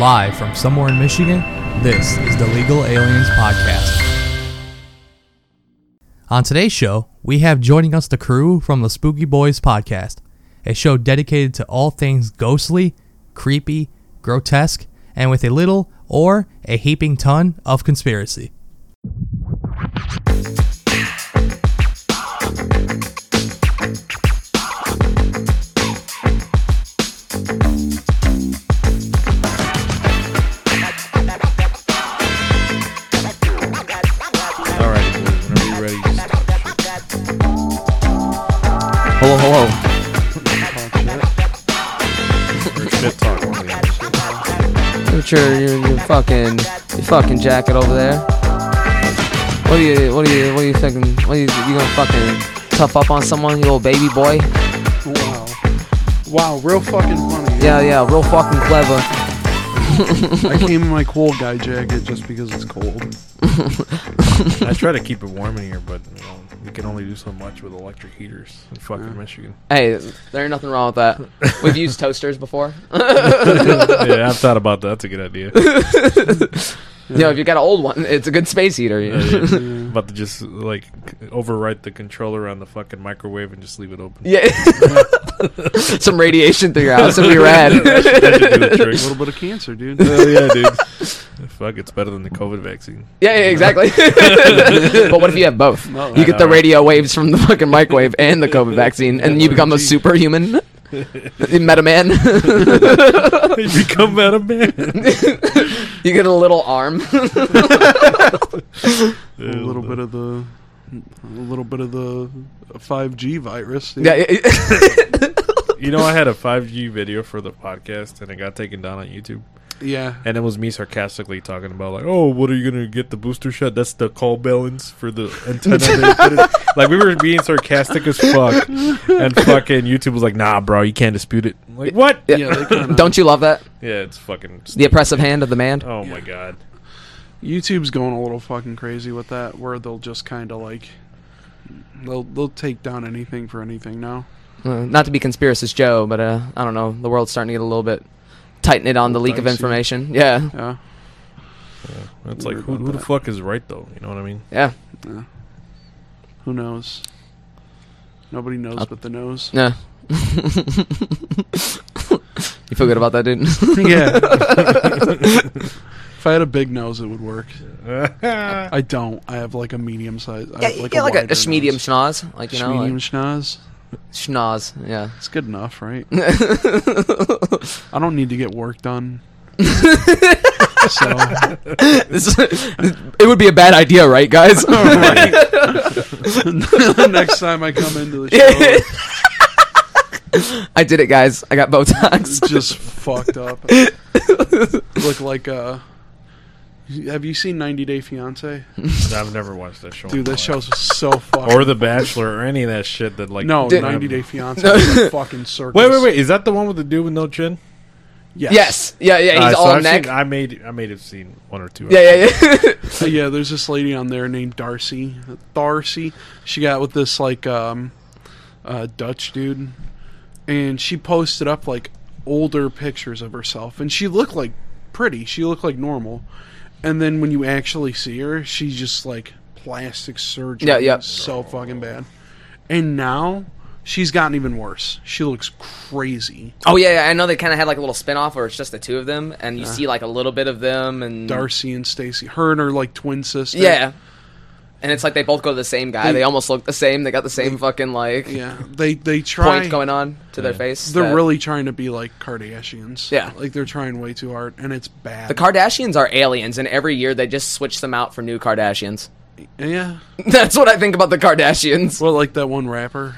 Live from somewhere in Michigan, this is the Legal Aliens Podcast. On today's show, we have joining us the crew from the Spooky Boys Podcast, a show dedicated to all things ghostly, creepy, grotesque, and with a little or a heaping ton of conspiracy. All right, boys, whenever you're ready. just talk shit. Hello, hello. Or shit talk, one of the other shit. Put your, your, your fucking your fucking jacket over there. What are you what are you what are you thinking? What are you, you gonna fucking tough up on someone, you little baby boy? Wow. Wow, real fucking funny. Yeah, yeah, real fucking clever. I came in my cool guy jacket just because it's cold. I try to keep it warm in here, but you know, we can only do so much with electric heaters in fucking Michigan. Hey, there ain't nothing wrong with that. We've used toasters before. yeah, I've thought about that. That's a good idea. You know, if you got an old one, it's a good space heater. Uh, yeah, about to just like c- overwrite the controller on the fucking microwave and just leave it open. Yeah. Some radiation through your house would be That rad. should- that should do the A trick. little bit of cancer, dude. Hell yeah, dude. Fuck, it's better than the COVID vaccine. Yeah, yeah, exactly. but what if you have both? No, you I get the know. radio waves from the fucking microwave and the COVID vaccine, and you become a superhuman. Meta Man. you become out of man. you get a little arm. a A little bit of the a little bit of the 5G virus. dude. yeah, yeah, yeah. You know, I had a 5G video for the podcast, and it got taken down on YouTube. Yeah. And it was me sarcastically talking about like, oh, what are you gonna get the booster shot? That's the call balance for the antenna. they put it- like we were being sarcastic as fuck, and fucking YouTube was like, nah, bro, you can't dispute it. I'm like what? Yeah. Yeah, Yeah, they kinda, Don't you love that? it's fucking. The oppressive hand of the man. oh my god. YouTube's going a little fucking crazy with that where they'll just kind of like they'll they'll take down anything for anything now. Uh, not to be conspiracist Joe, but uh, I don't know. The world's starting to get a little bit tighten it on the leak of dicey. information. Yeah, Yeah. It's like Weird who, about who the that. fuck is right though? You know what I mean? yeah, Who knows? Nobody knows I'll- but the nose. yeah. you feel good about that, dude? yeah. if I had a big nose, it would work. I don't. I have like a medium size. I yeah, have you like get a, like a, wider a medium nose. schnoz, like you know, like- medium schnoz. Schnoz, yeah. It's good enough, right? I don't need to get work done. so This- it would be a bad idea, right, guys? next time I come into the I did it, guys. I got Botox. show, just fucked up. Look like uh Have you seen 90 Day Fiance? I've never watched that show. in Dude, my that life. show's so fucking. or The Bachelor or any of that shit that like no, Dude. 90 Day Fiance. is a fucking circus. Wait, wait, wait! Is that the one with the dude with no chin? Yes. Yeah, yeah. He's Uh, so all I've neck. seen- I made I made have seen one or two. yeah, yeah, yeah. So, yeah, there's this lady on there named Darcy. Darcy. She got with this like um, uh, Dutch dude, and she posted up like older pictures of herself, and she looked like pretty. She looked like normal, and then when you actually see her, she's just like plastic surgery. Yeah, yeah. So fucking bad. And now she's gotten even worse. She looks crazy. oh, yeah, yeah. I know they kind of had like a little spin off where it's just the two of them, and you see like a little bit of them and Darcy and Stacy, her and her like twin sister. Yeah. And it's like they both go to the same guy. They, almost look the same. They got the same fucking like Yeah, they they try points going on to their face. They're that- really trying to be like Kardashians. Yeah. Like they're trying way too hard and it's bad. The Kardashians are aliens, and every year they just switch them out for new Kardashians. yeah. That's what I think about the Kardashians. Well, like that one rapper.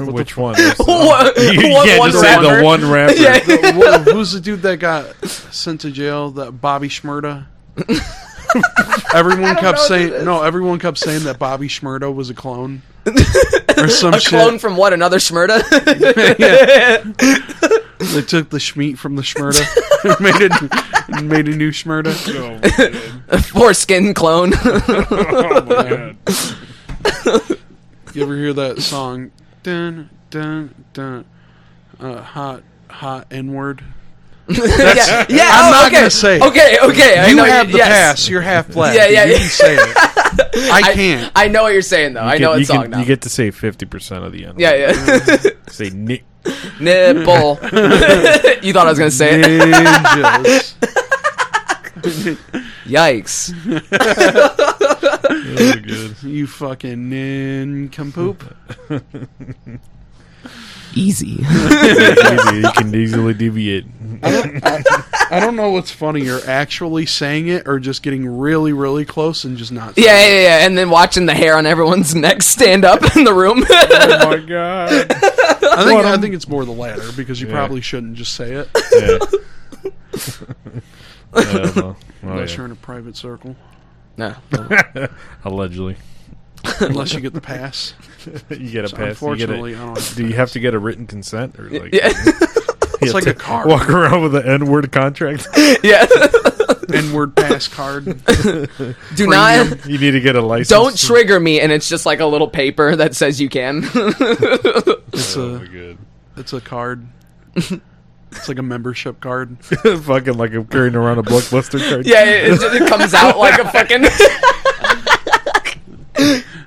Which one? What- You what can't one just say rapper? the one rapper. Yeah. The- wh- who's the dude that got sent to jail? That Bobby Schmurda? everyone kept know who saying this no, everyone kept saying that Bobby Schmurda was a clone. or some A shit. clone from what? Another Schmurda? They took the Schmeat from the Schmurda and made it and made a new Schmurda. Oh, man. Foreskin clone. Oh, my God. You ever hear that song? Dun dun dun uh hot hot N word. yeah, yeah, I'm oh, not okay. gonna say it. Okay, okay. I you know, have the yes. pass. You're half black. Yeah, yeah, You yeah. can say it. I can't. I know what you're saying though. I know you it's song can, now. You get to say fifty percent of the end. yeah, yeah. Say Nick. Nipple. you thought I was gonna say it? Ninjas. Yikes. Those are good. you fucking nincompoop. Easy. Easy, you can easily deviate. I don't know what's funnier, actually saying it or just getting really, really close and just not. Yeah, yeah, yeah. And then watching the hair on everyone's neck stand up in the room. Oh my god. I think I think it's more the latter because you Yeah. Oh, probably shouldn't just say it Yeah. Yeah, well, oh, unless yeah. you're in a private circle, no. Allegedly, unless you get the pass. you get a pass. You So get unfortunately, a, I don't. Have do you have to get a written consent or like? Yeah. It's like a card. Walk around with an N-word contract. yeah. N-word pass card. Do not. Premium. you need to get a license. Don't trigger me, and it's just like a little paper that says you can. It's Oh, a good. it's a card. It's like a membership card. Fucking like I'm carrying around a blockbuster card. yeah, it, it, it comes out like a fucking.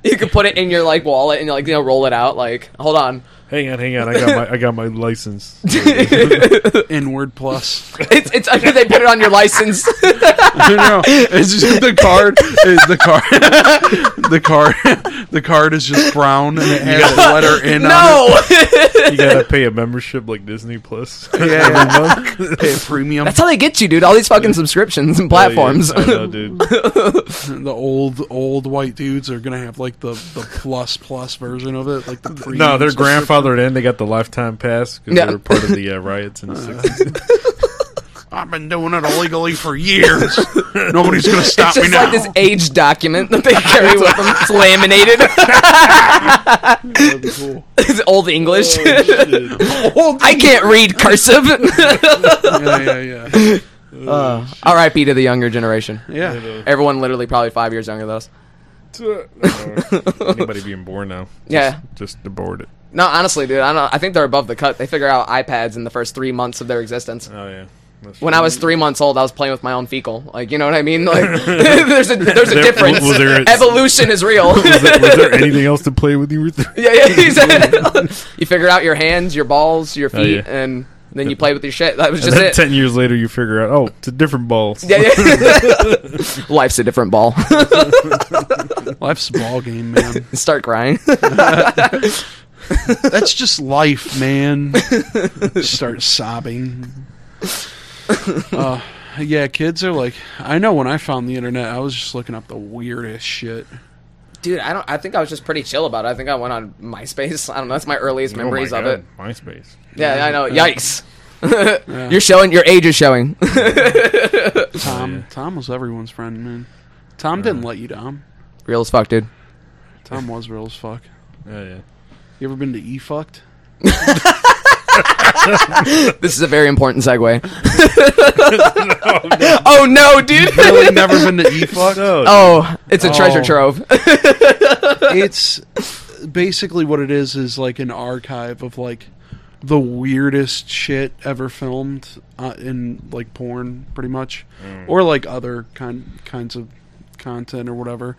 you could put it in your like wallet and like you know roll it out. Like, hold on, Hang on, hang on. I got my I got my license. N-word plus. it's it's they put it on your license. no, no, it's just the card. Is the card. the card. The card is just brown and it has the letter N on no, You gotta pay a membership like Disney Plus. it. Yeah, yeah. Pay a premium. that's how they get you, dude. All these fucking subscriptions and platforms. Oh, I know, dude. the old old white dudes are gonna have like the the plus plus version of it, like the premium. No, they're subscription. grandfathered in. They got the lifetime pass because Yeah. they were part of the uh, riots in the 60s. I've been doing it illegally for years. Nobody's gonna stop It's me just now. like this age document that they carry with them. It's laminated. it's old English. I can't read cursive. yeah, yeah, yeah. R.I.P. to the younger generation. yeah. Everyone literally probably five years younger than us. Or Anybody being born now? Yeah. Just, just abort it. No, honestly, dude, I don't. I think they're above the cut. They figure out iPads in the first three months of their existence. Oh yeah. That's When I was three months old, I was playing with my own fecal. Like, you know what I mean? Like, there's a there's a There- difference. was there a- Evolution is real. was, there, was there anything else to play with you? were three? Yeah, yeah. Exactly. you figure out your hands, your balls, your Oh, feet, yeah. and then you play with your shit. That was And just then it. ten years later, you figure out, oh, it's a different ball. yeah, yeah. Life's a different ball. Life's a ball game, man. Start crying. That's just life, man. Start sobbing. Uh, yeah, kids are like. I know when I found the internet, I was just looking up the weirdest shit. Dude, I don't. I think I was just pretty chill about it. I think I went on MySpace. I don't know. That's my earliest Oh my memories of God, it. MySpace. Yeah, I know. Yikes. You're showing your age is showing. Tom, Tom was everyone's friend, man. Tom didn't let you down. Real as fuck, dude. Tom was real as fuck. Oh yeah. You ever been to E fucked? This is a very important segue. Oh no, dude. Really, never been to E Fuck. fucked. No. Oh, it's a treasure Oh. trove. It's basically what it is is like an archive of like the weirdest shit ever filmed uh, in like porn, pretty much, or like other kind kinds of content or whatever.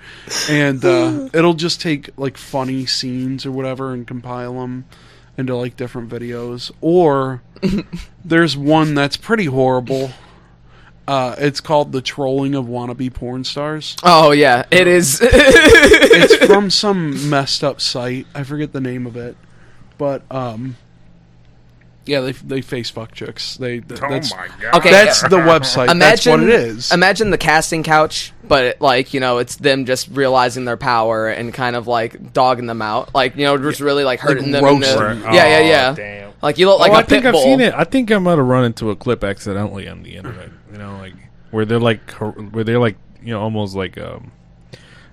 And uh, it'll just take like funny scenes or whatever and compile them into like different videos. Or there's one that's pretty horrible. Uh, it's called the trolling of wannabe porn stars Oh yeah, it is. it's from some messed up site. I forget the name of it, but um, yeah, they they face fuck chicks. They th- Oh that's my god. Okay. that's yeah. the website. that's Imagine what it is. Imagine the casting couch, but it, like you know, it's them just realizing their power and kind of like dogging them out, like you know, just really like hurting them. in the- roasting. yeah, yeah, yeah. Oh, damn. Like you look like oh, a I think pit I've bull. seen it. I think I might have run into a clip accidentally on the internet. You know, like where they're like, har- where they're like, you know, almost like, um,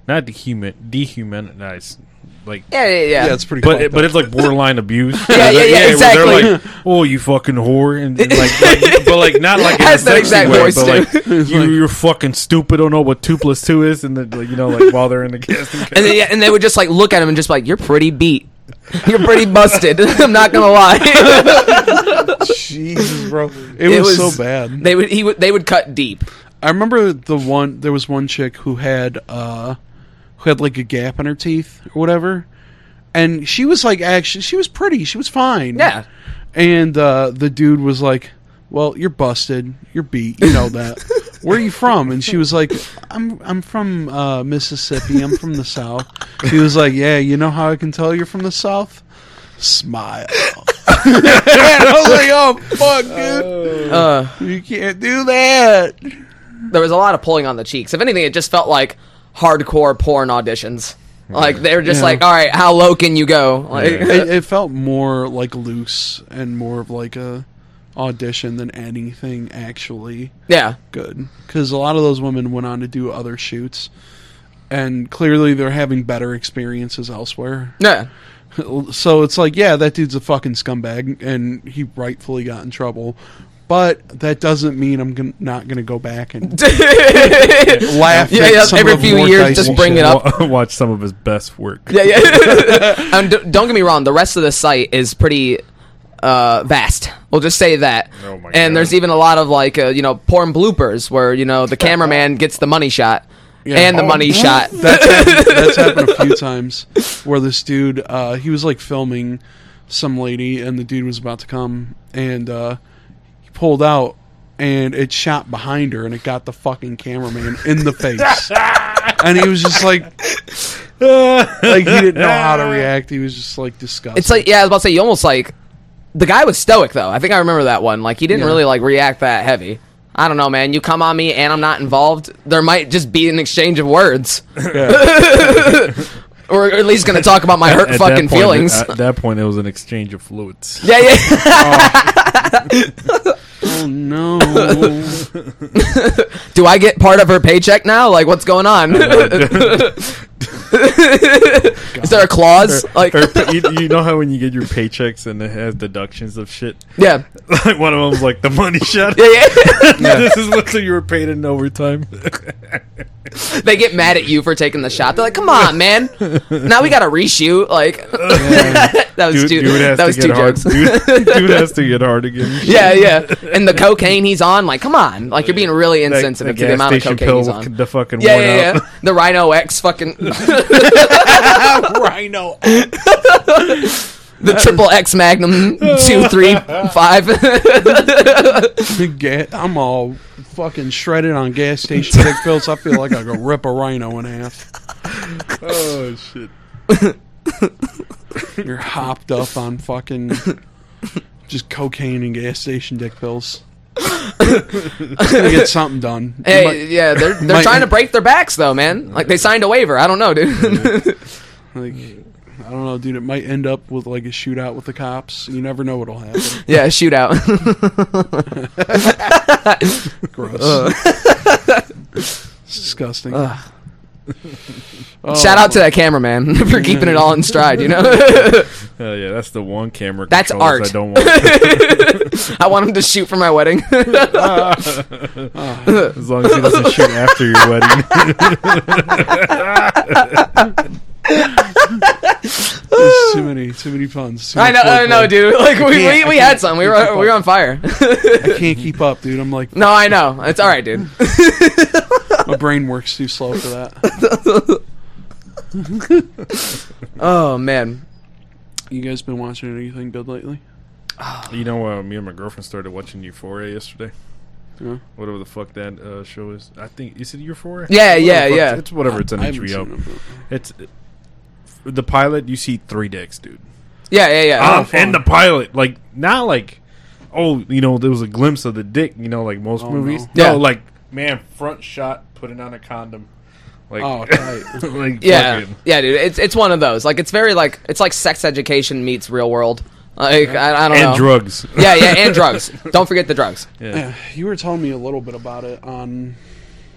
not dehuman, dehumanized, like, Yeah, yeah, yeah. yeah, it's pretty. but fucked it, but up. it's like borderline abuse. Yeah, yeah, yeah, Where they're like, exactly. oh, you fucking whore, and, and like, like, but like not like in That's a that sexy exact way, voice, but like, too. you, you're fucking stupid. Don't know what two plus two is, and then like, you know, like while they're in the casting. And then, yeah, and they would just like look at him and just be like, "You're pretty beat." You're pretty busted. I'm not gonna lie. Jesus, bro, it, It was, was- so bad. they would he would they would cut deep. I remember the one. There was one chick who had uh, who had like a gap in her teeth or whatever, and she was like actually she was pretty. She was fine. Yeah. And uh, the dude was like, "Well, you're busted. You're beat. You know that. Where are you from?" And she was like, "I'm I'm from uh, Mississippi. I'm from the South." He was like, "Yeah, you know how I can tell you're from the South? Smile." and I was like, "Oh fuck, dude, Uh, you can't do that." there was a lot of pulling on the cheeks. If anything, it just felt like hardcore porn auditions. Like they were just Yeah. like, all right, how low can you go? Like, it, it felt more like loose and more of like a audition than anything actually yeah. good because a lot of those women went on to do other shoots and clearly they're having better experiences elsewhere Yeah. so it's like yeah that dude's a fucking scumbag and he rightfully got in trouble but that doesn't mean i'm gon- not gonna go back and yeah, laugh Yeah, at yeah, some every of few Mordecai's years, just shit. bring it up. Wa- Watch some of his best work. yeah. and d- don't get me wrong, the rest of the site is pretty uh, vast. We'll just say that. Oh my and God. there's even a lot of like uh, you know porn bloopers where you know the cameraman gets the money shot and the Oh, money shot. That's happened, that's happened a few times where this dude uh, he was like filming some lady and the dude was about to come and uh, he pulled out and it shot behind her and it got the fucking cameraman in the face and he was just like like he didn't know how to react he was just like disgusted It's like yeah, I was about to say you almost like the guy was stoic though. I think I remember that one. Like he didn't Yeah. really like react that heavy. I don't know, man. You come on me and I'm not involved. There might just be an exchange of words, Yeah. or at least gonna talk about my hurt At fucking that point, uh, feelings. At that point, it was an exchange of fluids. yeah, yeah. oh no Do I get part of her paycheck now? Like what's going on? Oh, Is there a clause? Like Or, you, you know how when you get your paychecks and it has deductions of shit? yeah, Like one of them's like the money shot. yeah, yeah. this is what you were paid in overtime. they get mad at you for taking the shot. They're like, "Come on, man! Now we got to reshoot." Like that was Dude, two. dude has that to was get two hard. jokes. Dude, dude has to get hard again. yeah, yeah. And the cocaine he's on, like, come on, like you're being really That- insensitive that to the gas amount of station cocaine pill he's with on. The fucking Yeah, worn yeah, out. yeah. The Rhino X, fucking the rhino triple X Magnum two three five. the ga- i'm all fucking shredded on gas station dick pills i feel like i could rip a rhino in half Oh shit. You're hopped up on fucking just cocaine and gas station dick pills. gonna get something done. You hey, might- yeah, they're they're might- trying to break their backs though, man. Like they signed a waiver. I don't know, dude. like, I don't know, dude. It might end up with like a shootout with the cops. You never know what'll happen. yeah, shootout. Gross. it's disgusting. Oh, Shout out to that cameraman for keeping it all in stride. You know, Oh yeah, that's the one camera. That's controllers art. I don't want. I want him to shoot for my wedding. As long as he doesn't shoot after your wedding. There's too many, too many puns. too I know, much I know, foreplay. dude. Like we, can't- we, I we can't- had some. We I were can't we were on fire. I can't keep up, dude. I'm like, no, I know. It's all right, dude. my brain works too slow for that. Oh man. You guys been watching anything good lately? You know, uh, me and my girlfriend started watching Euphoria yesterday. Yeah. Whatever the fuck that uh, show is. I think is it Euphoria? Yeah, Whatever yeah, the fuck- yeah. It's whatever. It's on I haven't seen HBO. it, but- It's uh, the pilot. You see three dicks, dude. Yeah, yeah, yeah. Um, fun. and the pilot, like not like, oh, you know, there was a glimpse of the dick. You know, like most Oh, movies. no. Yeah. No, like man, front shot, putting on a condom. Like, Oh, tight. like yeah, fucking- yeah, dude. It's it's one of those. Like it's very like it's like sex education meets real world. Like I, I don't and know. drugs. Yeah, yeah, and drugs. Don't forget the drugs. Yeah. Yeah, you were telling me a little bit about it on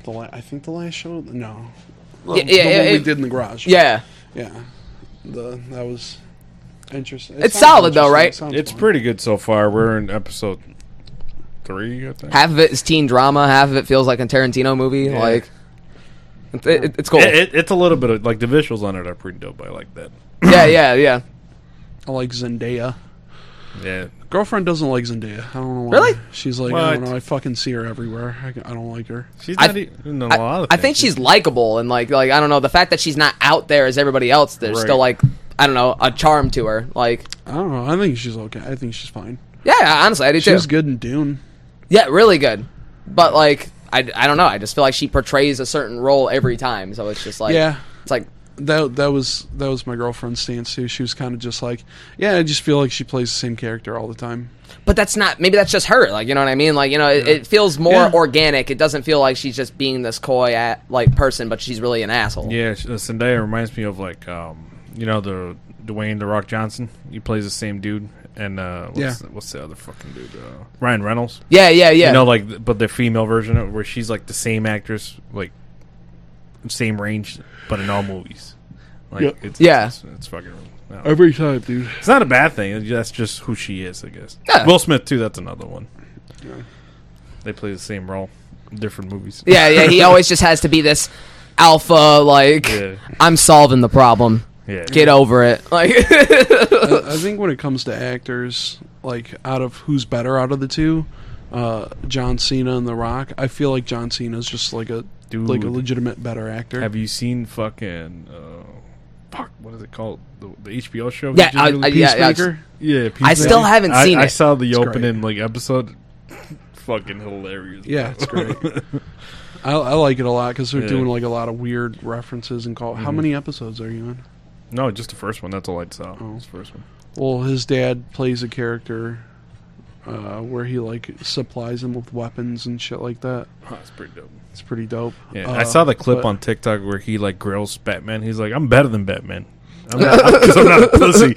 the la- I think the last show. No, Yeah, the yeah, one we it- did in the garage. Yeah, yeah. The that was interesting. It It's sounds solid, though, interesting. right? It sounds It's fun. pretty good so far. We're in episode three, I think. half of it is teen drama. Half of it feels like a Tarantino movie. Yeah. Like it, it, it's cool. It, it- it's a little bit of like the visuals on it are pretty dope. I like that. yeah, yeah, yeah. I like Zendaya. Yeah. Girlfriend doesn't like Zendaya. I don't know why. Really? She's like, I don't What? know. I fucking see her everywhere. I, I don't like her. She's I- not even in a lot I, of I think things. she's likable and like like I don't know the fact that she's not out there as everybody else. There's Right. still like I don't know a charm to her. Like I don't know. I think she's okay. I think she's fine. yeah, honestly, I do She too. was good in Dune. Yeah, really good. But like I, I don't know. I just feel like she portrays a certain role every time. So it's just like Yeah. it's like That that was that was my girlfriend's stance too. She was kind of just like, yeah, I just feel like she plays the same character all the time. but that's not maybe that's just her like you know what i mean like you know it, it feels more Yeah. organic it doesn't feel like she's just being this coy at, like person but she's really an asshole Yeah, sh- uh, Zendaya reminds me of like um, you know the Dwayne the Rock Johnson. He plays the same dude, and uh, what's, Yeah. the, what's the other fucking dude? Uh, Ryan Reynolds. yeah yeah yeah You know, like th- but the female version of where she's like the same actress, like same range, but in all movies. Like Yeah. it's, Yeah. it's, it's fucking. I don't know. Every time, dude. It's not a bad thing. That's just who she is, I guess. Yeah. Will Smith too. That's another one. They play the same role, different movies. yeah yeah he always just has to be this alpha like Yeah. i'm solving the problem yeah. get over it like I, I think when it comes to actors, like out of who's better out of the two, uh, John Cena and The Rock, I feel like John Cena's just like a Dude. like a legitimate better actor. Have you seen fucking uh, fuck? What is it called? The, the HBO show? Yeah, I- I- Uh, yeah, yeah, I've- Peacemaker. Yeah, Peacemaker. I still haven't I- seen I it. saw the great. opening like episode. fucking hilarious. yeah, it's great. I, I like it a lot because they're Yeah. Mm-hmm. doing like a lot of weird references and call. How many episodes are you in? No, just the first one. That's all I saw. Oh. It's the first one. Well, his dad plays a character uh, where he like supplies him with weapons and shit like that. Oh, it's pretty dope. It's pretty dope. Yeah, Uh, I saw the clip but- on TikTok where he like grills Batman. He's like, "I'm better than Batman." I'm not, because I'm not a pussy.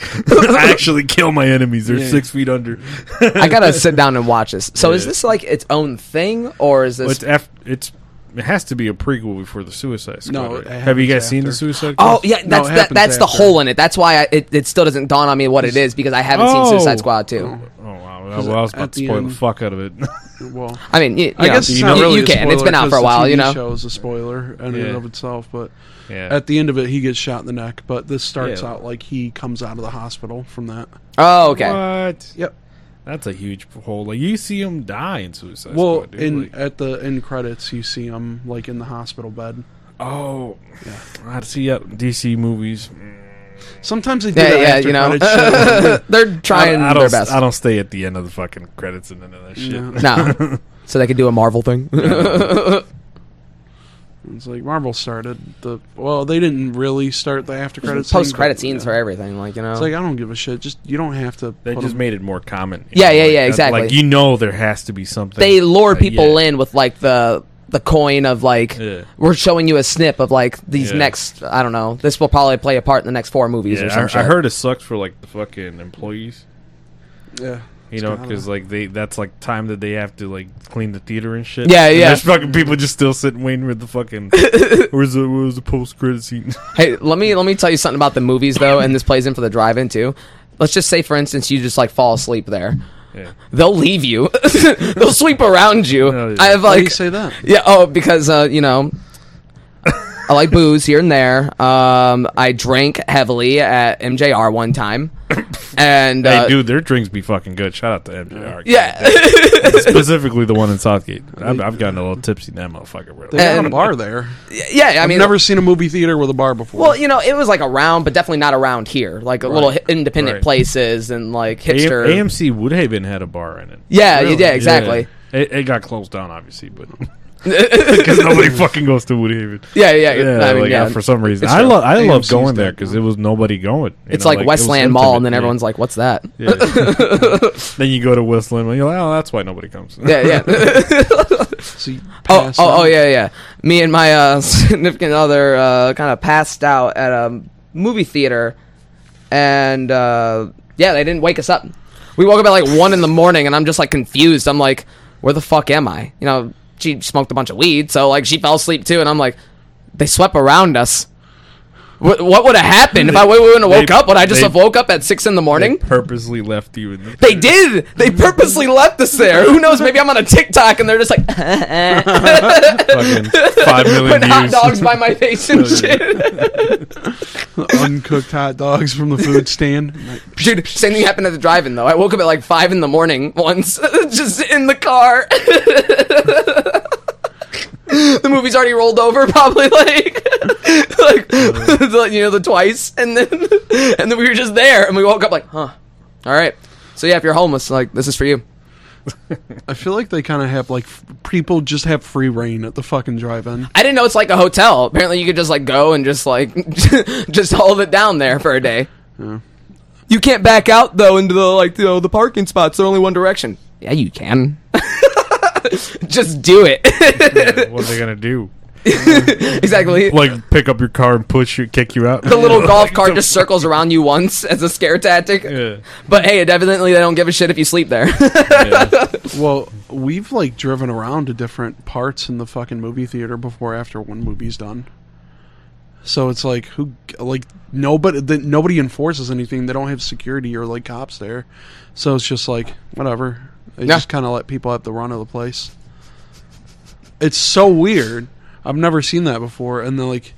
I actually kill my enemies. They're Yeah. six feet under. i gotta sit down and watch this so is Yeah. this like its own thing or is Well, this it's af- it's it has to be a prequel before the Suicide Squad. No, right? it have you guys happens seen the after. Suicide? Oh Squad? yeah, that's No, it that, happens that's the after. hole in it. That's why I, it, it still doesn't dawn on me what it is because I haven't Oh. seen Suicide Squad too. Oh wow! Well, I was at about to the spoil end- the fuck out of it. Well, I mean, you, you I know, guess it's you, not really you a can. It's spoiler been out for a 'cause the while, TV you know. Show is a spoiler in Yeah. and of itself, but yeah. at the end of it, he gets shot in the neck. But this starts Yeah. out like he comes out of the hospital from that. Oh okay. What? Yep. That's a huge hole. Like you see him die in Suicide Well, Squad. Dude. in like, at the end credits, you see him like in the hospital bed. oh, I see. Yeah, DC movies. Sometimes they do Yeah, that yeah, after you know, credits shit. they're trying I, I their don't. best. I don't stay at the end of the fucking credits and none of that shit. No. No, so they could do a Marvel thing. It's like Marvel started the well, they didn't really start the after credits. Post credit scenes for everything, like you know. It's like I don't give a shit. Just you don't have to. They put just 'em- made it more common. you Yeah, yeah, like yeah, that- exactly. Like you know, there has to be something. they lure Uh, people yeah. in with like the the coin of like Yeah. we're showing you a snip of like these Yeah. next. I don't know. This will probably play a part in the next four movies or Yeah, some I, shit. I heard it sucks for like the fucking employees. yeah. You It's know, kinda- because like they that's like time that they have to like clean the theater and shit. Yeah, And yeah. There's fucking people just still sitting waiting with the fucking. where's the where's the post credit scene? Hey, let me let me tell you something about the movies though, and this plays in for the drive-in too. Let's just say, for instance, you just like fall asleep there. yeah. They'll leave you. They'll sweep around you. Oh, yeah. I have Why do like, you say that? yeah, oh, because uh, you know, I like booze here and there. Um, I drank heavily at MJR one time, and Hey, uh, dude, their drinks be fucking good. Shout out to MJR. yeah, Specifically the one in Southgate. I've, I've gotten a little tipsy in that motherfucker. bro. They got a And- bar there. yeah. I I've mean, never seen a movie theater with a bar before. Well, you know, it was like around, but definitely not around here. Like a little hi- independent Right. places and like A- hipster. AMC Woodhaven had a bar in it. Yeah, yeah, yeah, exactly. Yeah. It, it got closed down, obviously, but because nobody fucking goes to Woodhaven. Yeah, yeah, Yeah, I mean, like, yeah. uh, for some reason, It's I true. love I love AMC's going there dead because it was nobody going. you It's know, like it was Westland Mall, and then intimate, everyone's like, "What's that?" yeah. Yeah. then you go to Westland, and you're like, oh, that's why nobody comes. Yeah, yeah. So you Oh, pass oh, oh, out. yeah, yeah. Me and my uh, significant other uh, kind of passed out at a movie theater, and uh, yeah, they didn't wake us up. We woke up at like one in the morning, and I'm just like confused. I'm like, where the fuck am I? You know, she smoked a bunch of weed, so like she fell asleep too, and I'm like, they swept around us. What, what would have happened if I wouldn't have woke They- up? Would I just they- have woke up at six in the They morning? purposely left you in the They did. They purposely left us there. Who knows? Maybe I'm on a TikTok and they're just like fucking five million putting hot views. dogs by my face and shit. Uncooked hot dogs from the food stand. I'm like, Dude, same thing happened at the drive-in though. I woke up at like five in the morning once, just in the car. the movie's already rolled over, probably like, like the, you know the twice, and then and then we were just there, and we woke up like, huh, all right. So yeah, if you're homeless, like this is for you. I feel like they kind of have like f- people just have free reign at the fucking drive-in. I didn't know it's like a hotel. Apparently, you could just like go and just like just hold it down there for a day. You can't back out though into the like you know the parking spots. They're only one direction. Yeah, you can. just do it. What are they gonna do? exactly. Like pick up your car and push you, kick you out? The little golf cart just circles around you once as a scare tactic. Yeah. But hey, definitely they don't give a shit if you sleep there. Yeah. Well, we've like driven around to different parts in the fucking movie theater before after one movie's done. So it's like who like nobody the, nobody enforces anything. They don't have security or like cops there. So it's just like whatever. They Yeah. just kind of let people have the run of the place. It's so weird. I've never seen that before and then like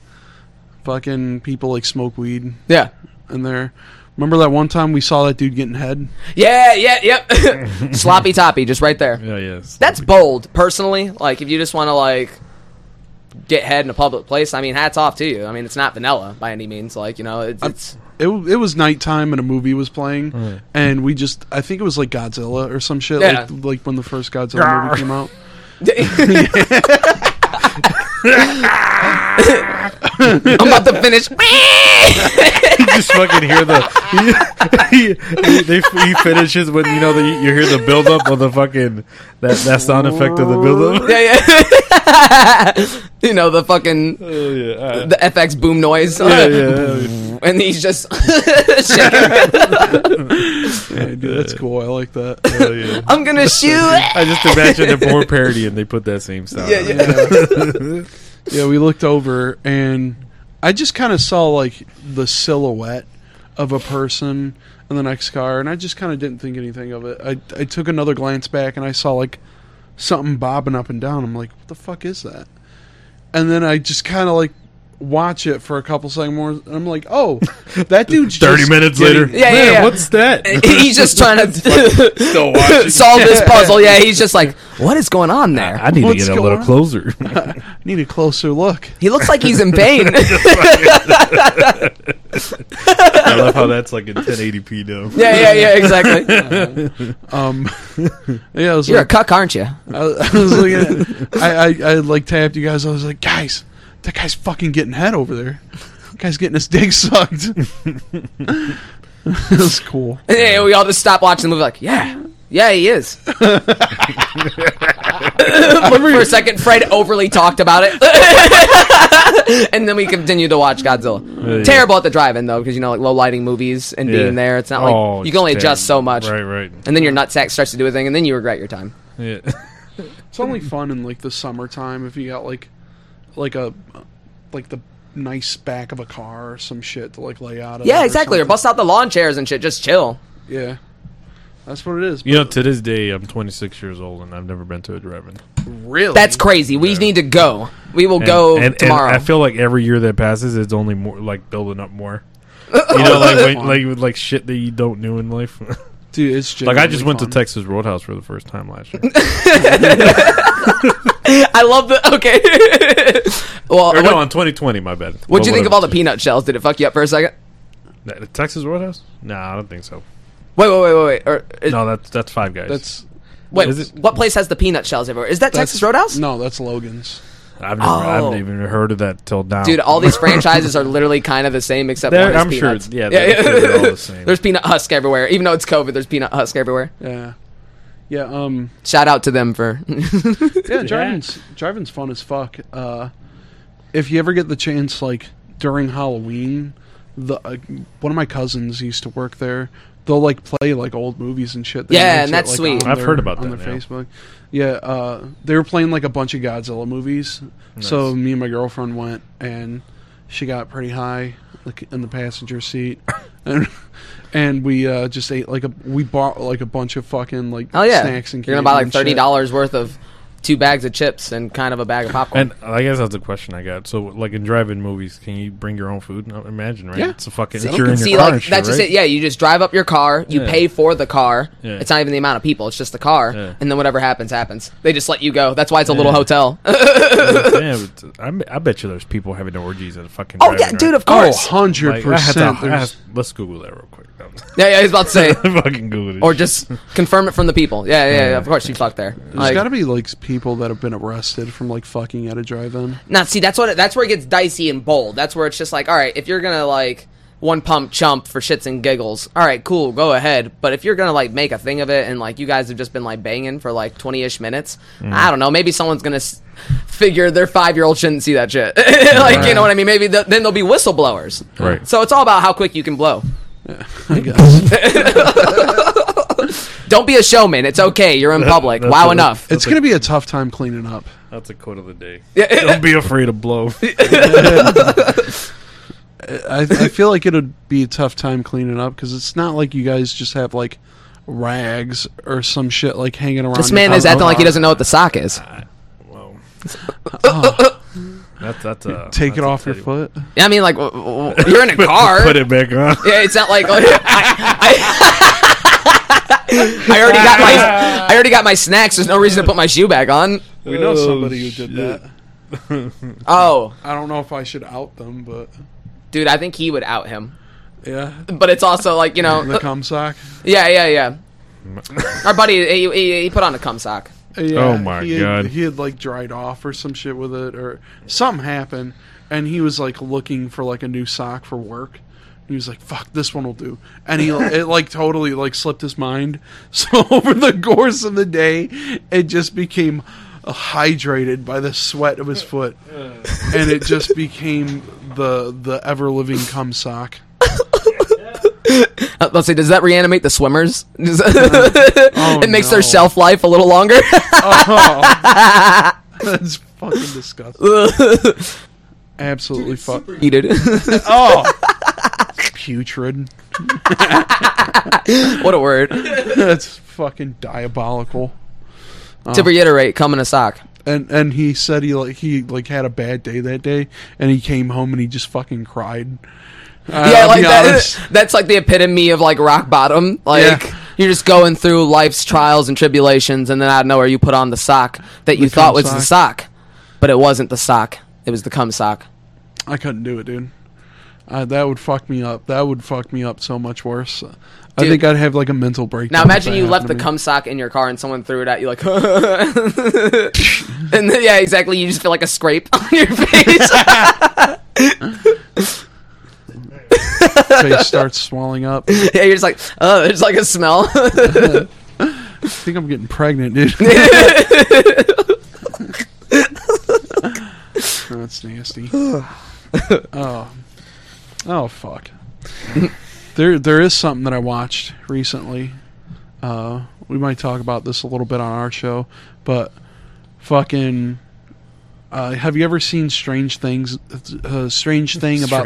fucking people like smoke weed yeah. in there. Remember that one time we saw that dude getting head? Yeah. Yeah. Yep. Sloppy toppy, just right there. yeah, yes. That's bold, personally. Like, if you just want to like get head in a public place, I mean, hats off to you. I mean, it's not vanilla by any means. Like, you know, it's, it's it, it was nighttime and a movie was playing, and we just I think it was like Godzilla or some shit, Yeah. like, like when the first Godzilla Grr. movie came out. I'm about to finish. you just fucking hear the. He, he, they, he finishes when you know the, you hear the build up of the fucking that that sound effect of the build up. yeah, yeah. you know the fucking the Oh, yeah, all right. FX boom noise, yeah, yeah. and he's just shaking. Yeah, dude, that's cool. I like that. Oh, yeah. I'm gonna shoot. I just imagine a more parody and they put that same sound. yeah, on it. yeah. yeah, we looked over and I just kind of saw like the silhouette of a person in the next car, and I just kind of didn't think anything of it. I I took another glance back and I saw like something bobbing up and down. I'm like, what the fuck is that? And then I just kind of like watch it for a couple seconds more, and I'm like, oh, that dude's Thirty just minutes getting- later. Yeah, yeah, Man, yeah. What's that? he's just trying to Still watching. solve this puzzle. Yeah, he's just like, what is going on there? need What's going on? closer. Need a closer look. He looks like he's in pain. I love how that's like in 1080p though. yeah, yeah, yeah. Exactly. Um, yeah, I was You're a like, cuck, aren't you? I was looking at, I, I, I like tapped you guys. I was like, guys, that guy's fucking getting head over there. That guy's getting his dick sucked. That's cool. And then we all just stop watching the movie, like, yeah, yeah, he is. Look, for a second, Fred overly talked about it, and then we continue to watch Godzilla. Yeah, yeah. Terrible at the drive-in though, because you know, like low lighting movies and Yeah. being there, it's not like Oh, you can only damn. adjust so much. Right, right. And then your nutsack starts to do a thing, and then you regret your time. Yeah. It's only fun in like the summertime if you got like, like a, like the nice back of a car or some shit to like lay out. of it Yeah, or exactly. Or something. bust out the lawn chairs and shit. Just chill. Yeah, that's what it is. You know, to this day, I'm 26 years old and I've never been to a drive-in. Really, That's crazy. We need to go. We will And- go and, and tomorrow. I feel like every year that passes, it's only more like building up more. You know, like when, like with, like shit that you don't know in life. dude. It's like I just went to genuinely Texas Roadhouse for the first time last year. I love the okay. well, or what, no, on 2020. My bad. what'd you think of all the peanut shells? Did it fuck you up for a second? the Texas Roadhouse? No, I don't think so. Wait, wait, wait, wait, wait. Or, is, No, that's that's Five Guys. fun. That's wait, is it- what place has the peanut shells everywhere? Is that that's- Texas Roadhouse? No, that's Logan's. I've never, I Oh. haven't even heard of that till now. Dude, all these franchises are literally kind of the same except They're- one is I'm sure, peanuts. yeah, they're- they're all the same. there's peanut husk everywhere. Even though it's COVID, there's peanut husk everywhere. Yeah, yeah. Um, Shout out to them for Yeah, driving's driving's fun as fuck. Uh, if you ever get the chance, like during Halloween, the uh, one of my cousins used to work there. They'll like play like old movies and shit. They Yeah, mix and it, that's like, sweet. on I've their- heard about on that, their yeah. Facebook. Yeah, uh, they were playing like a bunch of Godzilla movies. So me and my girlfriend went, and She got pretty high like, in the passenger seat, and and we uh, just ate like a we bought like a bunch of fucking like Oh yeah, snacks and you're gonna candy buy like and shit. thirty dollars worth of two bags of chips and kind of a bag of popcorn. And I guess that's the question I got. So, like in drive-in movies, can you bring your own food? I imagine, right? Yeah. It's a fucking. You It's you're in your see, car like and shit, that's just right? it. Yeah, you just drive up your car, you Yeah. pay for the car. Yeah. It's not even the amount of people; it's just the car, Yeah. and then whatever happens, happens. They just let you go. That's why it's a little Yeah. hotel. Damn, it's- I'm- I bet you there's people having orgies at a fucking. oh drive-in, yeah, dude, right? of Oh, course. Like, 100 I had to- percent. I had- There's let's Google that real quick. yeah, yeah, I was about to say, fucking Google this or shit. just confirm it from the people. Yeah, yeah, yeah of course you fucked there. there's Like- got to be like people that have been arrested from like fucking at a drive-in. Now, see, that's what that's where it gets dicey and bold. That's where it's just like, all right, if you're gonna like one pump chump for shits and giggles, all right, cool, go ahead. But if you're gonna like make a thing of it and like you guys have just been like banging for like twenty ish minutes, Mm-hmm. I don't know. Maybe someone's gonna s- figure their five year old shouldn't see that shit. like, you know what I mean? Maybe th- then they'll be whistleblowers. Right. So it's all about how quick you can blow. I guess. Don't be a showman. It's okay. You're in public. that's wow, what- enough. it's gonna be a tough time cleaning up. That's a quote of the day. Don't be afraid of blow. I, I feel like it'd be a tough time cleaning up because it's not like you guys just have like rags or some shit like hanging around. This your man is house. acting like he doesn't know what the sock is. Whoa. Oh. that's that's uh, Take that's it a off your titty. foot. I mean, like, w- w- w- you're in a car. Put it back on. Yeah, it's not like I, I, I already got my I already got my snacks. There's no reason to put my shoe back on. We know Oh, somebody who did shit. that. Oh, I don't know if I should out them, but dude, I think he would out him. yeah, But it's also like you know, the cum sock. yeah, yeah, yeah. Our buddy, he, he, he put on a cum sock. Yeah, Oh my he had, God. He had like dried off or some shit with it, or something happened, and he was like looking for like a new sock for work. And he was like, "Fuck, this one will do," and he it like totally like slipped his mind. So over the course of the day, it just became hydrated by the sweat of his foot, and it just became the the ever living cum sock. Uh, let's see, does that reanimate the swimmers? Does- Oh, it makes their no. shelf life a little longer. Oh, that's fucking disgusting. Absolutely fuck. Eat it. Oh, putrid. what a word. That's fucking diabolical. To reiterate, cum in a sock. And and he said he like he like had a bad day that day, and he came home and he just fucking cried. I- yeah, Uh, I'll like be that, honest. that's like the epitome of like rock bottom. Like Yeah. you're just going through life's trials and tribulations, and then out of nowhere you put on the sock that you The thought cum was the sock, but it wasn't the sock. It was the cum sock. I couldn't do it, dude. Uh, that would fuck me up. That would fuck me up so much worse. I Dude. think I'd have like a mental breakdown. Now if imagine that you left the happened to me. cum sock in your car and someone threw it at you like, and then, yeah, exactly. You just feel like a scrape on your face. face starts swelling up. I yeah, you're just like, oh, there's like a smell. think I'm getting pregnant, dude. That's nasty. oh, oh fuck. there, there is something that I watched recently. Uh, we might talk about this a little bit on our show, but fucking. Uh, have you ever seen Strange Things? Uh, strange thing about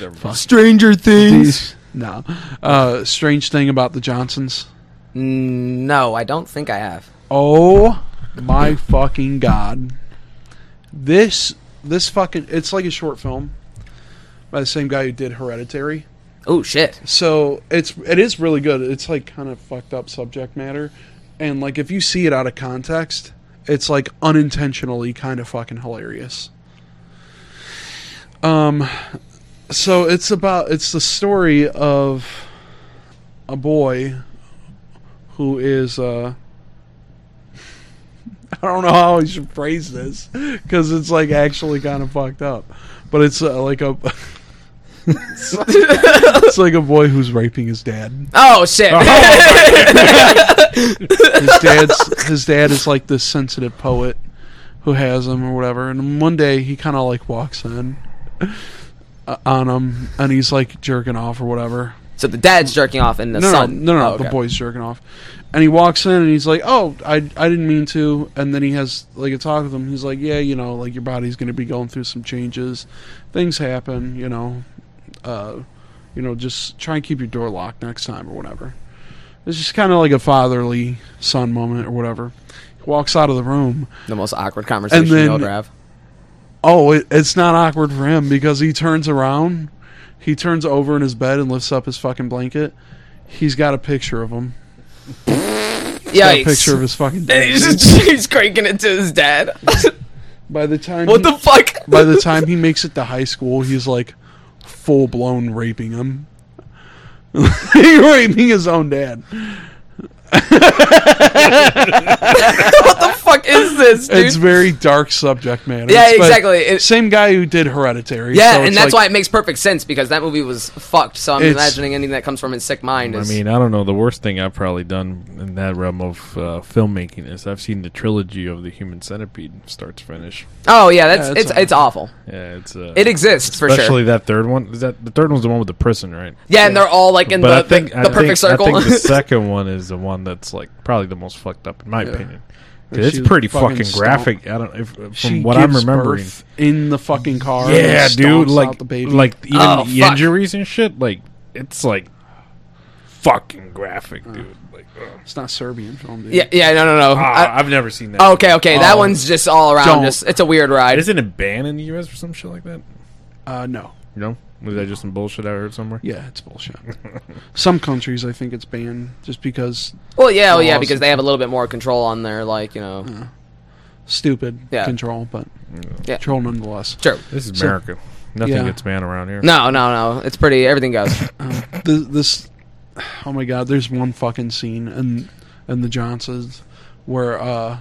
Never mind. Stranger Things. no, uh, strange thing about the Johnsons. No, I don't think I have. Oh my fucking god. This this fucking it's like a short film by the same guy who did Hereditary. Oh shit. So it's it is really good. It's like kind of fucked up subject matter and like if you see it out of context, it's like unintentionally kind of fucking hilarious. Um so it's about it's the story of a boy who is uh I don't know how I should phrase this because it's like actually kind of fucked up, but it's uh, like a it's like a boy who's raping his dad. Oh shit. His dad's his dad is like this sensitive poet who has him or whatever, and one day he kind of like walks in uh, on him and he's like jerking off or whatever, So the dad's jerking off in the no, son. No, no, no, Oh, okay. the boy's jerking off. And he walks in and he's like, "Oh, I, I didn't mean to." And then he has like a talk with him. He's like, "Yeah, you know, like your body's going to be going through some changes. Things happen, you know. Uh, you know, just try and keep your door locked next time or whatever." It's just kind of like a fatherly son moment or whatever. He walks out of the room. The most awkward conversation then- you'll ever have. Oh, it, it's not awkward for him because he turns around, he turns over in his bed and lifts up his fucking blanket. He's got a picture of him. Got a Yikes. picture of his fucking dad. he's, just, he's cranking it to his dad. By the time what he- the fuck? by the time he makes it to high school, he's like full blown raping him. He's raping his own dad. what the fuck is this, dude? It's very dark subject matter. Yeah, It's- but exactly. It- same guy who did Hereditary. yeah, and that's why it makes perfect sense because that movie was fucked. So I'm It's- imagining anything that comes from his sick mind I is. mean, I don't know. The worst thing I've probably done in that realm of uh, filmmaking is I've seen the trilogy of the Human Centipede, start to finish. oh yeah, that's Yeah, it's that's- it's awful. Yeah, it's uh, It exists for sure. especially that third one. Is that the third one's the one with the prison, right? Yeah, and they're all like in but the, I think the, I perfect think- circle. I think the second one is the one that's like probably the most fucked up in my opinion. 'Cause She It's pretty fucking fucking stomp- graphic. I don't if, from She what I'm gives remembering. birth in the fucking car. and Yeah, dude, stomps like out the baby. like even Oh, the fuck. injuries and shit. Like it's like fucking graphic, Mm. dude. Like ugh. it's not Serbian film, dude. yeah, yeah, no, no, no. Ah, I've never seen that. I- okay, okay, that Oh. one's just all around. Don't. Just it's a weird ride. Isn't it banned in the U.S. or some shit like that? Uh, no. You know, was that just some bullshit I heard somewhere? Yeah, it's bullshit. Some countries, I think it's banned just because Well, yeah, well, yeah, Laws. because they have a little bit more control on their like you know. stupid Yeah. control, but Yeah. control nonetheless. Sure. This is So- America. Nothing Yeah. gets banned around here. No, no, no. It's pretty. Everything goes. Th this oh my god there's one fucking scene in in the johnsons where uh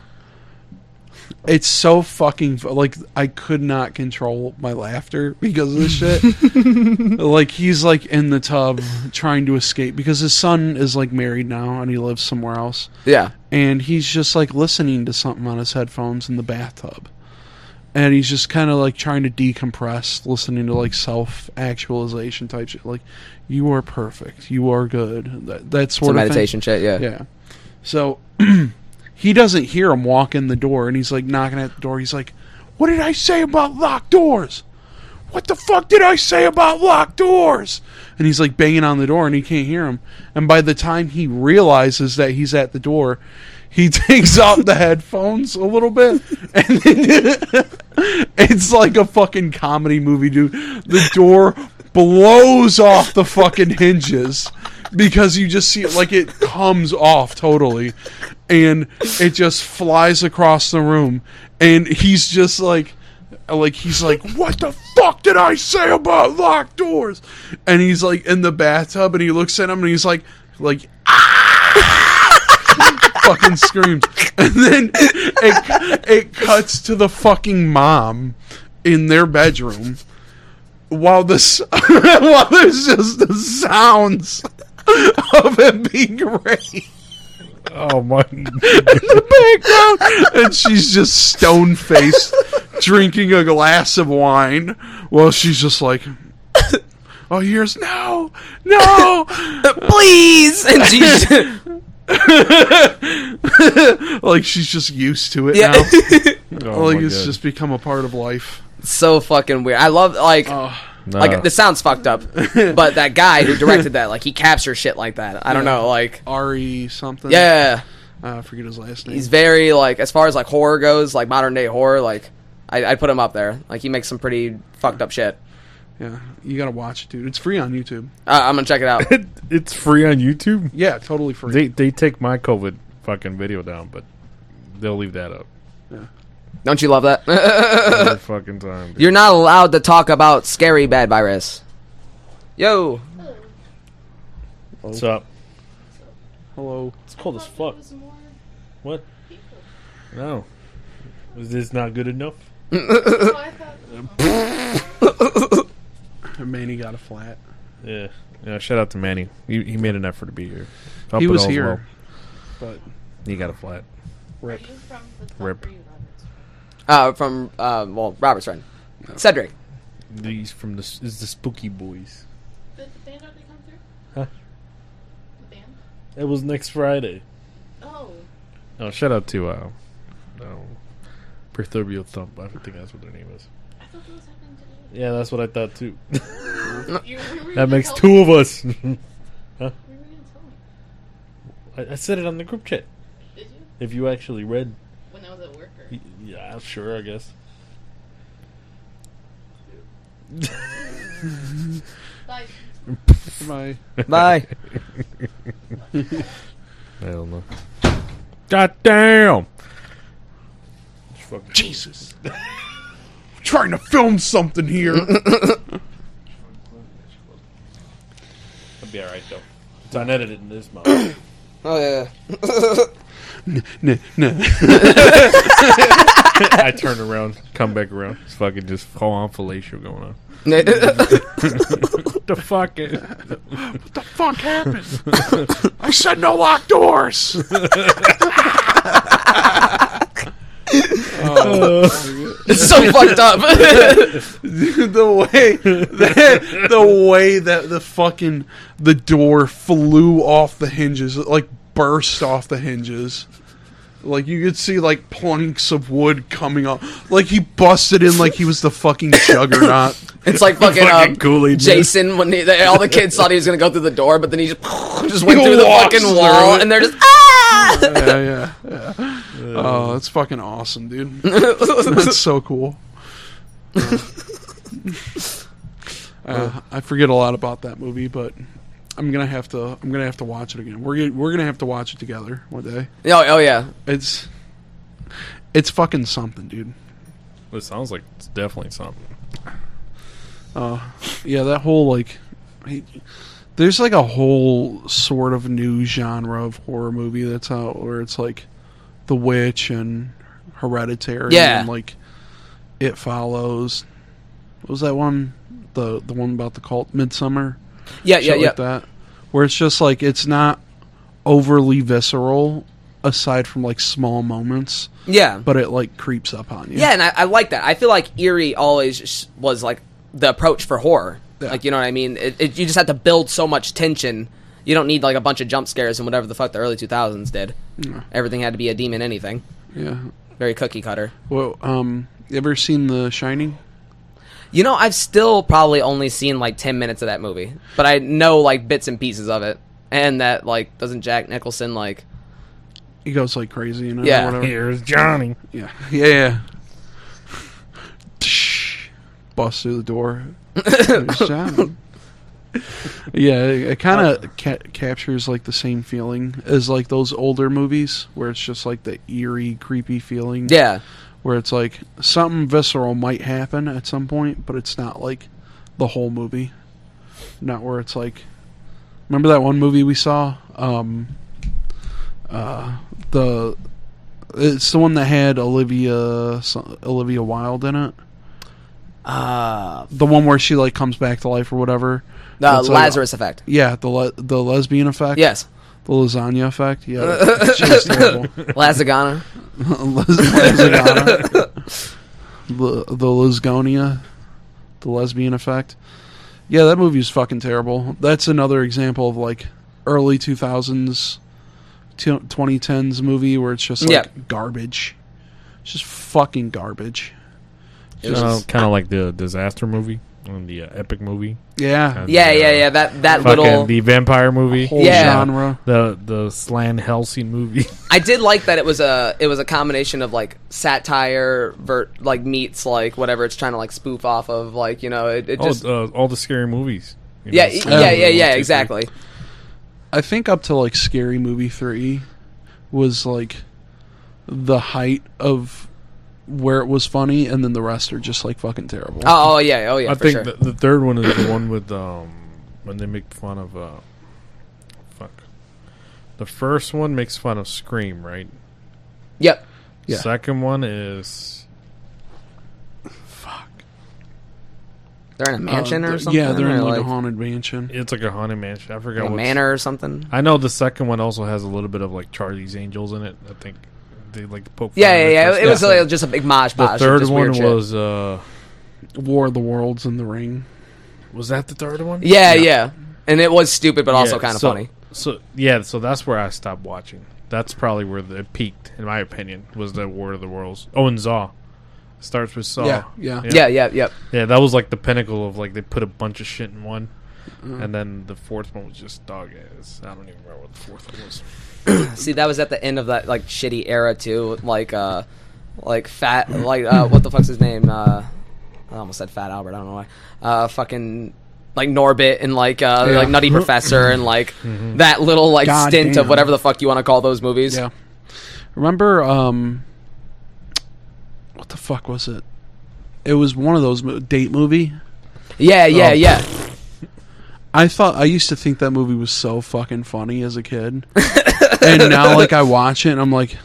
it's so fucking fu- like i could not control my laughter because of this shit like he's like in the tub trying to escape because his son is like married now and he lives somewhere else yeah. and he's just like listening to something on his headphones in the bathtub. And he's just kind of like trying to decompress, listening to like self actualization type shit. Like, you are perfect. You are good. That, that sort Some of thing. meditation shit. Yeah. Yeah. So he doesn't hear him walk in the door and he's like knocking at the door. He's like, What did I say about locked doors? What the fuck did I say about locked doors? And he's like banging on the door and he can't hear him. And by the time he realizes that he's at the door, he takes off the headphones a little bit and then it's like a fucking comedy movie, dude. The door blows off the fucking hinges because you just see it like it comes off totally and it just flies across the room and he's just like like he's like what the fuck did i say about locked doors and he's like in the bathtub and he looks at him and he's like like fucking screams. And then it, it cuts to the fucking mom in their bedroom while this while there's just the sounds of him being raped Oh my! the background, and she's just stone faced, drinking a glass of wine while she's just like, "Oh, here's no, no, Please. And Jesus. like she's just used to it Yeah. now. Oh like my it's God. just become a part of life. so fucking weird. I love like. Oh. Nah. Like this sounds fucked up, but that guy who directed that, like he captures shit like that. I don't know, like Ari something. yeah, Uh, I forget his last name. he's very like as far as like horror goes, like modern day horror, like I, I put him up there. Like he makes some pretty fucked up shit. yeah, you gotta watch it, dude. It's free on YouTube. Uh, I'm gonna check it out. It- it's free on YouTube. Yeah, totally free. They they take my COVID fucking video down, but they'll leave that up Don't you love that? every fucking time. dude. You're not allowed to talk about scary bad virus. Yo, What's up? Hello. It's cold as fuck. What? No. Is this not good enough? Oh, Manny got a flat. Yeah. Yeah. Shout out to Manny. He, he made an effort to be here. Hope he it was all's here, but well. He got a flat. rip. Rip. uh, from uh, well, Robert's friend, Cedric. These from the is the Spooky Boys. Did the band already come through? Huh? It was next Friday. Oh. Oh, shout out to uh, no, Perthurbio Thump. I think that's what their name is. I thought that was happening today. Yeah, that's what I thought too. You, we were that gonna makes tell two me- of us. We were going to tell me. I, I said it on the group chat. Did you? If you actually read, When I was at work or... y- yeah, sure, I guess. Bye. My Bye. I don't know. God damn! Jesus. Trying to film something here. I'll be alright though. It's unedited in this month. oh yeah. no, no. I turn around, come back around. It's fucking just full on fellatio going on. the fuck? What the fuck happened? I said no locked doors. it's so fucked up. the way that, the way that the fucking the door flew off the hinges, it, like burst off the hinges. Like you could see like planks of wood coming up. Like he busted in like he was the fucking juggernaut. it's like fucking, Fucking um, Kool-Aid, man. Jason when he, they, all the kids thought he was gonna go through the door, but then he just just went He through the walks fucking through wall, it. and they're just ah. yeah, yeah, yeah. Oh, that's fucking awesome, dude. That's so cool. Uh, I forget a lot about that movie, but I'm gonna have to. I'm gonna have to watch it again. We're gonna, we're gonna have to watch it together one day. oh, oh yeah. It's it's fucking something, dude. It sounds like it's definitely something. Yeah, that whole like, I- there's like a whole sort of new genre of horror movie that's out where it's like, The Witch and Hereditary, Yeah. and like, It Follows. What was that one? The the one about the cult, Midsummer. Yeah, yeah, shit yeah. like that. Where it's just like it's not overly visceral, aside from like small moments, yeah. but it like creeps up on you. Yeah, and I, I like that. I feel like eerie always sh- was like the approach for horror. Yeah. Like you know what I mean? It, it, you just have to build so much tension. You don't need like a bunch of jump scares and whatever the fuck the early two thousands did. Mm. Everything had to be a demon. Anything yeah. very cookie cutter. Well, um, you ever seen The Shining? You know, I've still probably only seen like ten minutes of that movie, but I know like bits and pieces of it. And that like doesn't Jack Nicholson like? He goes like crazy, you know? Yeah. Or whatever. Here's Johnny. Yeah. Yeah. Yeah. Bust through the door. There's John. yeah, it, kind of ca- captures like the same feeling as like those older movies where it's just like the eerie, creepy feeling. Yeah, where it's like something visceral might happen at some point, but it's not like the whole movie. Not where it's like remember that one movie we saw? Um uh the it's the one that had Olivia so- Olivia Wilde in it. uh, The one where she like comes back to life or whatever. the It's like- Lazarus effect. yeah, the le- the lesbian effect. Yes, The lasagna effect. Yeah. she was terrible. Lazagana. Les- Lesbiana. the the Lesgonia, the lesbian effect. Yeah, that movie's fucking terrible. That's another example of like early 2000s, t- 2010s movie where it's just like Yeah. garbage. It's just fucking garbage. Uh, kind of like the disaster movie and the uh, epic movie. Yeah. And, Yeah, uh, yeah, yeah. That that Fucking little the vampire movie. Whole Yeah. genre. The the Slan Helsing movie. I did like that it was a it was a combination of like satire, ver- like meets like whatever it's trying to like spoof off of, like you know it, it just oh, uh, all the scary movies. you yeah, know, e- Scary yeah yeah Movie yeah one, two, three. exactly I think up to like Scary Movie 3 was like the height of where it was funny and then the rest are just like fucking terrible. oh, oh yeah oh yeah I for think sure the, the third one is the one with um when they make fun of uh fuck. The first one makes fun of Scream, right? yep Yeah. Second one is they're in a mansion Uh, or th- something Yeah, they're or, in like, like, a haunted mansion. it's like a haunted mansion. I forgot a what's- manor or something I know the second one also has a little bit of like Charlie's Angels in it. I think they like to poke. fun yeah at yeah it yeah for it was stuff. like, just a big mosh the posh third just one weird shit. was uh War of the Worlds and the Ring. was that the third one? yeah yeah and it was stupid but also Yeah, kind of so- funny so yeah, so that's where I stopped watching. That's probably where the it peaked, in my opinion, was the War of the Worlds. Oh, and Zaw starts with Saw. Yeah, yeah. Yeah, yeah, yeah. Yeah, that was like the pinnacle of like they put a bunch of shit in one, and then the fourth one was just dog ass. I don't even remember what the fourth one was. See, that was at the end of that like shitty era too. Like, uh, like fat, like uh, what the fuck's his name? Uh, I almost said Fat Albert. I don't know why. Uh, fucking like Norbit and like uh, Yeah. like Nutty Professor and like that little like God stint damn. of whatever the fuck you want to call those movies. Yeah. Remember, um, what the fuck was it? It was one of those mo- date movie. yeah, yeah, Oh. yeah. I thought I used to think that movie was so fucking funny as a kid, and now like I watch it and I'm like,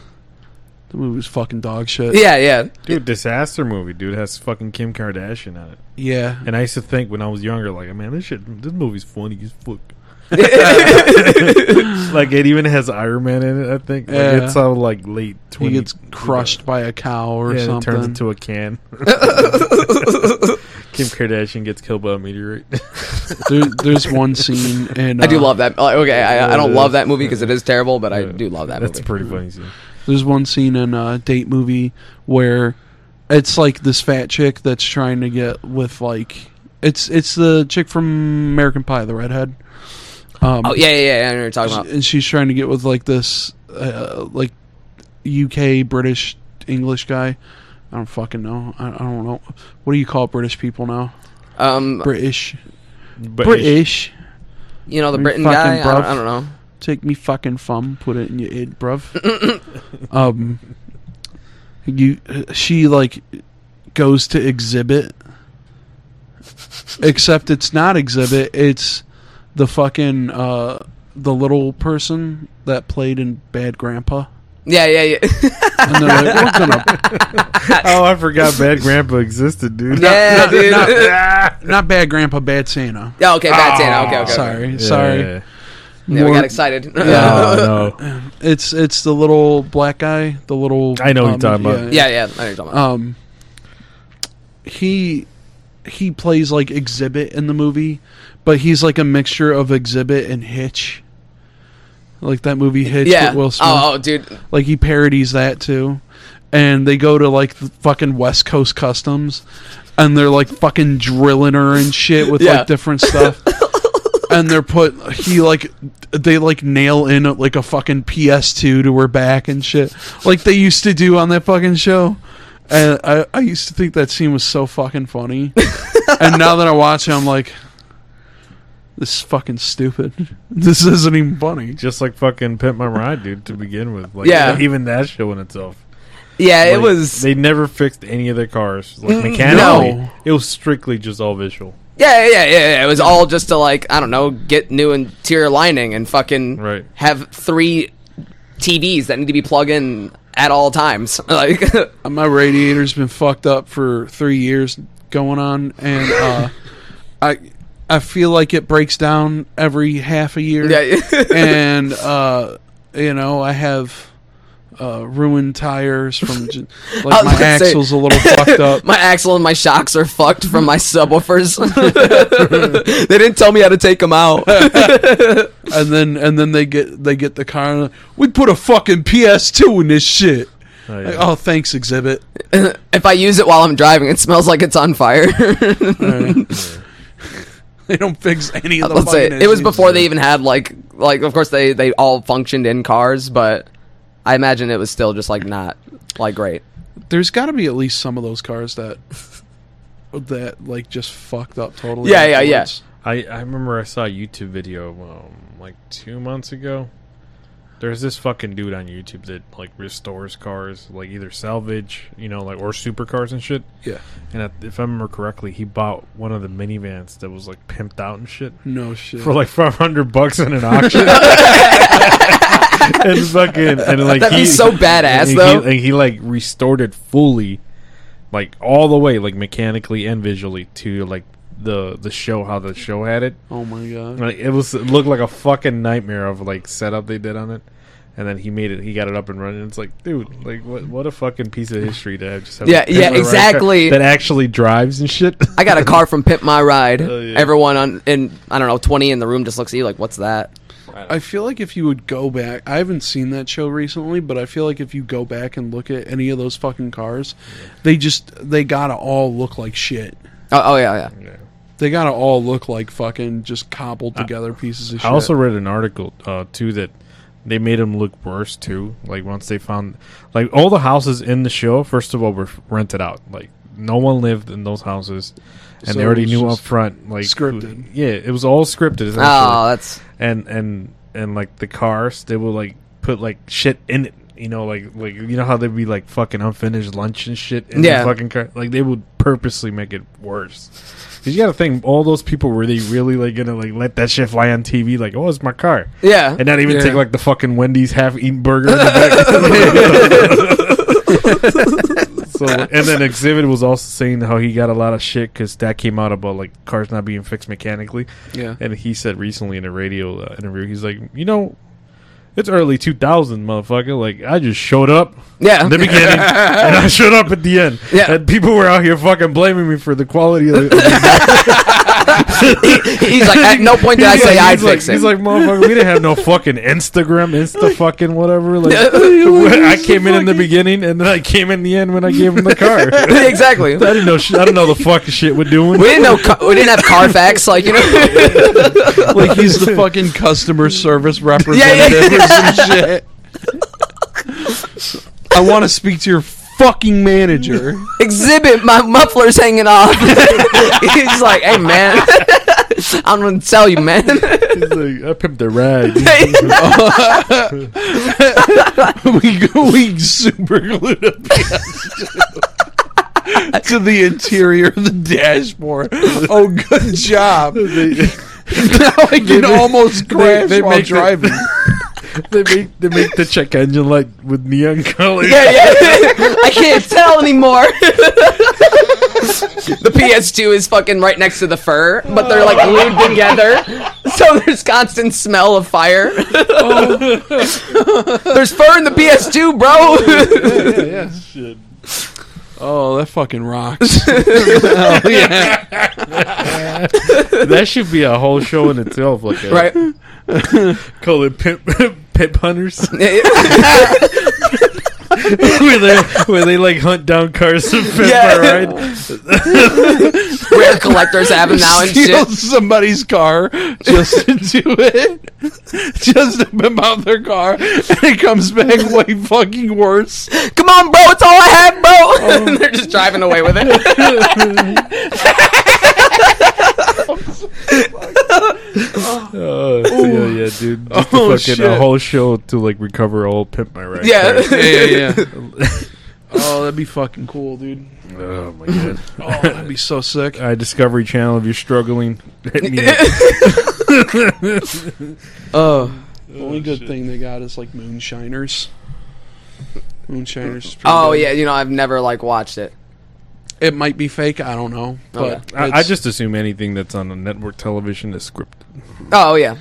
the movie was fucking dog shit. yeah, yeah. Dude, disaster movie, dude it has fucking Kim Kardashian on it. Yeah. And I used to think when I was younger, like, man, this shit, this movie's funny as fuck. like it even has Iron Man in it. I think like, Yeah. it's all like late. 20, He gets crushed by a cow or yeah, something. it turns into a can. Kim Kardashian gets killed by a meteorite. There, there's one scene, uh, and I do love that. like, okay, I, I don't love that movie because it is terrible, but I Yeah. do love that uh, That's a movie. pretty funny scene. There's one scene in a date movie where it's like this fat chick that's trying to get with like it's it's the chick from American Pie, the redhead. Um, oh yeah, yeah, yeah. I know what you're talking she- about. and she's trying to get with like this uh, like UK British English guy. I don't fucking know. I, I don't know. What do you call British people now? Um, British. But British. you know the you Britain fucking guy. I don't, bruv. I don't know. Take me fucking thumb, put it in your id, bruv. um, you, she like goes to exhibit, except it's not exhibit. It's the fucking uh the little person that played in Bad Grandpa. Yeah, yeah, yeah. And they're like, we're gonna oh, I forgot Bad Grandpa existed, dude. yeah, dude. not Bad Grandpa, Bad Santa. Yeah, okay, bad Santa. Okay, okay, okay. Sorry, Yeah. sorry. Yeah, we More- got excited. Oh, no. It's it's the little black guy, the little. I know who you're talking about. yeah, yeah. I know what you're talking about. um he he plays like exhibit in the movie but he's like a mixture of exhibit and hitch like that movie hitch yeah. with will smith Oh, oh, dude. like he parodies that too and they go to like the fucking west coast customs and they're like fucking drilling her and shit with Yeah. like different stuff and they're put he like they like nail in like a fucking ps2 to her back and shit like they used to do on that fucking show and i, I used to think that scene was so fucking funny and now that i watch it i'm like this is fucking stupid this isn't even funny Just like fucking Pimp My Ride, dude, to begin with. Like, Yeah. Even that show in itself. Yeah, it Like, was. They never fixed any of their cars. Like, Mm, mechanically. no. It was strictly just all visual. Yeah, yeah, yeah, yeah. It was all just to like I don't know, get new interior lining and fucking Right. have three TVs that need to be plugged in at all times. Like, my radiator's been fucked up for three years going on, and uh, I I feel like it breaks down every half a year. yeah, and uh, you know I have uh, ruined tires from j- I was like my gonna say- axle's a little fucked up. my axle and my shocks are fucked from my subwoofers. they didn't tell me how to take them out. and then and then they get they get the car. And we put a fucking PS2 in this shit. Oh, yeah. Like, oh, thanks, exhibit. if I use it while I'm driving, it smells like it's on fire. They don't fix any of the. Let's say fucking it was issues. before they even had like like of course they they all functioned in cars, but I imagine it was still just like not like great. There's got to be at least some of those cars that that like just fucked up totally. Yeah, yeah, yeah. afterwards. I, I remember I saw a YouTube video um, like two months ago. There's this fucking dude on YouTube that like restores cars, like either salvage, you know, like or supercars and shit. Yeah. And I, if I remember correctly, he bought one of the minivans that was like pimped out and shit No shit. for like 500 bucks in an auction. and fucking and like That'd be he- so badass, and he- though. and he like restored it fully, like all the way, like mechanically and visually to like the the show how the show had it. oh my god. Like it was it looked like a fucking nightmare of like setup they did on it, and then he made it. He got it up and running. It's like, dude, like what? What a fucking piece of history to have. Just have a Yeah, yeah, camera right exactly. there that actually drives and shit. I got a car from Pimp My Ride. Oh, yeah. Everyone on in I don't know twenty in the room just looks at you like, "What's that?" I feel like if you would go back, I haven't seen that show recently, but I feel like if you go back and look at any of those fucking cars, they just they gotta all look like shit. Oh, oh yeah, yeah. Yeah. They gotta all look like fucking just cobbled together pieces of shit. I also read an article uh, too that they made him look worse too. Like once they found, like all the houses in the show, first of all, were rented out. Like no one lived in those houses, and So they it already was knew up just front. Like who- scripted. yeah, it was all scripted. essentially. Oh, that's and and and like the cars, they will like put like shit in it. You know, like like you know how they'd be like fucking unfinished lunch and shit in Yeah. the fucking car. Like they would purposely make it worse. Cause you got to think, all those people were they really like gonna like let that shit fly on TV? Like, oh, it's my car, yeah. and not even Yeah. take like the fucking Wendy's half-eaten burger. In the back. so, and then Exhibit was also saying how he got a lot of shit because that came out about like cars not being fixed mechanically. yeah. And he said recently in a radio uh, interview, he's like, you know, it's early 2000, motherfucker. Like, I just showed up yeah. in the beginning and I showed up at the end. Yeah. And people were out here fucking blaming me for the quality of the. Of the He's like, at no point did I He's say like- I'd he's like- fix it. He's like, motherfucker, we didn't have no fucking Instagram, Insta fucking whatever. Like, I came in in the beginning and then I came in the end when I gave him the car. I exactly. We didn't know. Sh- I don't know the fucking shit we're doing. didn't know. Ca- we didn't have Carfax. Like you know. like he's the fucking customer service representative Yeah, yeah, or some shit. I want to speak to your fucking manager. exhibit my muffler's hanging off he's like hey man i'm gonna tell you man He's like, I pimped a rag. we go, we super glued up to the interior of the dashboard. Oh, good job! now I can almost crash they while make the- driving. they make they make the check engine light with neon colors. yeah yeah i can't tell anymore the ps2 is fucking right next to the fur but they're like glued together so there's constant smell of fire there's fur in the ps2 bro oh, that fucking rocks! yeah. that should be a whole show in itself. Like, a, right Call it pimp pimp hunters, where they where they like hunt down cars and pimp Yeah. a ride. rare collectors have them now and steal shit somebody's car just to do it, just to pimp out their car, and it comes back way fucking worse. Come on, bro, it's all I had, bro. and they're just driving away with it. Oh yeah, yeah, dude. Just Oh, a fucking a shit. whole show to like recover old pimp my ride. Yeah. cars. yeah, yeah, yeah. oh, that'd be fucking cool, dude. Oh my god. Oh, that'd be so sick. I Discovery Channel. If you're struggling, hit me. up. Oh. The only good thing they got is like moonshiners. Moonshiners. is pretty Oh good. yeah, you know I've never like watched it. It might be fake. I don't know, but Okay. I, I it's- just assume anything that's on a network television is scripted. Oh yeah.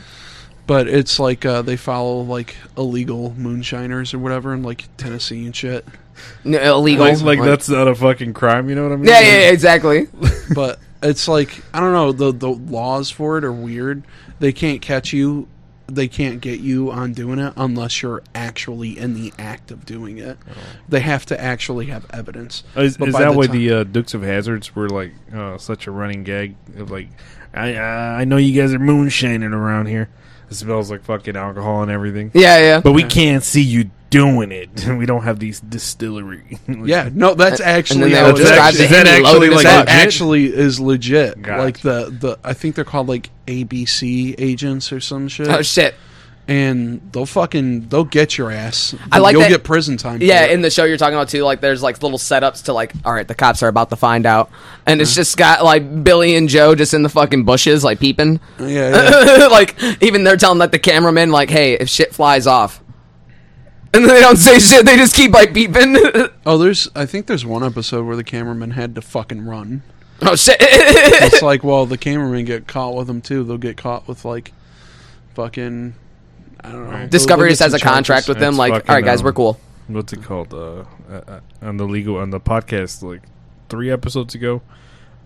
but it's like uh, they follow like illegal moonshiners or whatever in like Tennessee and shit. N- illegal. Like, like that's not a fucking crime. You know what I mean? Yeah, yeah, yeah, exactly. but it's like I don't know the the laws for it are weird. They can't catch you. They can't get you on doing it unless you're actually in the act of doing it. They have to actually have evidence. Oh. Is, But is by that the why time- the uh, Dukes of Hazards were like uh, such a running gag of like, I uh, I I know you guys are moonshining around here. It smells like fucking alcohol and everything, Yeah, yeah. but we can't see you doing it. we don't have these distillery. Like, Yeah, no, that's And- and actually then how they it would is. describe Is the that engine actually, loaded as like, fuck. that legit? actually is legit. Gotcha. Like the the I think they're called like ABC agents or some shit. Oh shit. and they'll fucking they'll get your ass. I like You'll that- get prison time. for Yeah, it. in the show you're talking about too, like there's like little setups to like, all right, the cops are about to find out, and Mm-hmm. it's just got like Billy and Joe just in the fucking bushes, like peeping. yeah, yeah. like even they're telling like the cameraman, like, hey, if shit flies off, and they don't say shit, they just keep like beeping. Oh, there's. I think there's one episode where the cameraman had to fucking run. oh shit. It's like, well, the cameraman get caught with them too. They'll get caught with like, fucking, I don't know. Discovery just has a contract with them. It's Like, all fucking, right, guys, um, we're cool. what's it called? Uh, uh, uh, on the legal on the podcast like three episodes ago,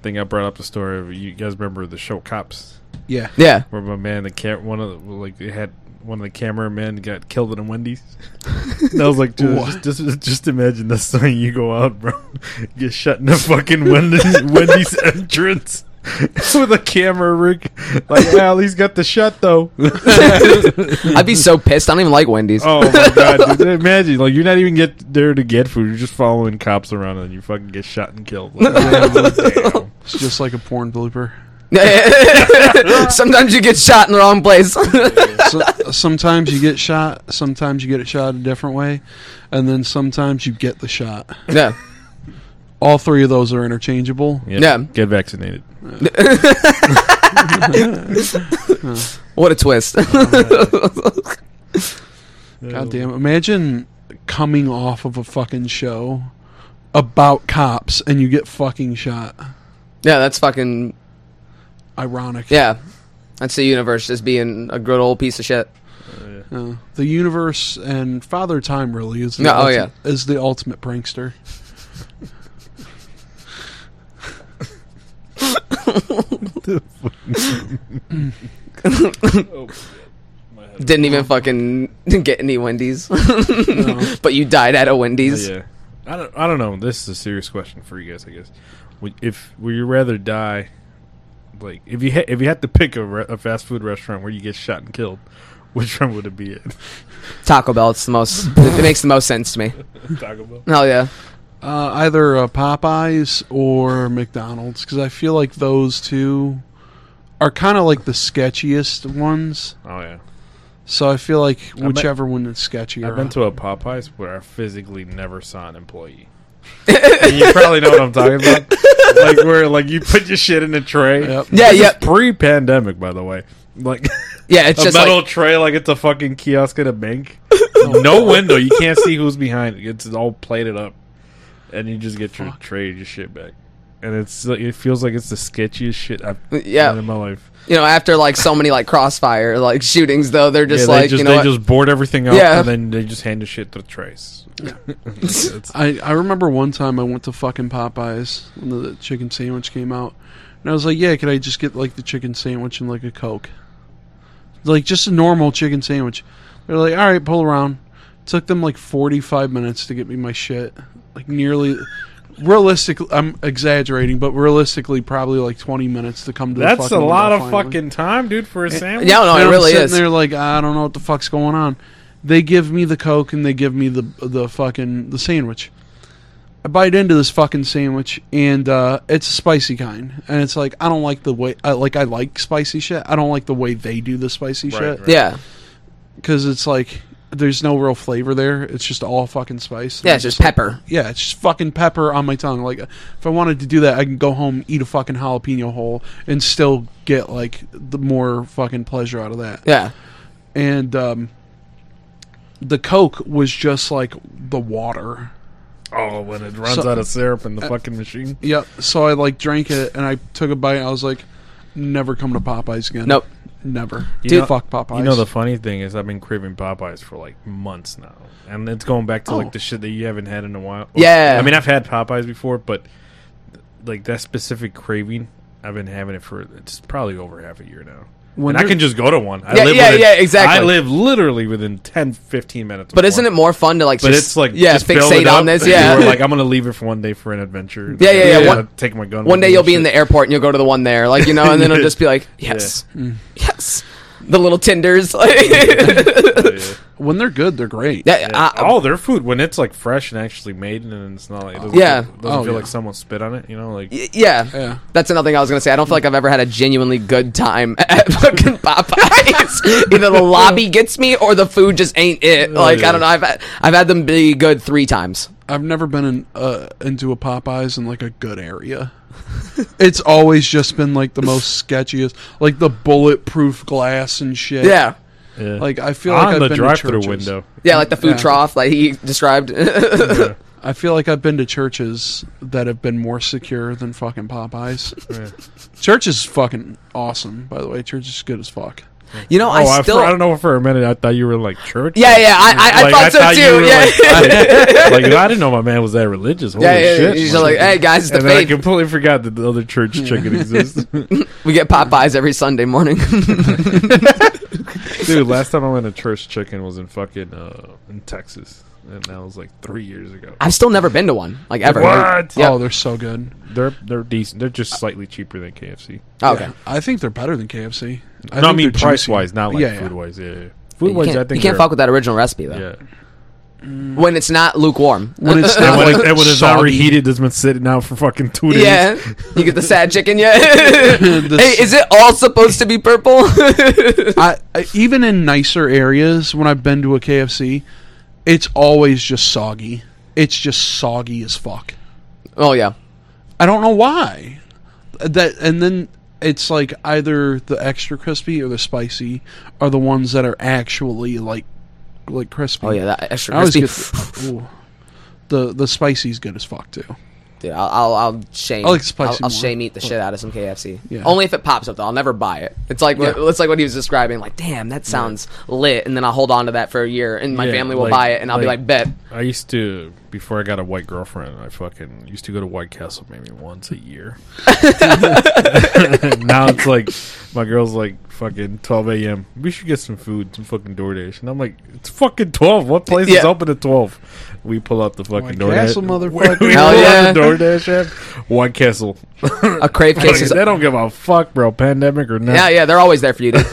thing I brought up the story of you guys remember the show Cops Yeah. Yeah. where my man the cam- one of the, like they had one of the cameramen got killed at a Wendy's. And I was like, dude, What? just, just just imagine that's something you go out, bro, get shut in the fucking Wendy's, Wendy's entrance. With a camera rig, like well, he's got the shot though. I'd be so pissed. I don't even like Wendy's. Oh my god, dude, imagine like you're not even get there to get food. You're just following cops around and you fucking get shot and killed. Like, Oh, damn. It's just like a porn blooper. Sometimes you get shot in the wrong place. so, sometimes you get shot, sometimes you get it shot a different way, and then sometimes you get the shot. yeah. All three of those are interchangeable. Yeah. get vaccinated. What a twist. God damn! Imagine coming off of a fucking show about cops and you get fucking shot. yeah, that's fucking. Ironic. Yeah. That's the universe just being a good old piece of shit. Uh, the universe and Father Time really is the No, oh, ulti- yeah. is the ultimate prankster. Didn't even fucking get any Wendy's. No. but you died at a Wendy's. Oh, Yeah, I don't. I don't know. This is a serious question for you guys. I guess. Would, if would you rather die, like if you ha- if you had to pick a, re- a fast food restaurant where you get shot and killed, which one would it be? At? Taco Bell, it's the most. it makes the most sense to me. Taco Bell. Hell yeah. Uh, either uh, Popeyes or McDonald's, because I feel like those two are kind of like the sketchiest ones. Oh yeah. So I feel like been- whichever one is sketchier. I've been to a Popeyes where I physically never saw an employee. and you probably know what I'm talking about. Like where like you put your shit in a tray. Yep. Yeah, This yeah. is Pre-pandemic, by the way. Like Yeah, it's a just metal like. tray, like it's a fucking kiosk at a bank. no window. You can't see who's behind it. It's all plated up, and you just get your tray, and your shit back. And it's like, it feels like it's the sketchiest shit I've Yeah. done in my life. you know, after like so many like crossfire like shootings, though, they're just yeah, they like just you know, they what? just board everything up, Yeah. and then they just hand the shit to the trays. It's- I, I remember one time I went to fucking Popeyes when the, the chicken sandwich came out, and I was like, "Yeah, could I just get like the chicken sandwich and like a coke, like just a normal chicken sandwich?" They're like, "All right, pull around." took them like forty five minutes to get me my shit, like nearly. Realistically, I'm exaggerating, but realistically, probably like 20 minutes to come to. the That's a fucking lot window of finally. fucking time, dude, for a sandwich. yeah, no, And it I'm really sitting is. There, like I don't know what the fuck's going on. They give me the coke and they give me the the fucking the sandwich. I bite into this fucking sandwich and uh, it's a spicy kind, and it's like I don't like the way I like I like spicy shit. I don't like the way they do the spicy Right, shit right. Yeah, because it's like there's no real flavor there. It's just all fucking spice. yeah, it's just pepper. Yeah, it's just fucking pepper on my tongue. Like, if I wanted to do that, I can go home, eat a fucking jalapeno hole, and still get like the more fucking pleasure out of that Yeah, and um, the Coke was just like the water. Oh, when it runs So- out of syrup Uh, in the fucking machine. Yep. So I like drank it and I took a bite. And I was like, never come to Popeyes again. nope. Never. You Dude. know- fuck Popeyes. You know the funny thing is I've been craving Popeyes for like months now, and it's going back to Oh. like the shit that you haven't had in a while. Yeah. I mean I've had Popeyes before, but like that specific craving, I've been having it for it's probably over half a year now. When and I you're- can just go to one. I Yeah, live yeah, within- yeah, exactly. I live literally within 10, 15 minutes. of But isn't one. it more fun to like? But just, it's like yeah, just build it fixate up on this. to Yeah, where, like I'm gonna leave it for one day for an adventure. Yeah, yeah, yeah, Like, one- I'll take my gun. one with day me you'll and be in shit. the airport and you'll go to the one there, like you know, and then it'll just be like, yes, Mm. yes, the little tenders. Yeah, yeah. when they're good, they're great. yeah, Yeah. I- all their food when it's like fresh and actually made and it's not like it doesn't Yeah. feel, doesn't Oh, feel yeah. like someone spit on it you know like y- yeah. Yeah. That's another thing I was gonna say. I don't feel like I've ever had a genuinely good time at fucking Popeyes. Either the lobby gets me or the food just ain't it. Like I don't know. I've had, I've had them be good three times. I've never been in, uh, into a Popeyes in like a good area. it's always just been like the most sketchiest, like the bulletproof glass and shit. Yeah. Like I feel on like I've the been to drive-through churches. window Yeah, like the food Yeah. trough, like he described. I feel like I've been to churches that have been more secure than fucking Popeyes. Church is fucking awesome, by the way. Church is good as fuck. You know, oh, I I, still. for, I don't know. For a minute, I thought you were like church. yeah, yeah, I, I, Like, I thought so you too. were, Yeah. Like, like, I didn't know my man was that religious. Holy Yeah, yeah, shit! he's just like, "Hey, guys, it's and the then I faith." completely forgot that the other church chicken exists. we get Popeyes every Sunday morning. Dude, last time I went to church chicken was in fucking uh, in Texas, and that was like three years ago. I've still never been to one, like ever. What? Yeah. Oh, they're so good. They're they're decent. They're just slightly cheaper than KFC. Oh, okay. Yeah, I think they're better than KFC. no, I think mean they're price juicy. wise, not like Yeah, yeah. food wise. Yeah, yeah. You food wise, can't, I think you can't they're- fuck with that original recipe though. Yeah. When it's not lukewarm. When it's And not when, like it, and when it's not soggy. reheated, it's been sitting out for fucking two days. yeah, you get the sad chicken. Yeah. hey, is it all supposed to be purple? I, I even in nicer areas when I've been to a KFC, it's always just soggy. It's just soggy as fuck. oh yeah. I don't know why. That and then it's like either the extra crispy or the spicy are the ones that are actually like like crispy. Oh yeah, that extra I always crispy. get the, ooh. the the spicy's good as fuck too. Dude, I'll I'll, I'll shame. I I'll, like spicy I'll, more. shame eat the shit out of some KFC. Yeah. Only if it pops up though. I'll never buy it. It's like what, Yeah. it's like what he was describing. Like, damn, that sounds lit, and then I'll hold on to that for a year, and my Yeah, family will like- buy it, and I'll be like- like, bet. I used to before I got a white girlfriend. I fucking used to go to White Castle maybe once a year. now it's like my girl's like fucking twelve a.m. We should get some food, some fucking DoorDash, and I'm like, it's fucking twelve. What place is Yeah. open at twelve? We pull out the fucking White DoorDash. Castle, we motherfucker. pull Hell out yeah. the DoorDash app. White Castle. A crave case Like, is. they don't give a fuck, bro. Pandemic or not. Yeah, yeah, they're always there for you, dude.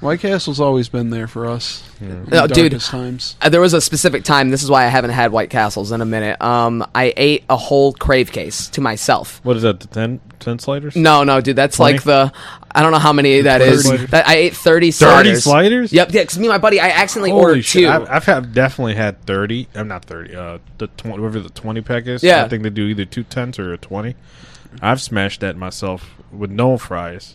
White Castle's always been there for us. in No, the dude. darkest times. Uh, there was a specific time. This is why I haven't had White Castles in a minute. Um, I ate a whole crave case to myself. What is that? The 10, 10 sliders? No, no, dude, that's like the. I don't know how many that is. Thirty. That, I ate thirty Thirty sliders. sliders? Yep, yeah, because me and my buddy, I accidentally ordered two. I've, I've had, definitely had 30. I'm not 30. Uh, the tw- whatever the 20 pack is. Yeah. I think they do either two tens or a 20. I've smashed that myself with no fries.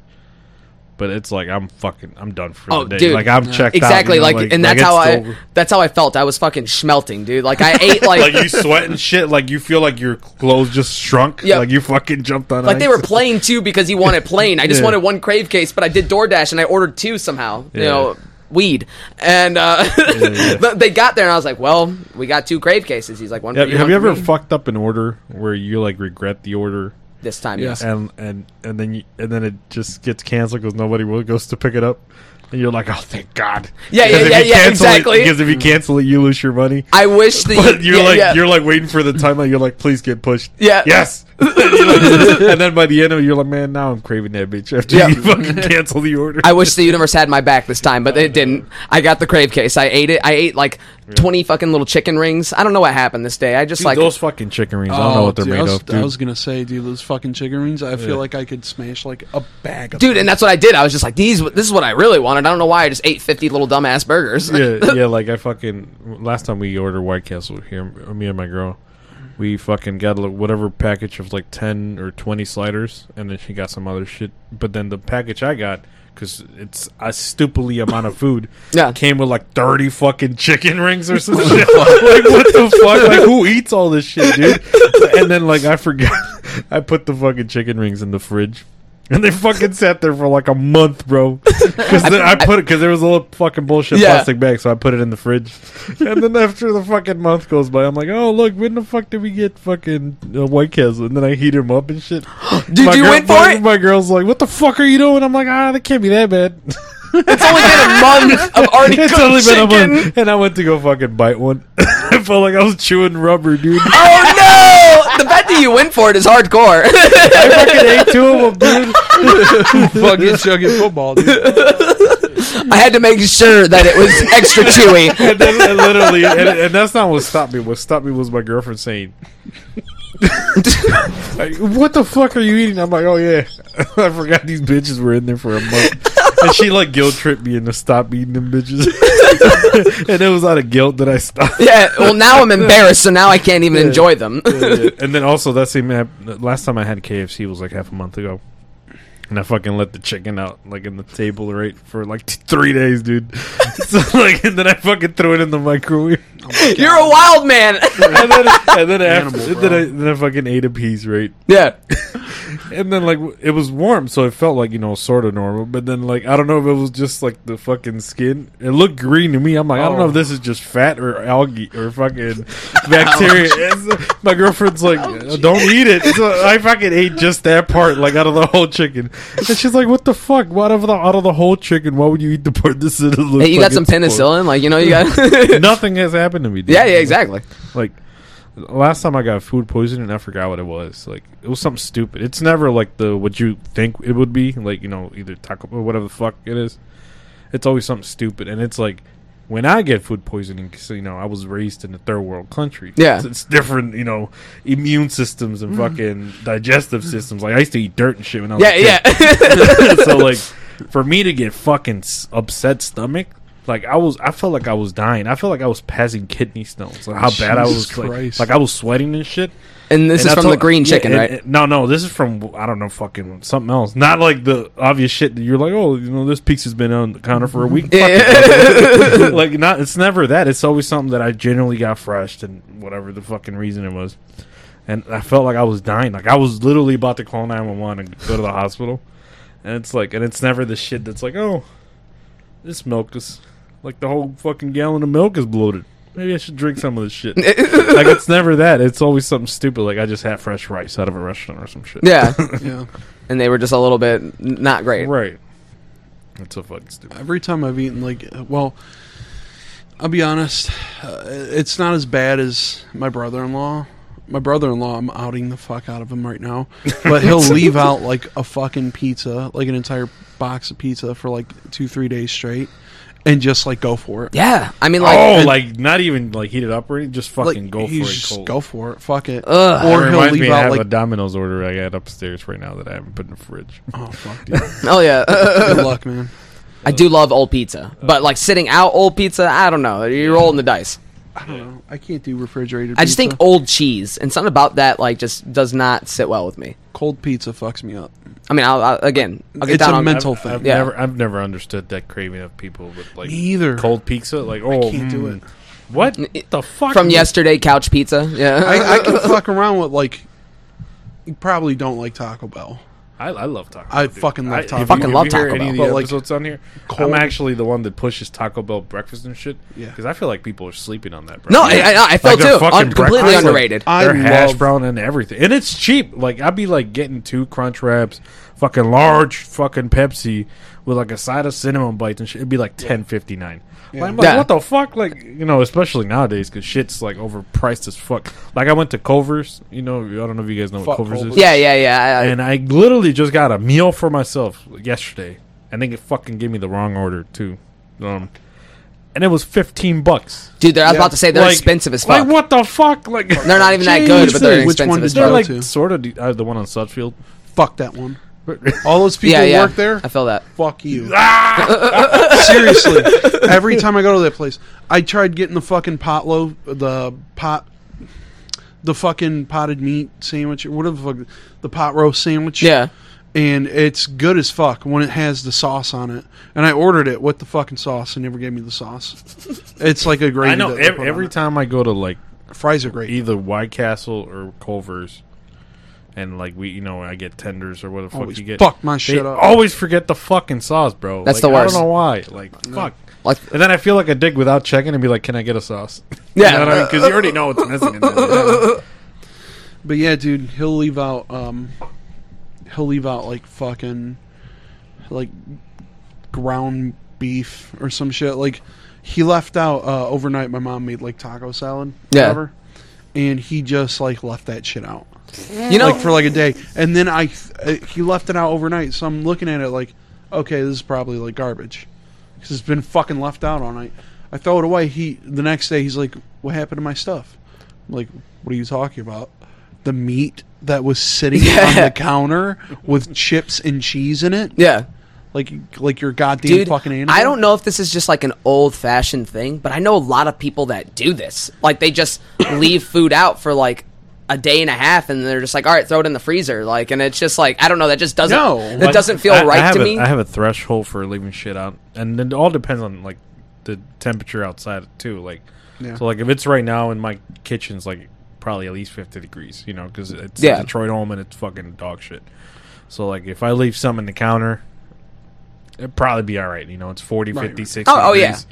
But it's like I'm fucking I'm done for Oh, the day. dude. Like I'm checked exactly, out. like, you know, and that's it's how I. still- That's how I felt. I was fucking schmelting, dude. Like I ate like like you sweat and shit. Like you feel like your clothes just shrunk. Yeah. Like you fucking jumped on. Like they ice. were playing two because he wanted plain. I just Yeah. wanted one crave case, but I did DoorDash and I ordered two somehow. You Yeah. know, weed. And uh, yeah. but they got there and I was like, "Well, we got two crave cases." He's like, "One." Yeah, for Have, you, one you for ever me." fucked up an order where you like regret the order? this time? Yeah. Yes. and and and then you, and then it just gets canceled because nobody will goes to pick it up, and you're like, oh, thank God. Yeah, yeah, 'Cause if yeah, you yeah, cancel it- exactly. Because if you cancel it, you lose your money. I wish the But you're yeah, like yeah. you're like waiting for the timeline. You're like, please get pushed. Yeah. Yes. and then by the end of it, you're like, man, now I'm craving that bitch after Yeah. you fucking cancel the order. I wish the universe had my back this time, but it didn't. I got the crave case. I ate it. I ate like twenty fucking little chicken rings. I don't know what happened this day. I just Dude, like those fucking chicken rings. I don't know what they're Oh, dude, made I was, of. Dude. I was gonna say, dude, those fucking chicken wings. I feel Yeah. like I could smash like a bag of dude, and that's what I did. I was just like, these. This is what I really wanted. I don't know why I just ate fifty little dumbass burgers. yeah, yeah. Like I fucking last time we ordered White Castle here, me and my girl, we fucking got like, whatever package of like ten or twenty sliders, and then she got some other shit. But then the package I got, because it's a stupidly amount of food, Yeah. came with like thirty fucking chicken rings or some shit. like what the fuck? Like who eats all this shit, dude? And then like I forgot, I put the fucking chicken rings in the fridge. And they fucking sat there for like a month, bro. Because I put it because there was a little fucking bullshit Yeah. plastic bag, so I put it in the fridge. And then after the fucking month goes by, I'm like, oh look, when the fuck did we get fucking uh, White Castle? And then I heat him up and shit. Dude, My you girl- went for my- it. My girl's like, what the fuck are you doing? I'm like, ah, that can't be that bad. It's only been a month of already it's cooked only chicken. been a month, and I went to go fucking bite one. I felt like I was chewing rubber, dude. Oh no! The fact that you went for it is hardcore. I fucking ate two of them, dude. fucking chugging football. Dude. I had to make sure that it was extra chewy. and, then, and literally, and, and that's not what stopped me. What stopped me was my girlfriend saying, like, "What the fuck are you eating?" I'm like, "Oh yeah, I forgot these bitches were in there for a month." and she like guilt tripped me into stop eating them bitches, and it was out of guilt that I stopped. Yeah. Well, now I'm embarrassed, so now I can't even enjoy them. and then also that same hap- the last time I had KFC was like half a month ago. And I fucking let the chicken out like in the table right for like t- three days, dude. so like, and then I fucking threw it in the microwave. You're a wild man. and then, and then after, Animal, then, I, bro. then I fucking ate a piece, right? yeah. and then like w- it was warm, so it felt like you know sort of normal. But then like I don't know if it was just like the fucking skin. It looked green to me. I'm like I don't know Oh. if this is just fat or algae or fucking bacteria. It's- My girlfriend's like, "Uh, don't eat it. So I fucking ate just that part, like out of the whole chicken. And she's like, what the fuck? What out of the out of the whole chicken? Why would you eat the part this is? Hey, you got some penicillin, like you know, you got. Nothing has happened to me. Dude. yeah, yeah, exactly. Like last time I got food poisoning, I forgot what it was. Like it was something stupid. It's never like the what you think it would be. Like you know, either taco or whatever the fuck it is. It's always something stupid, and it's like when I get food poisoning, 'cause, you know, I was raised in a third world country. Yeah. Mm-hmm. So it's different. You know, immune systems and fucking digestive systems. Like I used to eat dirt and shit when I was Yeah, a kid. yeah. so like for me to get fucking s- upset stomach like i was i felt like i was dying i felt like i was passing kidney stones like how bad i was Jesus like, Christ. like i was sweating and shit and this And is I from told- the green yeah, chicken, and- right? and- no no this is from i don't know fucking something else not like the obvious shit that you're like oh you know this pizza's been on the counter for a week Yeah, Fuck yeah. it. like not it's never that it's always something that i generally got fresh and whatever the fucking reason it was and I felt like I was dying. Like I was literally about to call nine one one and go to the hospital. And it's like, and it's never the shit that's like, oh, this milk is like the whole fucking gallon of milk is bloated. Maybe I should drink some of this shit. like it's never that. It's always something stupid. Like I just had fresh rice out of a restaurant or some shit. yeah, Yeah. and they were just a little bit n- not great. right. That's so fucking stupid. Every time I've eaten, like, uh, well, I'll be honest, uh, it's not as bad as my brother in law. My brother in law, I'm outing the fuck out of him right now, but he'll leave out like a fucking pizza, like an entire box of pizza for like two, three days straight, and just like go for it. Yeah, I mean, like, oh, like not even like heat it up or anything. Just Like, fucking go for you it. just cold. go for it. Fuck it. Ugh. That Or he'll reminds leave me, I out have like, a Domino's order I got upstairs right now that I haven't put in the fridge. oh fuck, dude. oh yeah, Good luck, man. I do love old pizza, but like sitting out old pizza, I don't know. You're rolling the dice. I don't know. I can't do refrigerated. I just think pizza. old cheese and something about that like just does not sit well with me. cold pizza fucks me up. I mean, I'll, I'll, again, I'll get It's down a on mental I've- thing. I've Yeah. never I've never understood that craving of people with like Me either. cold pizza. Like oh, can't do mm, it. What it- the fuck from yesterday couch pizza. Yeah, I, I can fuck around with like. You probably don't like Taco Bell. I, I love Taco. I dude. fucking love I- Taco if Bell. you- Fucking if love you Taco hear Any Bell. of the But, like, episodes on here, I'm cold- actually the one that pushes Taco Bell breakfast and shit. Yeah. because I feel like people are sleeping on that. Bro. no, I, I, I Like, felt their too fucking un- completely breakfast, like, underrated. I their hash love- brown and everything, and it's cheap. Like I'd be like getting two crunch wraps, fucking large fucking Pepsi with like a side of cinnamon bites and shit. It'd be like ten fifty nine. Like, I'm like, Yeah. what the fuck? Like you know, especially nowadays because shit's like overpriced as fuck. Like I went to Culver's. You know, I don't know if you guys know what Fuck Culver's, Culver's. is. yeah, yeah, yeah. I, I, and I literally just got a meal for myself yesterday, and they fucking gave me the wrong order too. Um, and it was fifteen bucks. dude, they're, I was yeah, about to say they're Like- expensive as fuck. Like what the fuck? Like They're not even that good, Jeez, but they're which expensive one did as They're Bro, fuck. like too. sort of the, uh, the one on Sutfield. Fuck that one. All those people Yeah, who yeah. work there. I Ah! feel that. fuck you. Seriously, every time I go to that place, I tried getting the fucking pot loaf, the pot, the fucking potted meat sandwich, or whatever the fuck, the pot roast sandwich. Yeah. and it's good as fuck when it has the sauce on it. And I ordered it with the fucking sauce, and never gave me the sauce. it's like a great. I know every, every time I go to like fries are great. either White Castle or Culver's, and like we, you know, I get tenders or what the fuck Always you get. fuck my they shit up. Always forget the fucking sauce, bro. That's Like, the worst. I don't know why. Like fuck. Like, And then I feel like a dick without checking and be like, "Can I get a sauce?" you Yeah. know what I mean? Because you already know it's missing. In there. But yeah, dude, he'll leave out um he'll leave out like fucking like ground beef or some shit. Like he left out uh overnight my mom made like taco salad. Yeah. Whatever, and he just like left that shit out. you know, Like for like a day. And then I uh, he left it out overnight, so I'm looking at it like okay, this is probably like garbage. Cuz it's been fucking left out all night. I throw it away. He the next day he's like, "What happened to my stuff?" I'm like, "What are you talking about? The meat that was sitting on Yeah. the counter with chips and cheese in it? yeah. Like like your goddamn Dude, fucking animal." I don't know if this is just like an old fashioned thing, but I know a lot of people that do this. Like they just leave food out for like a day and a half and they're just like, all right, throw it in the freezer. Like, and it's just like, I don't know. That just doesn't, No. that Like, doesn't feel I- I right have to a- me. I have a threshold for leaving shit out, and then it all depends on like the temperature outside too. Like, Yeah. so like if it's right now in my kitchen's like probably at least 50 degrees, you know, because it's Yeah. Detroit home and it's fucking dog shit. So, like, if I leave some in the counter, it'd probably be all right. You know, it's 40, Right, 50, right. 60 Oh, oh, yeah. degrees.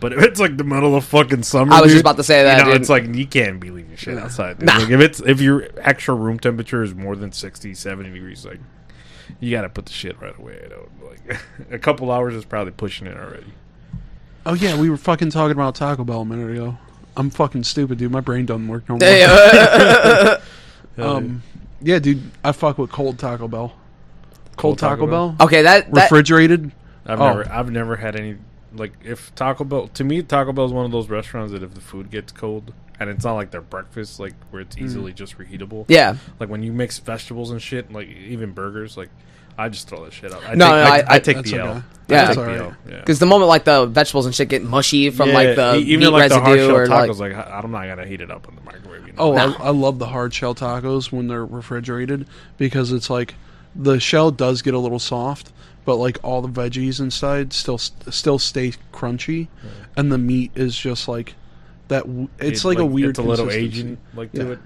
But if it's like the middle of fucking summer, I was just dude, about to say that, You know, dude. it's like you can't be leaving shit outside. dude. Nah. Like if it's if your actual room temperature is more than 60, 70 degrees, like you gotta put the shit right away. I don't like a couple hours is probably pushing it already. Oh yeah, we were fucking talking about Taco Bell a minute ago. I'm fucking stupid, dude. My brain doesn't work no more. Hey, uh, Um, yeah, dude, I fuck with cold Taco Bell. Cold, Taco, Bell, okay, Oh, that, that refrigerated. I've Oh. never I've never had any like if Taco Bell to me Taco Bell is one of those restaurants that if the food gets cold and it's not like their breakfast like where it's easily just reheatable. Mm. yeah. Like when you mix vegetables and shit, like even burgers, like I just throw that shit out. I No, take, no, I, I- I- take That's the okay. L. Yeah. I That's take all the right. L. Yeah. Because the moment like the vegetables and shit get mushy from like the e- meat residue shell or like tacos, like, I- I'm not gonna heat it up in the microwave. You know? Oh, Nah. I, I love the hard shell tacos when they're refrigerated because it's like the shell does get a little soft, but like all the veggies inside still still stay crunchy, and the meat is just like that. W- it's It, like, a weird. it's a little consistency. Asian like to Yeah. it.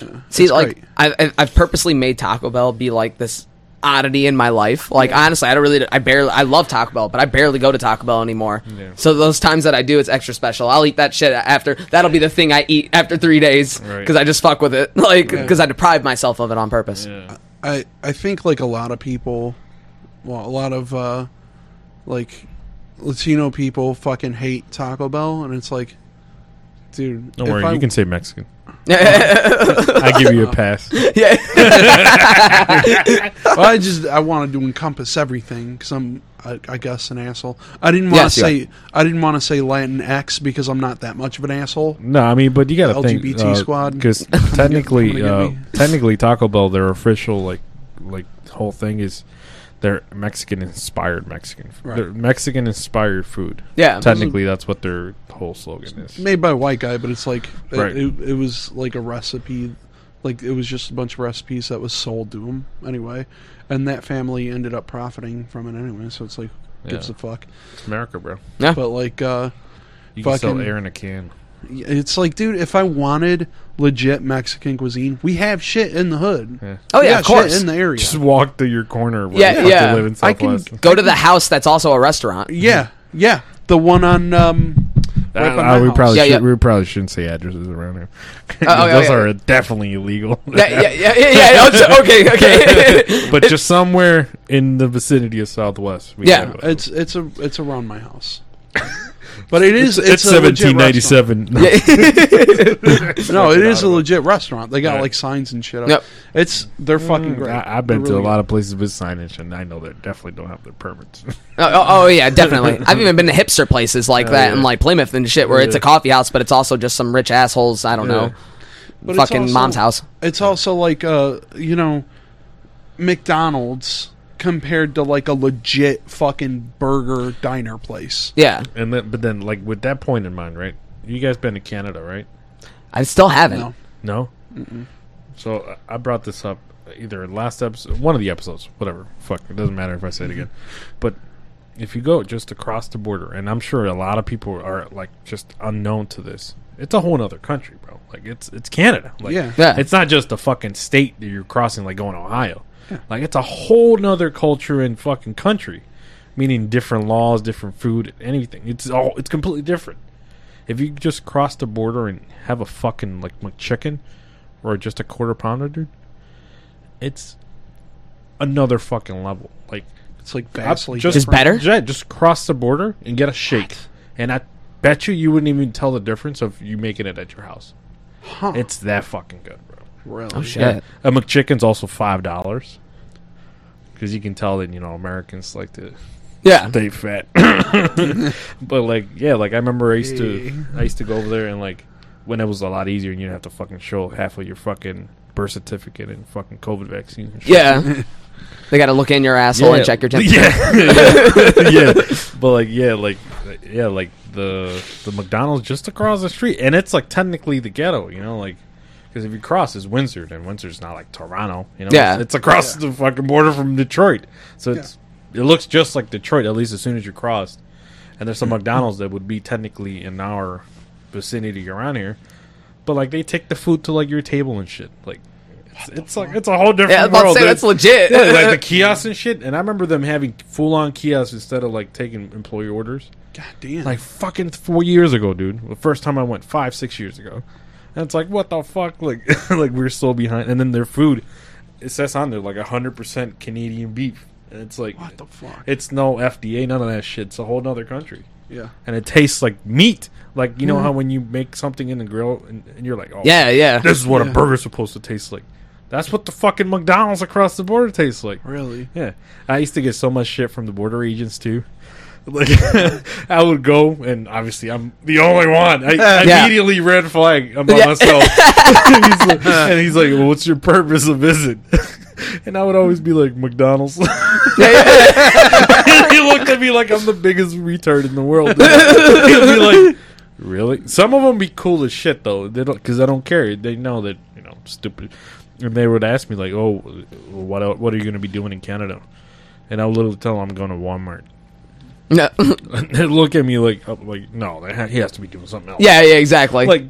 Yeah, See, It's like great. I, I, I've purposely made Taco Bell be like this oddity in my life. Like honestly, I don't really, I barely, I love Taco Bell, but I barely go to Taco Bell anymore. Yeah. So those times that I do, it's extra special. I'll eat that shit after. That'll be the thing I eat after three days Right. because I just fuck with it. Like because I deprived myself of it on purpose. yeah. I I think like a lot of people, well, a lot of uh, like Latino people fucking hate Taco Bell, and it's like, dude, Don't if worry, I- you can say Mexican. Yeah, I give you a pass. Well, I just I wanted to encompass everything because I'm I, I guess an asshole. I didn't want Yes, to you say I didn't want to say Latin X because I'm not that much of an asshole. No, I mean, but you got to think LGBT squad. because technically, Somebody get uh, me. technically Taco Bell, their official like like whole thing is they're Mexican inspired Mexican. f- Right. They're Mexican inspired food. yeah. Technically, that's what their whole slogan is. Made by a white guy, but it's like it- Right. it, it was like a recipe, like it was just a bunch of recipes that was sold to him anyway, and that family ended up profiting from it anyway. So it's like who gives Yeah. a fuck. It's America, bro. But like uh, You can sell Fucking- air in a can. it's like, dude, if I wanted legit Mexican cuisine, we have shit in the hood. Yeah. Oh We yeah, got of course. shit in the area. Just walk through your corner. Where Yeah, yeah, yeah. yeah. live in I can- Southwest. Go to the house that's also a restaurant. Yeah, yeah. The one on um, right Uh, by uh, my we house. probably Yeah, should, yeah. we probably shouldn't say addresses around here. oh, yeah, Those yeah. are definitely illegal. Yeah, yeah, yeah, yeah. yeah, yeah, it's- okay, okay. but just somewhere in the vicinity of Southwest. We Yeah. have it. It's it's a it's around my house. But it is it's it's, a legit seventeen ninety seven. restaurant. No, it is a legit restaurant. They got Right. like signs and shit. Up. Yep. It's they're fucking great. Mm, I, I've been They're to a really lot of places with signage, and I know they definitely don't have their permits. Oh, oh, oh, yeah, definitely. I've even been to hipster places like that Oh, yeah. in like Plymouth and shit, where it's Yeah. a coffee house, but it's also just some rich assholes. I don't know, good. But it's fucking also- mom's house. It's also like uh you know McDonald's compared to like a legit fucking burger diner place. Yeah, and then, but then, like with that point in mind, right? You guys been to Canada, right? I still haven't. No. No. So uh, I brought this up either last episode, one of the episodes, whatever. Fuck, it doesn't matter if I say it again. But if you go just across the border, and I'm sure a lot of people are like just unknown to this. It's a whole other country, bro. Like it's it's Canada. Like, Yeah. Yeah. It's not just a fucking state that you're crossing, like going to Ohio. Like it's a whole nother culture and fucking country, meaning different laws, different food, anything. It's all it's completely different if you just cross the border and have a fucking like McChicken or just a quarter pounder, dude, it's another fucking level. Like It's like I- vastly Just different. better? Yeah, just cross the border and get a shake, and I bet you you wouldn't even tell the difference of you making it at your house. Huh. It's that fucking good, bro. really. Oh, Shit. A McChicken's also five dollars. Because you can tell that you know Americans like to Yeah. stay fat. but like, yeah, like I remember I used to, I used to go over there and like, when it was a lot easier and you didn't have to fucking show half of your fucking birth certificate and fucking COVID vaccine. And shit. Yeah. they got to look in your asshole and check your temperature. Yeah, yeah. But like, yeah, like, yeah, like the the McDonald's just across the street, and it's like technically the ghetto, you know, like. Because if you cross, it's Windsor, and Windsor's not like Toronto, you know. Yeah. it's across the fucking border from Detroit, so it's it looks just like Detroit at least as soon as you crossed. Hmm. And there's some McDonald's that would be technically in our vicinity around here, But like they take the food to like your table and shit. Like it's, it's like it's a whole different Yeah, I was about to world. say dude. that's legit. Yeah, like the kiosks and shit. And I remember them having full on kiosks instead of like taking employee orders. God damn. Like fucking four years ago, dude. The first time I went, five, six years ago. And it's like, what the fuck? Like, like we're so behind. And then their food, it says on there like hundred percent Canadian beef, and it's like, what the fuck? it's no FDA, none of that shit. It's a whole nother country, yeah. and it tastes like meat. Like you know how when you make something in the grill, and, and you're like, oh Hmm. yeah, yeah. this is what Yeah. a burger's supposed to taste like. That's what the fucking McDonald's across the border tastes like. Really? Yeah, I used to get so much shit from the border agents too. Like I would go, and obviously I'm the only one. I, I Yeah. immediately red flag about Yeah. myself. and, he's like, and he's like, well, "What's your purpose of visit?" and I would always be like, "McDonald's." he looked at me like I'm the biggest retard in the world. dude. He'd be like, "Really?" Some of them be cool as shit though. They don't because I don't care. They know that you know I'm stupid, and they would ask me like, "Oh, what el- what are you going to be doing in Canada?" And I would literally tell them I'm going to Walmart. No. And they look at me like, uh, like no, they ha- he has to be doing something else. yeah, yeah, exactly. like.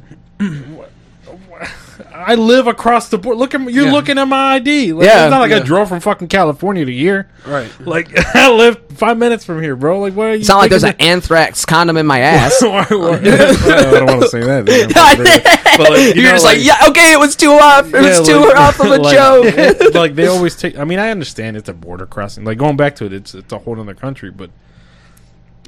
I live across the board. Look at me. You're Yeah. looking at my ID. Like, Yeah. it's not like I Yeah. drove from fucking California to here. Right. Like I live five minutes from here, bro. Like, why are you? it's not like thinking there's an anthrax condom in my ass. that- Why- why- I don't want to say that. But, like, you You're know, just like, yeah, okay, it was too off. It was too off of a like, joke. like they always take. I mean, I understand it's a border crossing. Like going back to it, it's it's a whole other country. But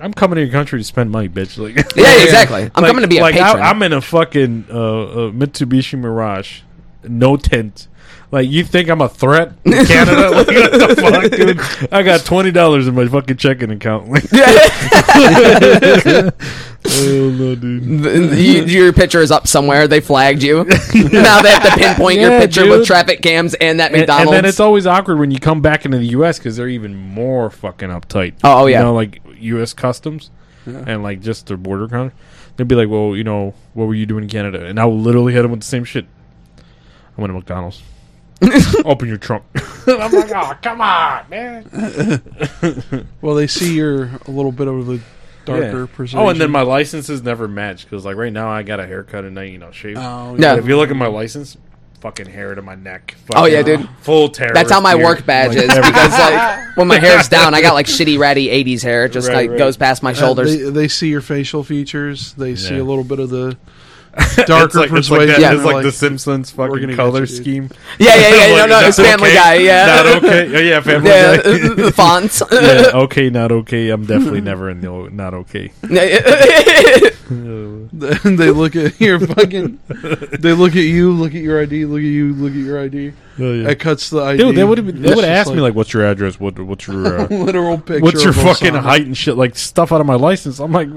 I'm coming to your country to spend money, bitch. Like Yeah, exactly. I'm Like- coming to be a like, patron. I, am in a fucking uh, uh, Mitsubishi Mirage, no tent. Like you think I'm a threat in Canada? like, what the fuck, dude? I got twenty dollars in my fucking checking account. Like, oh no, dude. You- your picture is up somewhere. They flagged you. now they have to pinpoint your Yeah, picture dude. with traffic cams and that And, McDonald's. and then it's always awkward when you come back into the U.S. because they're even more fucking uptight. Oh, oh, yeah. you know, like U.S. customs and like just their border counter. They'd be like, "Well, you know, what were you doing in Canada?" And I would literally hit them with the same shit. I went to McDonald's. Open your trunk. I'm like, "Oh, come on, man!" Well, they see you're a little bit of the darker Yeah. persuasion. Oh, and then my licenses never match because, like, right now I got a haircut and I, you know, shave. Oh, Yeah. yeah. If you look at my license, fucking hair to my neck. Oh, yeah, Fucking dude. Full terror. That's how my work badge is because like when my hair's down, I got like shitty ratty '80s hair. It just Right, like right. goes past my Uh, shoulders. they, they see your facial features. They see Yeah. a little bit of the darker it's like, it's like, persuasion. that, Yeah, it's like, like, the Simpsons gonna fucking get color you, dude. scheme. yeah, yeah, yeah. Like, no, no, is it's that Family okay? Guy. Yeah, Not okay. Oh, yeah, Family yeah, Guy. the, the fonts. yeah, okay, not okay. I'm definitely never in the o- not okay. Oh, they look at your fucking. they look at you. Look at your ID. Look at you. Look at your ID. It cuts the ID. Dude, they would have It's they would just asked me like, "What's your address? What what's your uh, literal picture. what's your of fucking Osama. height and shit?" Like stuff out of my license. I'm like,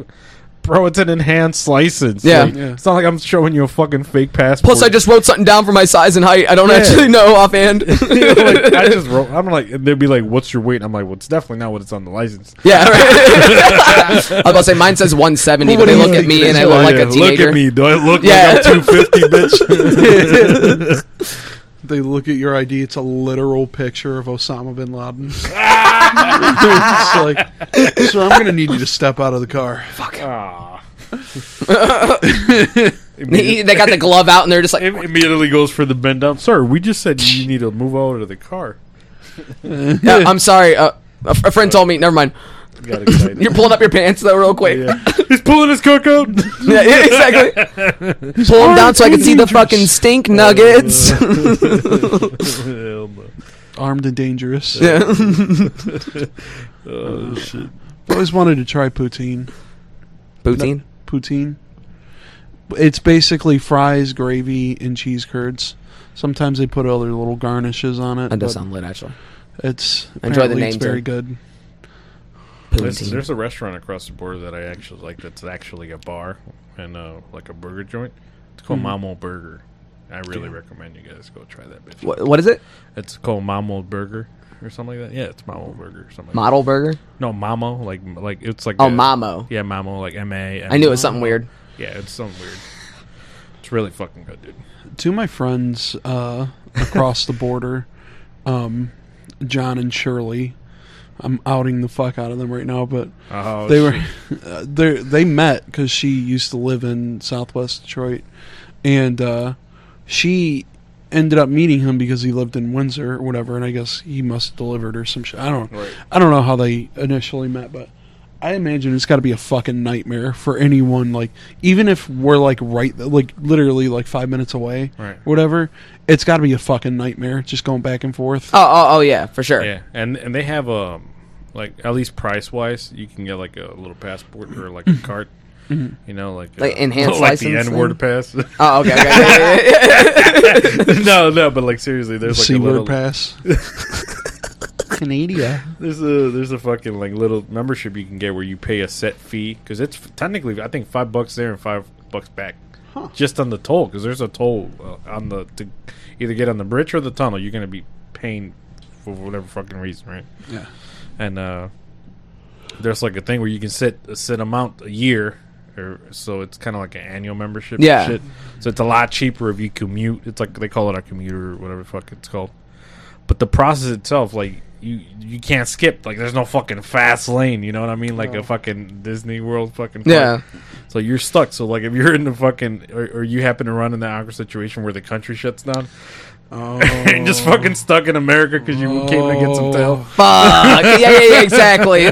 bro, it's an enhanced license. Yeah. Like, Yeah. it's not like I'm showing you a fucking fake passport. Plus, I just wrote something down for my size and height. I don't actually know offhand. like, I just wrote. I'm like, and they'd be like, "What's your weight?" I'm like, "Well, it's definitely not what it's on the license." yeah, right. I was about to say mine says 170, but they look at me and I look like Yeah, a teenager. Look at me. Do I look Yeah. like I'm 250, bitch? They look at your ID. It's a literal picture of Osama bin Laden. it's like, sir, I'm going to need you to step out of the car. Aw. They they got the glove out and they're just like, Im- immediately goes for the bend down. Sir, we just said you need to move out of the car. "Yeah, I'm sorry. Uh, a, a friend told me. Never mind. Got excited. You're pulling up your pants though, real quick. Yeah. He's pulling his cock out. Yeah, yeah, exactly. Pull them down so I can see the fucking stink nuggets. Hell no. Armed and dangerous. yeah. oh, shit. I always wanted to try poutine. Poutine. Poutine. It's basically fries, gravy, and cheese curds. Sometimes they put other little garnishes on it. That does but sound lit, actually. It's I enjoy the apparently names It's very of- good. There's, Poutine. there's a restaurant across the border that I actually like that's actually a bar and uh, like a burger joint. It's called Hmm. Mamo Burger. I really recommend you guys go try that bitch. What, what is it? It's called Mamo Burger or something like that. Yeah, it's Mamo Burger or something. Like Model burger? that. No, Mamo like like it's like Oh, a- Mamo. Yeah, Mamo like M A. I knew it was something weird. Yeah, it's something weird. It's really fucking good, dude. Two of my friends uh, across the border, um, John and Shirley. I'm outing the fuck out of them right now, but Oh, they were uh, they they met because she used to live in Southwest Detroit, and uh, she ended up meeting him because he lived in Windsor or whatever, and I guess he must have delivered or some shit. I don't, Right. I don't know how they initially met, but I imagine it's got to be a fucking nightmare for anyone. Like, even if we're like right, like literally like five minutes away, Right. Whatever, it's got to be a fucking nightmare just going back and forth. Oh, oh, oh yeah, for sure. Yeah, and and they have um like at least price wise, you can get like a little passport or like a cart. You know, like Mm-hmm. Like uh, enhanced like the license N word pass. Oh, okay. okay, okay, okay. Oh. no, no, but like seriously, there's like a Seaward little Pass, Canada. there's a there's a fucking like little membership you can get where you pay a set fee because it's technically I think five bucks there and five bucks back, just on the toll because there's a toll uh, on the to either get on the bridge or the tunnel. You're gonna be paying for whatever fucking reason, right? Yeah. and uh, there's like a thing where you can set a set amount a year, or so it's kind of like an annual membership. and Yeah. shit. So it's a lot cheaper if you commute. It's like they call it a commuter or whatever the fuck it's called. But the process itself, like you you can't skip. Like there's no fucking fast lane. You know what I mean? Like a fucking Disney World fucking park. Yeah. So you're stuck. So like if you're in the fucking or, or you happen to run in that awkward situation where the country shuts down, Oh, and just fucking stuck in America because you came to get some tail. Oh. Fuck. Yeah, yeah, yeah, exactly.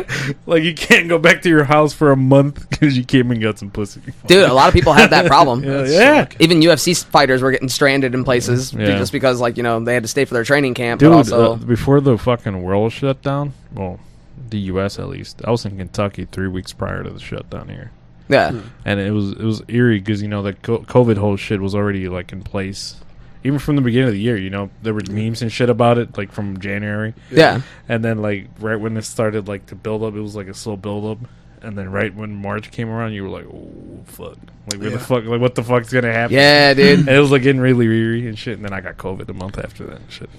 Like you can't go back to your house for a month because you came and got some pussy. Dude, a lot of people have that problem. Yeah, yeah. Even UFC fighters were getting stranded in places be- Yeah. just because, like, you know, they had to stay for their training camp. dude. but also, uh, before the fucking world shut down, well, the U.S. at least, I was in Kentucky three weeks prior to the shutdown here, yeah, and it was it was eerie because you know the co- COVID whole shit was already like in place, even from the beginning of the year. You know there were memes and shit about it like from January. yeah, And then like right when it started like to build up, it was like a slow build up. And then right when March came around, you were like, "Oh fuck! Like where the Yeah. fuck? Like what the fuck's gonna happen?" yeah, And dude. Oh, it was like getting really weary and shit. And then I got COVID a month after that and shit.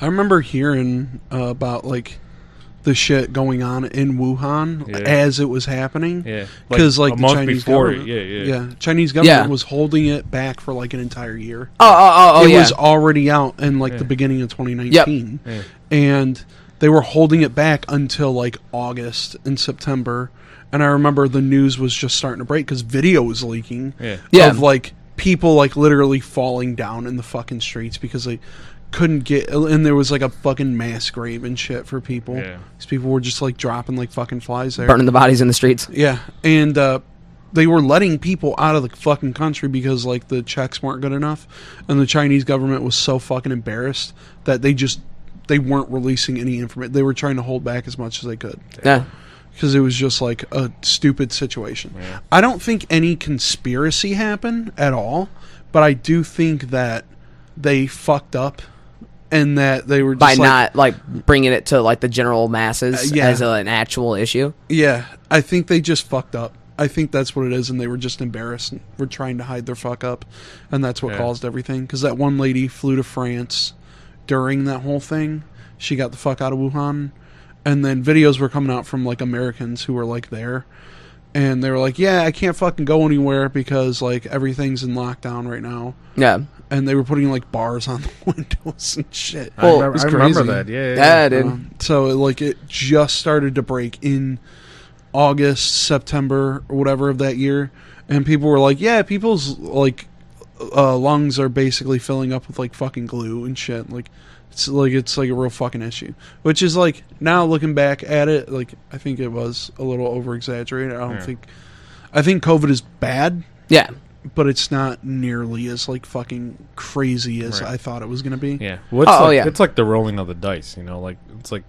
I remember hearing uh, about like the shit going on in Wuhan Yeah. as it was happening. yeah, Because like, a the month Chinese before, it, government, yeah, yeah, Chinese government Yeah. was holding it back for like an entire year. Oh, oh, oh, oh, it yeah. was already out in like Yeah. the beginning of 2019, Yeah. and they were holding it back until like August and September. And I remember the news was just starting to break because video was leaking yeah. Yeah. of like people like literally falling down in the fucking streets because they couldn't get and there was like a fucking mass grave and shit for people. Yeah. These people were just like dropping like fucking flies there. Burning the bodies in the streets. Yeah, and uh, they were letting people out of the fucking country because like the checks weren't good enough, and the Chinese government was so fucking embarrassed that they just they weren't releasing any information. They were trying to hold back as much as they could Yeah. because it was just like a stupid situation. I don't think any conspiracy happened at all, but I do think that they fucked up and that they were just By like, not, like, bringing it to, like, the general masses Uh, yeah. as a, an actual issue. Yeah, I think they just fucked up. I think that's what it is, and they were just embarrassed and were trying to hide their fuck up, and that's what Yeah. caused everything. Because that one lady flew to France during that whole thing. She got the fuck out of Wuhan, and then videos were coming out from like Americans who were like there, and they were like, "Yeah, I can't fucking go anywhere because like everything's in lockdown right now," Yeah. and they were putting like bars on the windows and shit. I, Well, remember, it's I remember crazy. that. Yeah, yeah. Yeah, dude. Um, so like it just started to break in August, September, or whatever of that year, and people were like, "Yeah, people's like uh, lungs are basically filling up with like fucking glue and shit." Like it's like it's like a real fucking issue, which is like now looking back at it, like I think it was a little over exaggerated. I don't Yeah. think I think COVID is bad. Yeah. But it's not nearly as like fucking crazy as Right. I thought it was gonna be. yeah. Well, it's Oh, like, yeah. It's like the rolling of the dice. You know, like it's like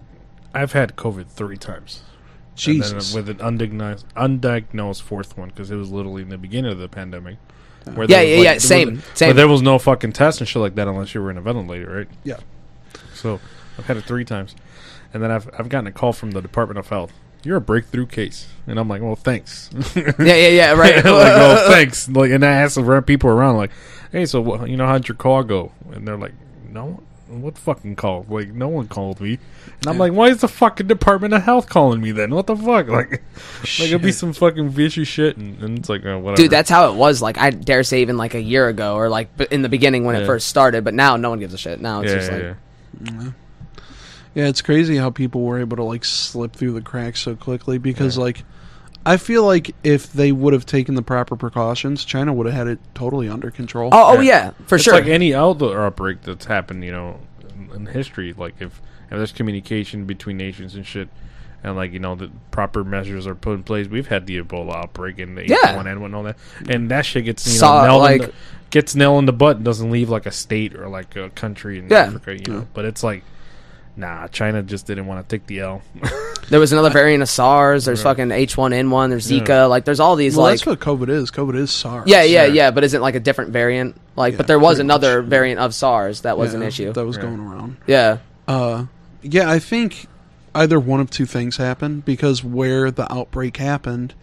I've had COVID three times. And then Jesus, with an undiagnosed, undiagnosed fourth one because it was literally in the beginning of the pandemic. Where there Yeah, was, yeah, yeah, there was- same, same. But there was no fucking test and shit like that unless you were in a ventilator, right? yeah, So I've had it three times, and then I've I've gotten a call from the Department of Health. You're a breakthrough case, and I'm like, well, thanks. Yeah, yeah, yeah, right. like, oh. well, thanks. Like, and I asked the right people around, like, hey, so wha- you know how'd your call go? And they're like, no. What fucking call? Like no one called me, and I'm like, why is the fucking Department of Health calling me then? What the fuck? Like, like it'd be some fucking fishy shit, and, and it's like uh, whatever. Dude, that's how it was. Like, I dare say even, like, a year ago or, like, b- in the beginning when Yeah. it first started, but now no one gives a shit. Now it's yeah, just yeah, like, yeah. Yeah, it's crazy how people were able to like slip through the cracks so quickly because like I feel like if they would have taken the proper precautions, China would have had it totally under control. Oh, oh yeah, for it's sure. like any outdoor outbreak that's happened, you know, in, in history. Like if, if there's communication between nations and shit, and like you know the proper measures are put in place. We've had the Ebola outbreak and the Yeah. H1N1 and all that, and that shit gets you Saw, know nailed in like- the, gets nailed in the butt and doesn't leave like a state or like a country in Yeah. Africa, you know. But it's like, nah, China just didn't want to take the L. there was another variant of SARS. There's fucking H1N1. There's Zika. Like there's all these well, like that's what COVID is. COVID is SARS. yeah, yeah, Sure. yeah. But isn't like a different variant? Like, but Yeah, there was pretty another much. variant of SARS that was Yeah, an issue. that was Yeah. going around. yeah, Uh, yeah, I think either one of two things happened because where the outbreak happened,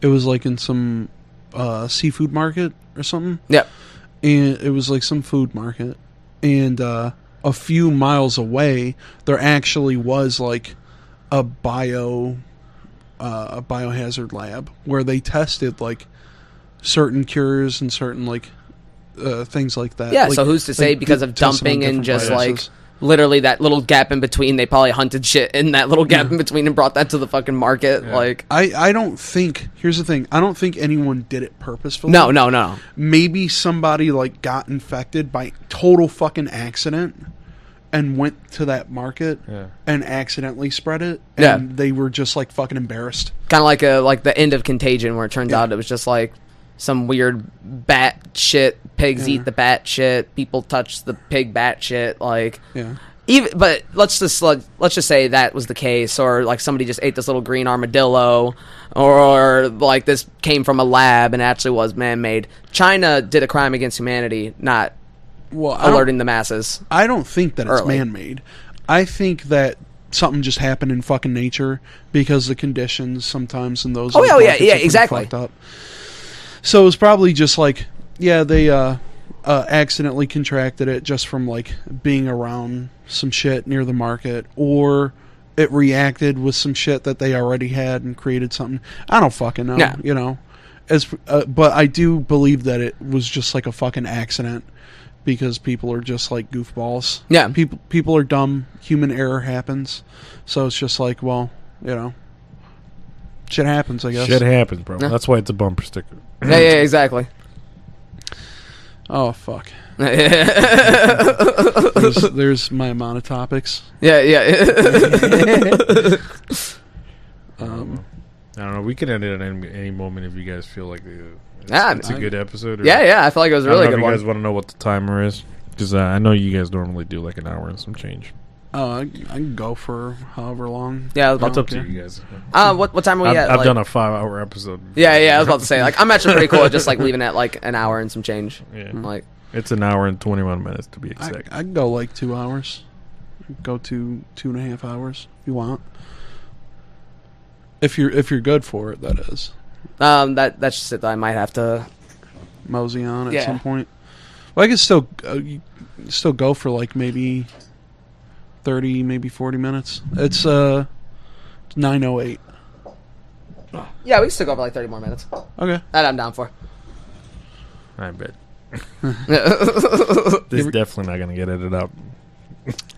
it was like in some uh, seafood market or something, yeah. and it was like some food market, and uh, a few miles away there actually was like a bio uh, a biohazard lab where they tested like certain cures and certain like uh, things like that. Yeah, Like- so who's to like, say because of tested on dumping and different just viruses. like literally that little gap in between, they probably hunted shit in that little gap in between and brought that to the fucking market. Like, I, I don't think here's the thing I don't think anyone did it purposefully. no, no, no. Maybe somebody like got infected by total fucking accident and went to that market Yeah. and accidentally spread it and Yeah. they were just like fucking embarrassed. Kind of like a like the end of Contagion, where it turns out it was just like some weird bat shit. Pigs eat the bat shit. People touch the pig bat shit. Like, Yeah. even but let's just let, let's just say that was the case or like somebody just ate this little green armadillo or like this came from a lab and actually was man-made china did a crime against humanity not Well, I don't, alerting the masses I don't think that it's Early. man-made. I think that something just happened in fucking nature because the conditions sometimes in those Oh, yeah, little yeah, pockets are yeah, pretty exactly. fucked up. So it was probably just like yeah, they uh, uh, accidentally contracted it just from like being around some shit near the market or it reacted with some shit that they already had and created something. I don't fucking know, Yeah. you know. As uh, but I do believe that it was just like a fucking accident because people are just like goofballs. Yeah. People people are dumb. Human error happens. So it's just like, well, you know, shit happens, I guess. Shit happens, bro. That's why it's a bumper sticker. yeah yeah exactly oh fuck. yeah There's, there's my amount of topics. yeah Um, I don't know. We can end it at any, any moment if you guys feel like uh, it's, Yeah, it's a I- good episode. Or, yeah yeah i feel like it was a I don't really know if good you one guys want to know what the timer is because uh, I know you guys normally do like an hour and some change. uh, I can go for however long. yeah I was That's about up to you guys. uh, what, what time are we I've, at I've like- done a five-hour episode. yeah yeah i was about to say like i'm actually pretty cool at just like leaving at like an hour and some change Yeah. like It's an hour and twenty-one minutes to be I, exact. I can go like two hours. Go to two and a half hours if you want. If you're if you're good for it, that is. um that that's just it i might have to mosey on at Yeah. some point. Well, I could still uh, you can still go for like maybe thirty, maybe forty minutes. It's uh nine oh eight. yeah we can still go for like 30 more minutes Okay, that i'm down for I bet this is definitely not gonna get edited out.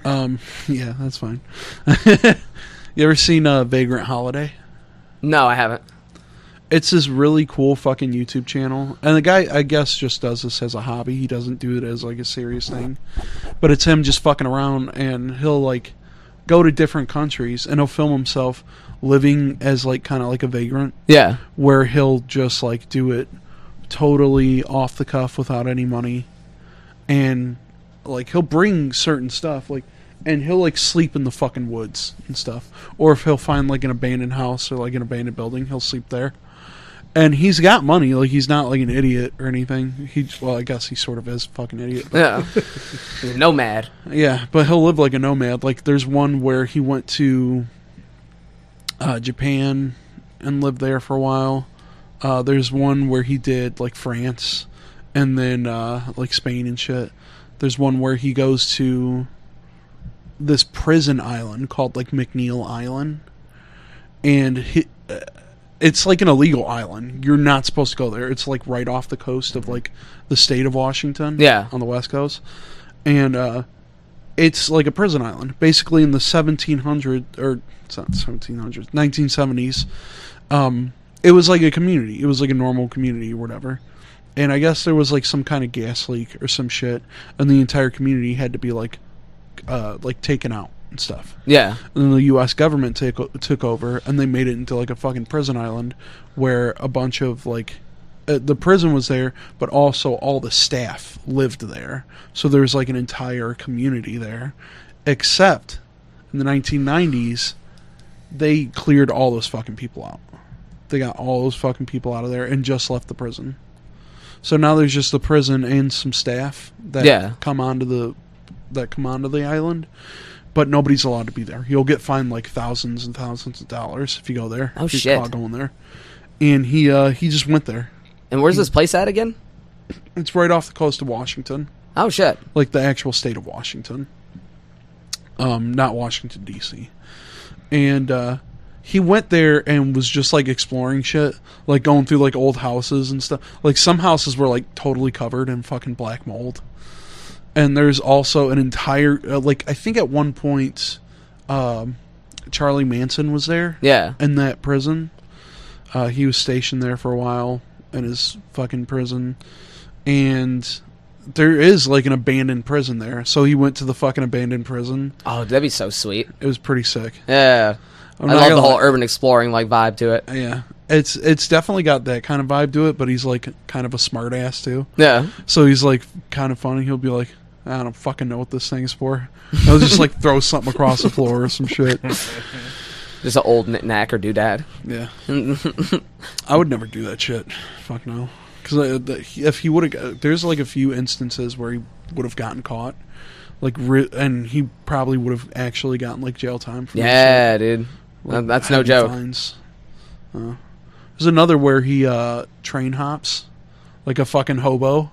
um, yeah, that's fine. you ever seen uh, Vagrant Holiday? no, I haven't. It's this really cool fucking YouTube channel, and the guy I guess just does this as a hobby. He doesn't do it as like a serious thing, but it's him just fucking around, and he'll like go to different countries and he'll film himself living as like kind of like a vagrant Yeah. where he'll just like do it totally off the cuff without any money and like he'll bring certain stuff like and he'll like sleep in the fucking woods and stuff or if he'll find like an abandoned house or like an abandoned building he'll sleep there and he's got money like he's not like an idiot or anything he well i guess he sort of is a fucking idiot but Yeah. He's a nomad. yeah, but he'll live like a nomad. Like there's one where he went to uh, Japan and lived there for a while. Uh, there's one where he did like France and then uh, like Spain and shit. There's one where he goes to this prison island called like McNeil Island, and he, uh, it's like an illegal island. You're not supposed to go there. It's like right off the coast of like the state of Washington. Yeah. on the west coast, and uh, it's like a prison island. Basically, in the 1700 or it's not 1700s, 1970s, um, it was like a community. It was like a normal community or whatever. And I guess there was like some kind of gas leak or some shit, and the entire community had to be like, uh, like taken out and stuff. Yeah. And then the U.S. government take, took over, and they made it into like a fucking prison island, where a bunch of like, uh, the prison was there, but also all the staff lived there. So there's like an entire community there, except in the 1990s, they cleared all those fucking people out. They got all those fucking people out of there and just left the prison. So now there's just the prison and some staff that Yeah. come onto the that come onto the island, but nobody's allowed to be there. You'll get fined like thousands and thousands of dollars if you go there. Oh, if you're shit. caught going there. And he uh, he just went there. And where's this place at again? It's right off the coast of Washington, Oh shit. like the actual state of Washington, um, not Washington D.C. And uh, he went there and was just like exploring shit, like going through like old houses and stuff. Like some houses were like totally covered in fucking black mold, and there's also an entire uh, like I think at one point, um, Charlie Manson was there Yeah. in that prison. Uh, he was stationed there for a while in his fucking prison, and there is like an abandoned prison there. So he went to the fucking abandoned prison. Oh, that'd be so sweet. It was pretty sick. Yeah. I'm I not love gonna the whole lie. urban exploring like vibe to it. Yeah, it's it's definitely got that kind of vibe to it. But he's like kind of a smart ass too. Yeah. So he's like kind of funny. He'll be like. I don't fucking know what this thing's for. I'll just like throw something across the floor or some shit. Just an old knack or doodad. Yeah. I would never do that shit. Fuck no. Because if he would have, there's like a few instances where he would have gotten caught, like, re- and he probably would have actually gotten like jail time. For that shit. Yeah, dude. That- That's no Heavy joke. Fines. Uh, there's another where he uh, train hops, like a fucking hobo.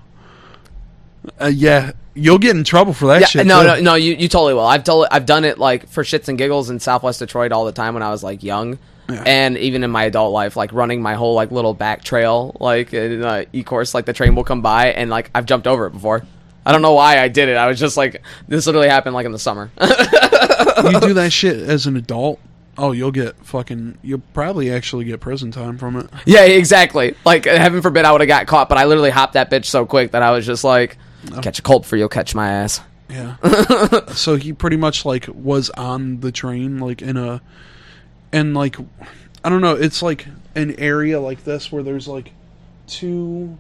Uh, yeah, you'll get in trouble for that Yeah, shit. no, too. no, no. You, you totally will. I've told, I've done it like for shits and giggles in Southwest Detroit all the time when I was like young, Yeah. and even in my adult life, like running my whole like little back trail, like in uh, e course, like the train will come by and like I've jumped over it before. I don't know why I did it. I was just like, this literally happened like in the summer. you do that shit as an adult. Oh, you'll get fucking. You'll probably actually get prison time from it. yeah, exactly. Like heaven forbid I would have got caught, but I literally hopped that bitch so quick that I was just like, catch a cold for you'll catch my ass. Yeah. so he pretty much like was on the train, like in a, and like, I don't know. It's like an area like this where there's like two,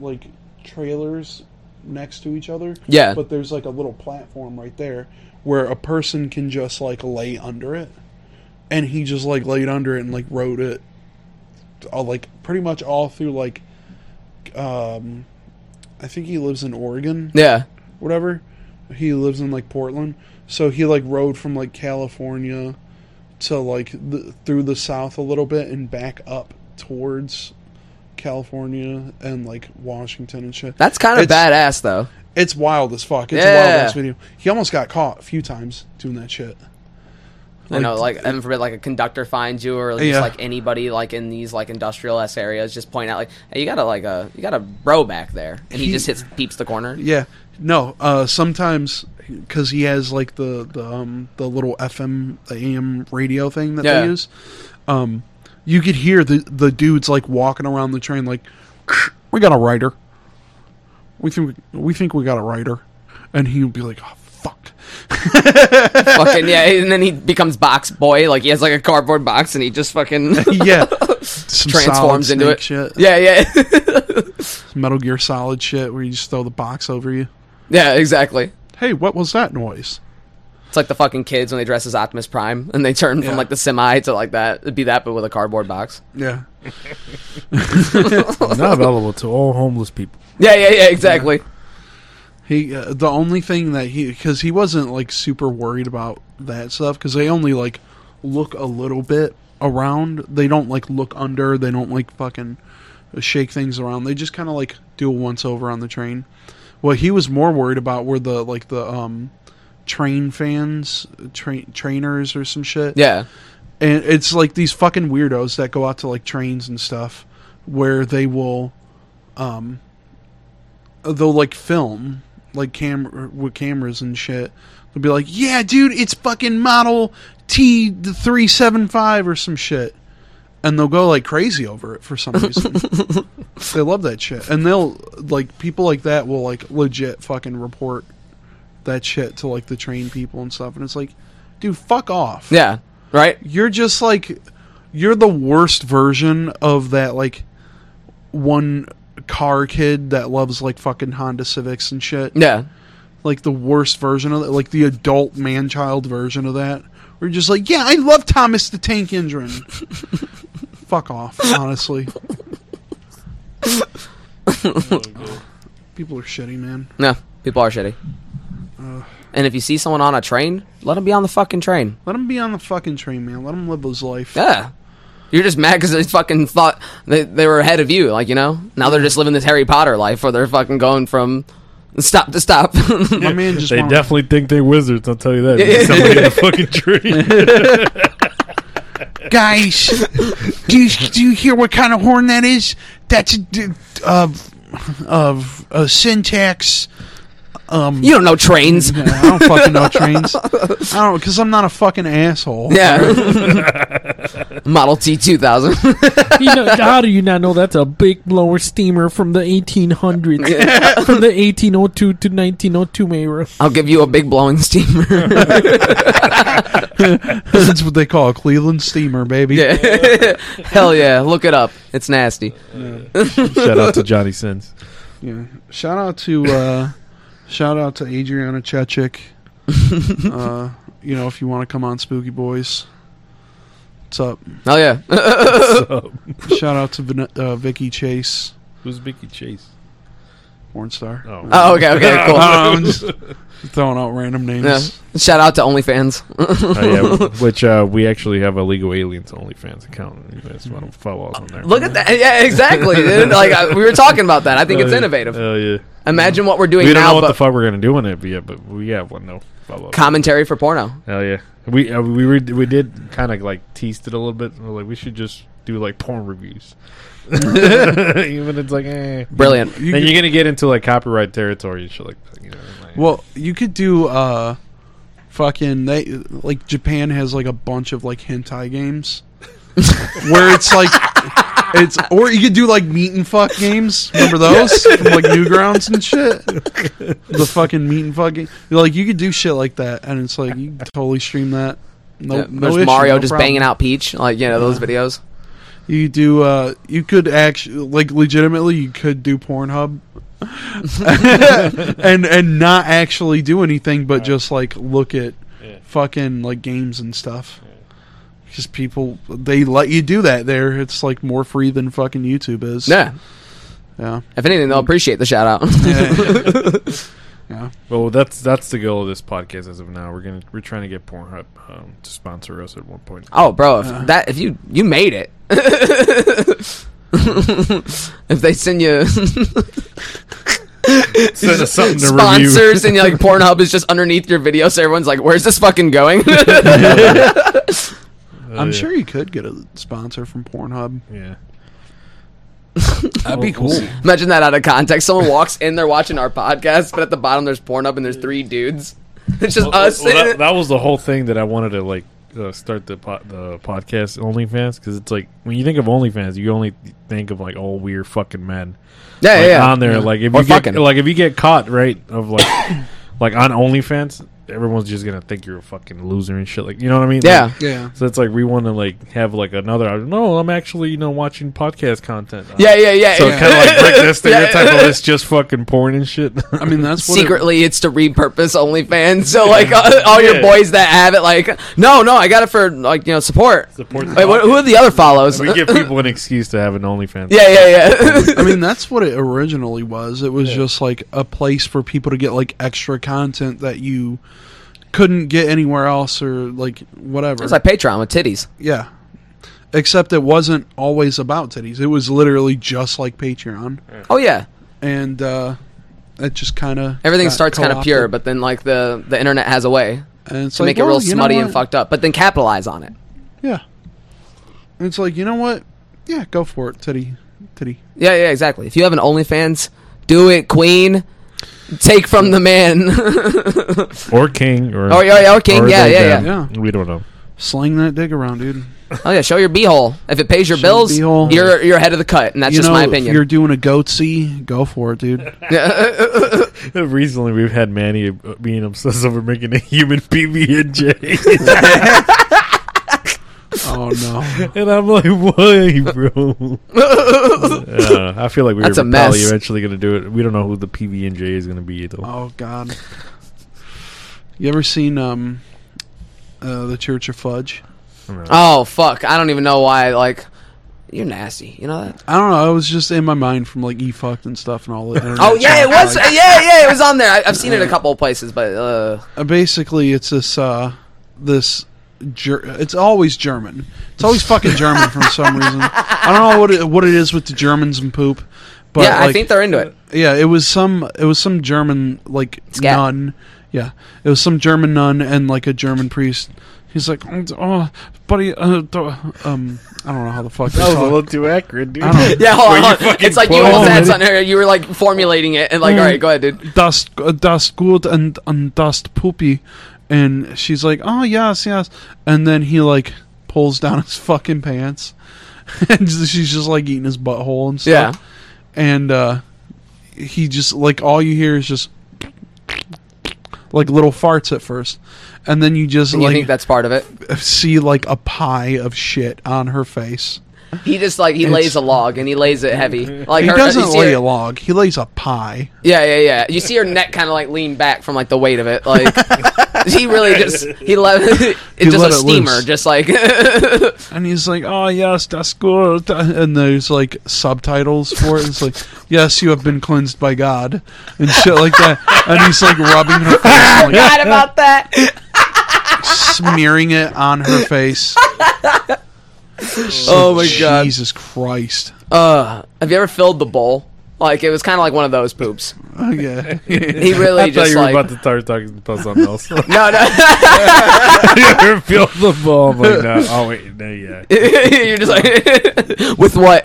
like trailers next to each other. Yeah. But there's like a little platform right there where a person can just like lay under it, and he just like laid under it and like rode it, all, like pretty much all through like, um, I think he lives in Oregon Yeah, whatever. He lives in like Portland, so he like rode from like California to like the, through the south a little bit and back up towards California and like Washington and shit. that's kind of It's- badass though. It's wild as fuck. It's a Yeah. wild ass video. He almost got caught a few times doing that shit. I know, like heaven forbid, like a conductor finds you, or just Yeah. like anybody, like in these like industrial s areas, just point out, like, hey, you got a like a you got a bro back there, and he, He- just hits peeps the corner. Yeah. No, uh sometimes cuz he has like the the um the little FM the AM radio thing that Yeah. they use. Um you could hear the the dudes like walking around the train like we got a rider. We think we, we think we got a rider. And he would be like, "Oh fuck." fucking yeah, and then he becomes box boy, like he has like a cardboard box, and he just fucking yeah. Some solid transforms into snake it. Shit. Yeah, yeah, Metal Gear Solid shit where you just throw the box over you. yeah, exactly. Hey, what was that noise? It's like the fucking kids when they dress as Optimus Prime and they turn from Yeah. like the semi to like that. It'd be that, but with a cardboard box. Yeah. Not available to all homeless people. Yeah, yeah, yeah, exactly. He uh, the only thing that he because he wasn't like super worried about that stuff because they only like look a little bit around. They don't like look under. They don't like fucking shake things around. They just kind of like do a once over on the train. What he was more worried about were the like the um train fans, train trainers or some shit Yeah, and it's like these fucking weirdos that go out to like trains and stuff where they will um they'll like film like camera with cameras and shit they'll be like yeah dude it's fucking model t375 or some shit and they'll go like crazy over it for some reason. they love that shit, and they'll like people like that will like legit fucking report that shit to like the train people and stuff, and it's like, dude, fuck off. Yeah. Right? you're just like you're the worst version of that like one car kid that loves like fucking Honda Civics and shit. Yeah. Like the worst version of that, like the adult man child version of that. We're just like, yeah, I love Thomas the Tank Engine. Fuck off, honestly. People are shitty, man. No. People are shitty. And if you see someone on a train, let them be on the fucking train. Let him be on the fucking train, man. Let him live his life. Yeah. You're just mad because they fucking thought they, they were ahead of you, like, you know? Now they're just living this Harry Potter life where they're fucking going from stop to stop. My man just They wanna- definitely think they're wizards. I'll tell you that. yeah. Somebody in the fucking tree. guys, do you, do you hear what kind of horn that is? That's a d- of of a syntax. Um, you don't know trains. yeah, I don't fucking know trains. I don't because I'm not a fucking asshole. Yeah. Model T 2000. you know, how do you not know that's a big blower steamer from the 1800s, from the 1802 to 1902 era? I'll give you a big blowing steamer. That's what they call a Cleveland steamer, baby. Yeah. Hell yeah. Look it up. It's nasty. Shout out to Johnny Sins. Yeah. Shout out to uh, shout out to Adriana Chechik. uh, you know, if you want to come on Spooky Boys, what's up? Hell Oh, yeah. Shout out to Vin- uh, Vicky Chase, Who's Mickey Chase? porn star. Oh. Oh, okay, okay, cool. I don't know, I'm just throwing out random names. Yeah. Shout out to OnlyFans. Oh, yeah, which uh, we actually have a Legal Aliens OnlyFans account. You guys want to follow us on there? Look at that. Yeah, exactly. dude. like uh, we were talking about that. I think it's Hell Oh, yeah. innovative. Hell yeah. Imagine what we're doing We don't now, know what but the fuck we're gonna do on it yet, but we have one though. Follow up. commentary for porno. Hell yeah. We uh, we were, we did kind of like teased it a little bit. We're like we should just do like porn reviews. Even it's like eh. Brilliant. You then could- you're gonna get into like copyright territory and shit like that. You know, like, well, you could do uh, fucking they like Japan has like a bunch of like hentai games where it's like it's or you could do like meat and fuck games. Remember those From, like Newgrounds and shit? The fucking meat and fuck game. Like you could do shit like that, and it's like you could totally stream that. No, Yeah, no There's issue, Mario no just problem. banging out Peach, like you know those videos. You do. Uh, you could actually, like, legitimately, you could do Pornhub, and and not actually do anything, but just like look at Yeah. fucking like games and stuff. Because people they let you do that there. It's like more free than fucking YouTube is. Yeah. Yeah. If anything, they'll appreciate the shout out. Oh, yeah. Well, that's that's the goal of this podcast as of now. We're gonna we're trying to get Pornhub um, to sponsor us at one point. oh, bro, if that if you you made it. if they send you Send us something to review. sponsors and like Pornhub is just underneath your video, so everyone's like, "Where's this fucking going?" I'm yeah. sure you could get a sponsor from Pornhub. Yeah, That'd be cool. Imagine that out of context. Someone walks in, they're watching our podcast, but at the bottom there's Pornhub and there's three dudes. It's just us. Well, that, that was the whole thing that I wanted to like uh, start the po- the podcast OnlyFans because it's like when you think of OnlyFans, you only think of like all weird fucking men yeah, like, yeah, yeah. on there. Like if Or you get, fucking. like if you get caught right of like like on OnlyFans, everyone's just gonna think you're a fucking loser and shit. Like you know what I mean? Yeah. Like, Yeah. so it's like we want to like have like another. No, I'm actually you know watching podcast content. yeah, yeah, yeah. So yeah. kind of like break this stereotype Yeah. of it's just fucking porn and shit. I mean, that's what it- Secretly, it's to repurpose OnlyFans. So like uh, all your Yeah. boys that have it, like, no, no, I got it for like you know support. Support the Wait, what, who are the other follows? we yeah, give people an excuse to have an OnlyFans. yeah, yeah. I mean, that's what it originally was. It was just like a place for people to get like extra content that you couldn't get anywhere else or like whatever. it's like Patreon with titties. yeah. Except it wasn't always about titties. It was literally just like Patreon. Oh yeah, And uh it just kind of everything starts kind of pure, but then like the the internet has a way and it's to like, make it well, real you know smutty and what? fucked up, but then capitalize on it. Yeah. And it's like, you know what? Yeah, go for it, titty. Titty. Yeah, yeah, exactly. If you have an OnlyFans, do it, Queen. Take from the man. or king, or Oh, yeah, yeah, or king, yeah, they yeah, can. yeah. We don't know. Sling that dick around, dude. Oh yeah, show your beehole. If it pays your Show bills, your beehole. you're you're ahead of the cut, and that's you just know, my If you're opinion. doing a goatsy, go for it, dude. Recently, we've had Manny uh, being obsessed over making a human PB and J, oh no. and I'm like, why, bro? Uh, I feel like we That's were a mess. probably eventually gonna do it. We don't know who the PB and J is gonna be though. Oh god. You ever seen um uh, the Church of Fudge? oh fuck, I don't even know why. Like, you're nasty. You know that? I don't know. I was just in my mind from like e fucked and stuff and all that. Oh yeah, it was. Yeah, yeah, it was on there. I, I've seen it a couple of places, but uh, Uh, basically it's this uh this ger- it's always german it's always fucking german for some reason i don't know what it, what it is with the germans and poop but yeah, I like, think they're into it. yeah it was some it was some german like Scat. nun yeah it was some german nun and like a german priest he's like "Oh, d- oh buddy uh, d- um i don't know how the fuck they talk. too accurate, dude. I don't know. Yeah, hold on. hold on. It's like you quote almost me. had something. You were like formulating it, and like, all right, go ahead, dude. das das gut uh, and and das poopy and she's like oh yes yes and then he like pulls down his fucking pants and she's just like eating his butthole and Yeah. stuff and uh he just like all you hear is just like little farts at first and then you just You like think that's part of it? see like a pie of shit on her face He just like he It's- lays a log and he lays it heavy. Like he her, you doesn't see lay her- a log he lays a pie Yeah, yeah, yeah. You see her neck kind of like lean back from like the weight of it. Like he really just he let it's just let a it steamer, loose. just like And he's like, "Oh yes, that's good." And there's like subtitles for it. It's like, "Yes, you have been cleansed by God," and shit like that. And he's like rubbing her face, and, like, forgot about that. smearing it on her face. It's Oh like, my God. Jesus Christ! Uh, have you ever filled the bowl? Like it was kind of like one of those poops. Okay. He really I thought just you were like about to start talking about something else. no, no. you feel the ball, I'm like, no. Oh wait, no, yeah. You're just like with what?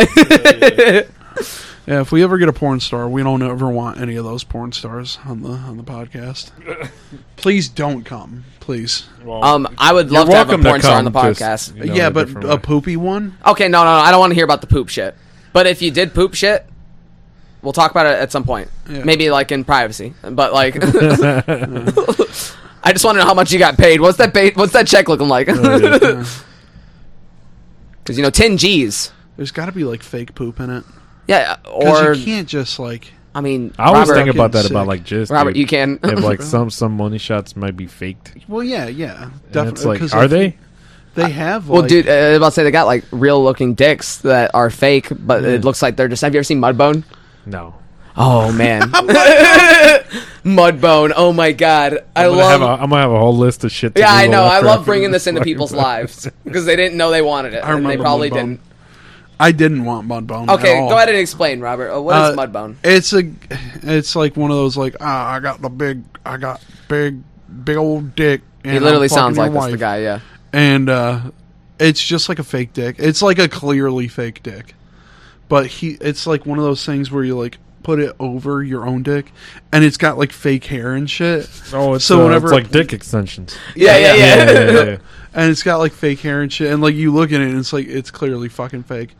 Yeah, if we ever get a porn star, we don't ever want any of those porn stars on the on the podcast. Please don't come, please. Well, um, I would you're love to have a welcome to porn star on the come, just, podcast. you know, yeah, a but different a way. poopy one. Okay, no, no, no. I don't want to hear about the poop shit. But if you did poop shit, we'll talk about it at some point. Yeah. Maybe like in privacy. But like, I just want to know how much you got paid. What's that? Pay- what's that check looking like? Oh, Because you know, ten G's. There's got to be like fake poop in it, Yeah, or because you can't just like. I mean, I always Robert, think about that Fucking about sick. like just Robert, you can. if like some some money shots might be faked. Well, yeah, yeah, And it's definitely. like, are they? They have. Well, like, dude, uh, I was about to say they got like real looking dicks that are fake, but it looks like they're just. Have you ever seen Mudbone? No. Oh man, Mudbone. Oh my god, I I'm gonna, love. have a, I'm gonna have a whole list of shit. To Yeah, I Google know. I after love finish bringing this into fucking people's podcast. lives because they didn't know they wanted it. I and they remember probably Mudbone. didn't. I didn't want Mudbone. Okay, at all. go ahead and explain, Robert. Uh, what is Uh, Mudbone? It's a, it's like one of those like ah, I got the big, I got big, big old dick. And He I'm literally fucking sounds your like this, the wife. guy. Yeah. And uh, it's just like a fake dick. It's like a clearly fake dick, but he, it's like one of those things where you like put it over your own dick, and it's got like fake hair and shit. Oh, it's, So uh, whenever- it's like dick extensions. Yeah, yeah, yeah. yeah, yeah, yeah. And it's got like fake hair and shit, and like you look at it, and it's like it's clearly fucking fake.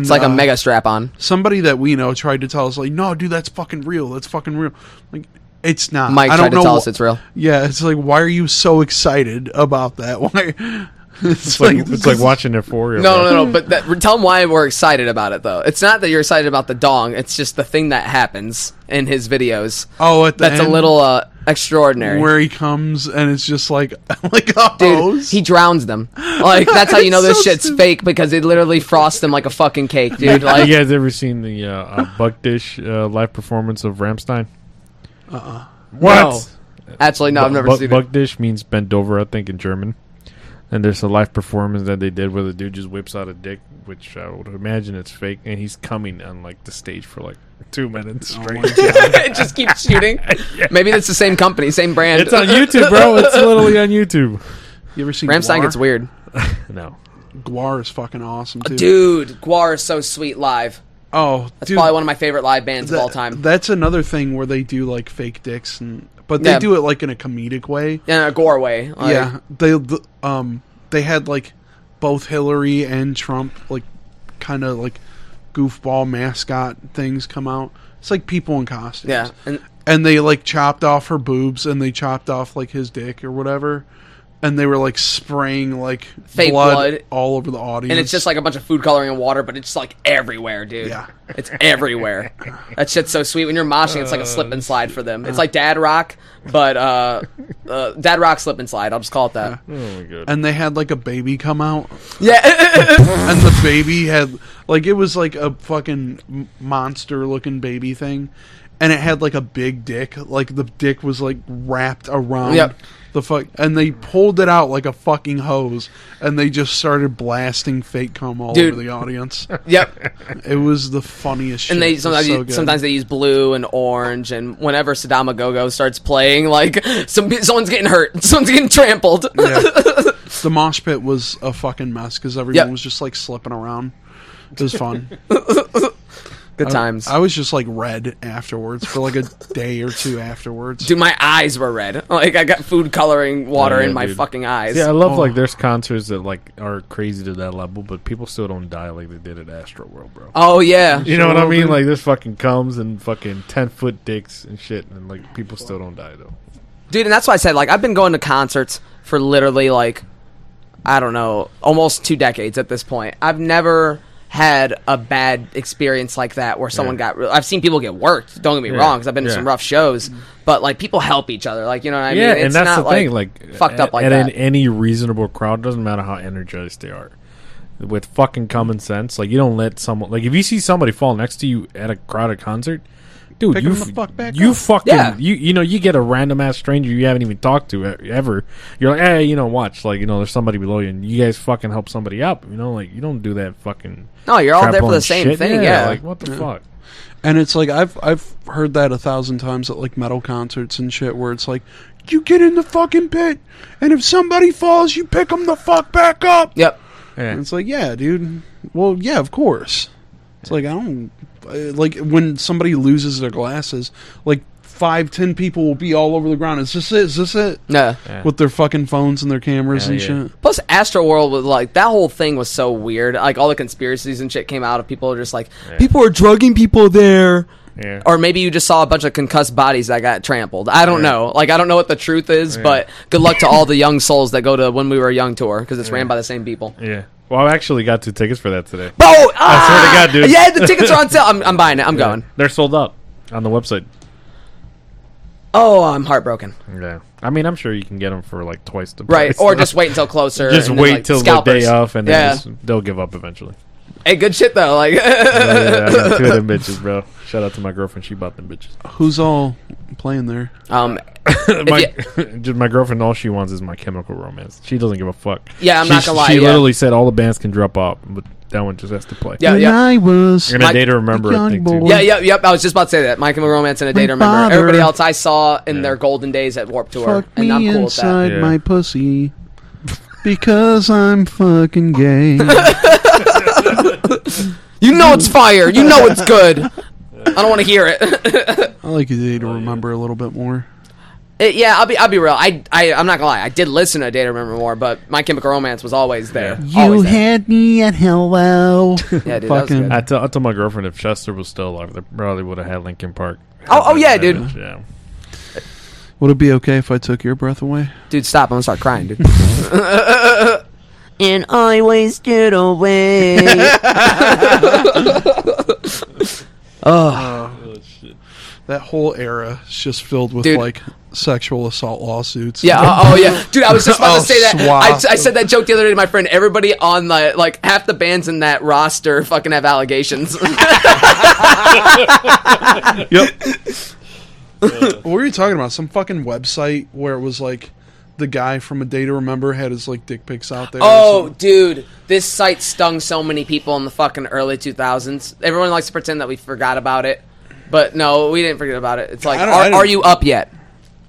It's like a uh, mega strap on. somebody that we know tried to tell us like no dude that's fucking real that's fucking real like it's not Mike I don't tried to know tell wh- us it's real. yeah it's like why are you so excited about that why it's, It's like it's like watching Euphoria. No, bro. no, no. But that, tell him why we're excited about it, though. It's not that you're excited about the dong. It's just the thing that happens in his videos. oh at the That's a end, little uh, extraordinary. where he comes and it's just like like oh, a Dude, hose he drowns them. Like that's how you know It's this so shit's stupid. fake because they literally frost them like a fucking cake, dude. Like you guys ever seen the uh, uh, Buck Dish uh, live performance of Ramstein? Uh-uh. What? Actually, no, I've never Buck, seen it. Buck Dish means bent over, I think, in German. And there's a live performance that they did where the dude just whips out a dick, which I would imagine it's fake, and he's coming on like the stage for like two minutes Oh straight. it just keeps shooting. Maybe it's the same company, same brand. it's on YouTube, bro. It's literally on YouTube. you ever seen Ramstein Gwar? gets weird. No, Gwar is fucking awesome too Dudude, Guar is so sweet live. oh That's dude probably one of my favorite live bands that- of all time. that's another thing where they do like fake dicks and but they Yeah. do it like in a comedic way In a Gore way. Like, yeah they the, um they had like both Hillary and Trump like kind of like goofball mascot things come out. It's like people in costumes. Yeah, and and they like chopped off her boobs and they chopped off like his dick or whatever and they were like spraying like Fake blood. all over the audience and it's just like a bunch of food coloring and water, but it's like everywhere, dude. Yeah. It's everywhere. that shit's so sweet. When you're moshing, it's like a slip and slide for them. It's like Dad Rock, but uh, uh Dad Rock slip and slide. I'll just call it that. Oh my god. and they had like a baby come out Yeah. and the baby had like it was like a fucking monster looking baby thing and it had like a big dick like the dick was like wrapped around Yep. the fuck and they pulled it out like a fucking hose and they just started blasting fake cum all Dude. over the audience yep. it was the funniest shit And they It was sometimes so good. sometimes they use blue and orange, and whenever Sadama Gogo starts playing, like some someone's getting hurt, someone's getting trampled. the mosh pit was a fucking mess because everyone Yeah. was just like slipping around. It was fun. Good times. I was just like red afterwards for like a day or two afterwards. Dude, my eyes were red. Like I got food coloring water Yeah, in my dude. fucking eyes. Yeah, I love like Oh. there's concerts that like are crazy to that level, but people still don't die like they did at Astro World, bro. Oh yeah. You know what I Sure, mean? dude. Like this fucking comes and fucking ten foot dicks and shit, and like people still don't die though. dude and that's why i said like i've been going to concerts for literally like i don't know almost two decades at this point i've never had a bad experience like that where someone Yeah. got re- i've seen people get worked don't get me wrong Yeah, wrong because i've been to yeah. some rough shows but like people help each other like you know what i yeah, mean and that's the thing. like, Like fucked up a- like and that in any reasonable crowd, doesn't matter how energized they are. With fucking common sense, like you don't let someone like if you see somebody fall next to you at a crowded concert, dude, Pick you 'em the f- fuck back you up. fucking Yeah. you you know you get a random ass stranger you haven't even talked to e- ever. You're like, hey, you know, watch, like you know, there's somebody below you, and you guys fucking help somebody up. You know, like you don't do that fucking. no you're all there for trampling the same shit. thing yeah, Mm. like what the fuck. And it's like I've I've heard that a thousand times at like metal concerts and shit where it's like you get in the fucking pit and if somebody falls you pick them the fuck back up. yep Yeah. And it's like, yeah, dude. Well, yeah, of course. It's like I don't uh, like when somebody loses their glasses. Like five, ten people will be all over the ground. Is this it? Is this it? no Yeah. With their fucking phones and their cameras Yeah, and yeah. shit. Plus, Astro World was like that whole thing was so weird. Like all the conspiracies and shit came out of people are just like people are drugging people there, Yeah. or maybe you just saw a bunch of concussed bodies that got trampled. I don't know. Like I don't know what the truth is, but good luck to all the young souls that go to when we were young tour because it's ran by the same people. yeah. Well, I actually got two tickets for that today. Bro, ah! God, dude. Yeah, the tickets are on sale. I'm, I'm buying it. I'm going. They're sold out on the website. Oh, I'm heartbroken. Yeah, I mean, I'm sure you can get them for like twice the Right, price. or just wait until closer. just and then, wait like, till the scalpers. day off, and then yeah. just- they'll give up eventually. Oh, Hey, good shit though. Like, yeah, yeah, I got two of them bitches, bro. Shout out to my girlfriend; she bought them bitches. Who's all playing there? um, my, just my girlfriend, all she wants is my Chemical Romance. She doesn't give a fuck. Yeah, I'm She- not gonna lie, She yeah. literally said all the bands can drop out, but that one just has to play. Yeah, When yeah. I was You're gonna My- day to remember. I young think too. boy. Yeah, yeah, yep. I was just about to say that. Michael Romance and a day to remember. father- Everybody else I saw in their golden days at Warp Tour, fuck and me I'm cool with inside Yeah. my pussy because I'm fucking gay. that. You know it's fire. You know it's good. I don't want to hear it. I like you Oh, to remember a little bit more. It- Uh, Yeah, I'll be I'll be real. I I I'm not gonna lie. I did listen to a day to remember more, but My Chemical Romance was always there. You Always there. had me at hello. Yeah, dude, that was fucking- good. I tell I told my girlfriend if Chester was still alive, they probably would have had Linkin Park. Oh- oh, yeah, That dude. bitch, Yeah. Would it be okay if I took your breath away? Dude, stop! I'm gonna start crying, dude. and I wasted away. That whole era is just filled with Dude. like sexual assault lawsuits. Yeah. Oh, oh, yeah, dude. I was just about Oh, to say that. swat. I, I said that joke the other day to my friend. Everybody on the like half the bands in that roster fucking have allegations. What were you talking about? Some fucking website where it was like the guy from A Day to Remember had his like dick pics out there. or Oh, something. dude, this site stung so many people in the fucking early 2000s. Everyone likes to pretend that we forgot about it, but no, we didn't forget about it. It's like, I don't- I are, don't- are you up yet?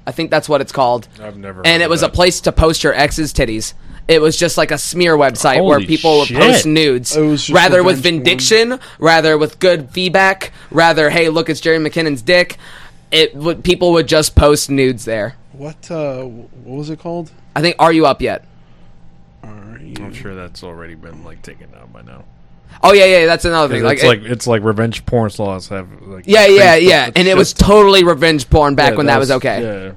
I think that's what it's called. I've never heard And it of was a that. place to post your ex's titties. It was just like a smear website where Holy people shit. would post nudes, It was just rather with revenge porn. vindiction, rather with good feedback, rather hey look it's Jerry McKinnon's dick. It would people would just post nudes there. what uh, what was it called? I think are you up yet? All right. you. I'm sure that's already been like taken down by now. Oh yeah, yeah, that's another 'Cause thing. It's Like, like, it- it's like revenge porn laws have like yeah, yeah, Facebook, yeah, it's and it just- was totally revenge porn yeah, back when that was, okay. Yeah.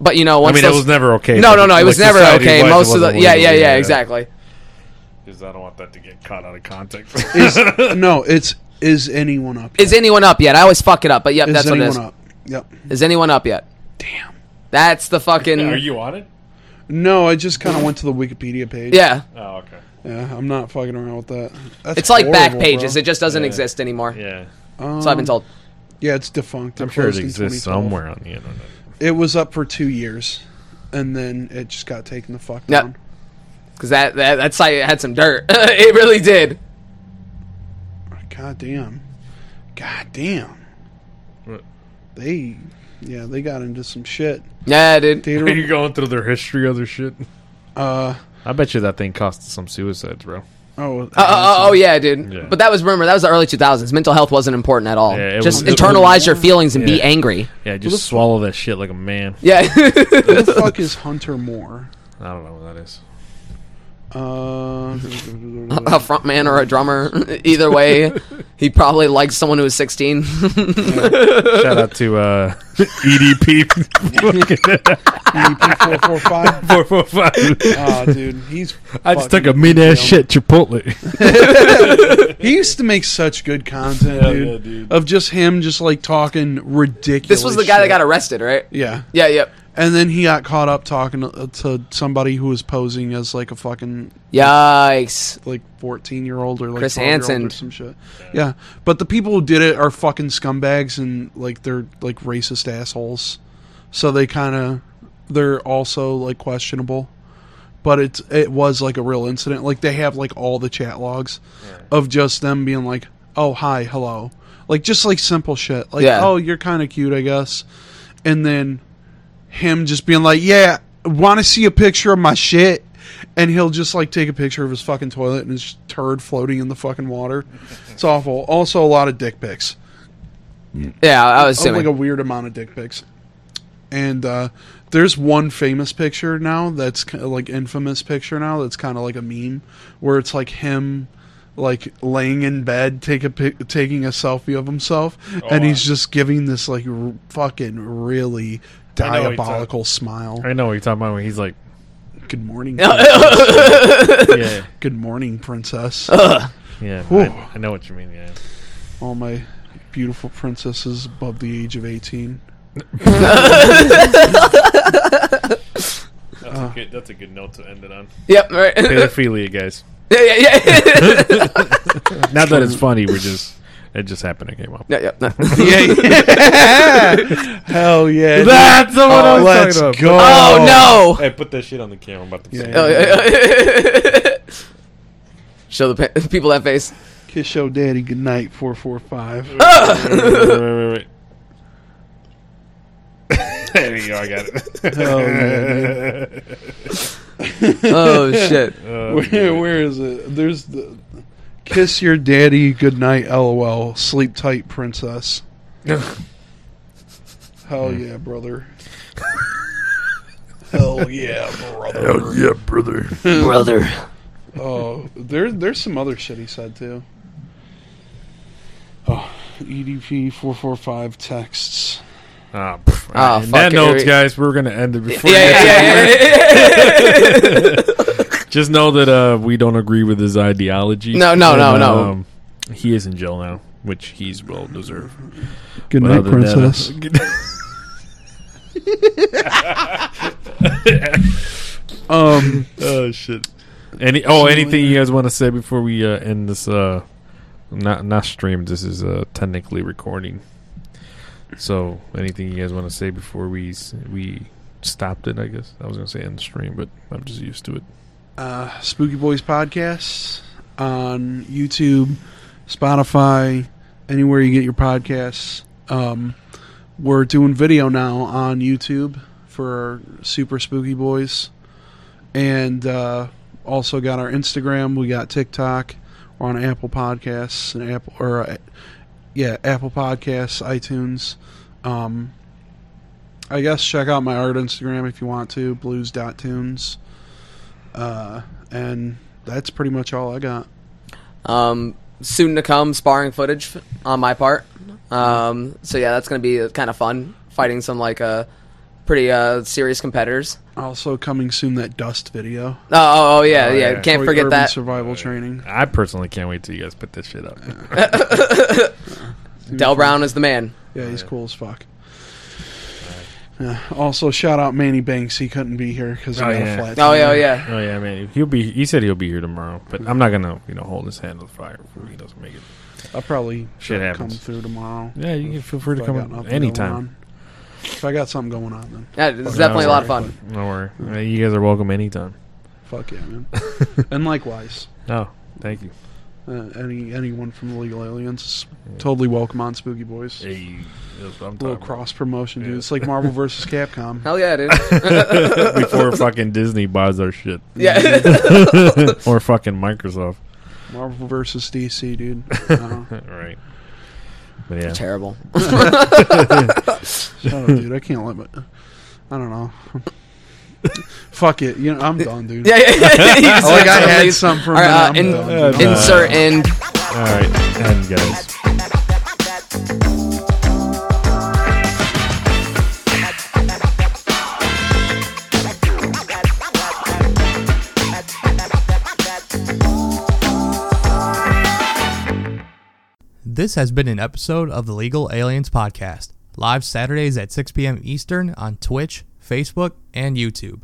But you know, I once mean, it those, was never okay. no, but, no, no, it like, was never okay. society-wise, it Most of the wasn't yeah, legal, yeah, yeah, exactly. Because I don't want that to get caught out of context. Uh, no, it's is anyone up? Is yet? anyone up yet? I always fuck it up, but yep, Is that's what anyone it is. up? Yep. Is anyone up yet? Damn. That's the fucking Are yeah. you on it? No, I just kind of went to the Wikipedia page. Oh, okay. Yeah, I'm not fucking around with that. That's It's like back horrible, pages. bro. It just doesn't Yeah. exist anymore. Yeah. So I've been Um, told. Yeah, it's defunct. I'm It sure it closed in exists 2012. somewhere on the internet. It was up for two years, and then it just got taken the fuck Yep. down. Because that, that that site had some dirt. it really did. God damn. God damn. What? They, yeah, they got into some shit. Yeah, dude. Are you Theater, going through their history of their shit? uh, I bet you that thing cost some suicides, bro. oh, Uh, oh, oh yeah, dude. Yeah. But that was remember that was the early 2000s. Mental health wasn't important at all. Yeah, it just was- internalize your feelings and be Yeah. angry. Yeah, just swallow that shit like a man. Yeah. who the fuck is Hunter Moore? I don't know what that is. Uh, a front man or a drummer, either way, he probably likes someone who is 16. Shout out to uh, E EDP EP445? four four five. Oh, dude, he's. I just fucking took a mean ass dumb. shit Chipotle. He used to make such good content, Yeah, dude, yeah, dude. Of just him just like talking ridiculous. this was the guy that shit. got arrested, right? Yeah. Yeah, yep. And then he got caught up talking to, to somebody who was posing as like a fucking Yikes. like 14 year old or like Chris 12-year-old Hansen. or some shit. Yeah. But the people who did it are fucking scumbags and like they're like racist assholes. So they kind of they're also like questionable. But it's it was like a real incident. Like they have like all the chat logs of just them being like, "Oh, hi, hello." Like just like simple shit. Like, Yeah. "Oh, you're kind of cute, I guess." And then him just being like, "Yeah, want to see a picture of my shit?" And he'll just like take a picture of his fucking toilet and his turd floating in the fucking water. It's awful. Also, a lot of dick pics. Yeah, I was Oh, like assuming. a weird amount of dick pics. And uh, there's one famous picture now that's kind of like infamous picture now that's kind of like a meme where it's like him like laying in bed take a pic- taking a selfie of himself and wow. he's just giving this like r- fucking really I know what you're talking- diabolical smile. I know what you're talking about. When he's like, Good morning. princess. yeah, Good morning, princess. Uh. yeah. Whew. I, I know what you mean. Yeah. All my beautiful princesses above the age of 18. That's, Uh-huh. a good, that's a good note to end it on. yep, right. yeah, Pedophilia, guys. yeah, yeah. Not that it's funny. We're just it just happened. It came up. yeah, yeah. no. Hell yeah. dude. That's the one I was let's talking about. go. Oh, no. Hey, put that shit on the camera. I'm about to. Yeah. Oh, yeah, yeah. Show the pa- people that face. Kiss your daddy goodnight, 445. wait, wait, wait, wait. there you go. I got it. Hell yeah. Oh, shit. Uh, Where, where is it? There's the. Kiss your daddy goodnight, lol. Sleep tight, princess. Hell yeah, brother. Hell yeah, brother. yeah, brother. brother. Oh, there, there's some other shit he said too. Oh, EDP four four five texts. Ah, pff, Ah, and that fuck it. notes, guys. We're gonna end it before. Yeah, you yeah, get yeah, yeah, yeah, yeah. Just know that uh, we don't agree with his ideology. No, no, no, no. no. He is in jail now, which he's well deserved. Good But night, other than that, uh, princess. um, oh shit. Any oh anything you guys want to say before we uh, end this? Uh, not not stream. This is uh, technically recording. So anything you guys want to say before we s- we stopped it? I guess I was gonna say end stream, but I'm just used to it. uh, Spooky Boys podcast on YouTube, Spotify, anywhere you get your podcasts. Um, we're doing video now on YouTube for Super Spooky Boys, and uh, also got our Instagram. We got TikTok. We're on Apple Podcasts and Apple or uh, yeah, Apple Podcasts, iTunes. Um, I guess check out my art Instagram if you want to, blues.tunes. Uh, and that's pretty much all I got. Um, soon to come sparring footage f- on my part. Um, so yeah, that's gonna be kind of fun fighting some like uh, pretty uh, serious competitors. Also coming soon that dust video. Oh, oh, oh, yeah, Oh, yeah, yeah. Can't Troy forget Urban that. survival training. I personally can't wait till you guys put this shit up. Del Brown is the man. Yeah, he's cool as fuck. Yeah. Also, shout out Manny Banks. He couldn't be here because he Oh, had yeah. a flat. Oh yeah, oh, tire. yeah. Oh yeah, man. He'll be. He said he'll be here tomorrow, but I'm not gonna, you know, hold his hand to the fire if he doesn't make it. I'll probably Shit come happens. through tomorrow. Yeah, you can feel free if to I come got nothing in going anytime. on. If I got something going on, then Yeah, it's definitely a lot of fun. Don't worry. Uh, You guys are welcome anytime. fuck yeah, man. and likewise, No, Oh, thank you. uh, any anyone from the Legal Aliens is totally welcome on Spooky Boys. Hey, that's what I'm little talking cross promotion, dude. Yeah. It's like Marvel versus Capcom. Hell yeah, dude. about. Before fucking Disney buys our shit. yeah. or fucking Microsoft. Marvel versus DC, dude. Uh, right. But yeah. Terrible. shut up, dude. I can't let my. I don't know. Fuck it. You know, I'm done, dude. Yeah, yeah. yeah. You just- Oh, like I had some from All right, uh, I'm in- done, uh, dude. in- Insert end. All right. And guys. This has been an episode of the Legal Aliens Podcast, live Saturdays at 6 p.m. Eastern on Twitch, Facebook, and YouTube.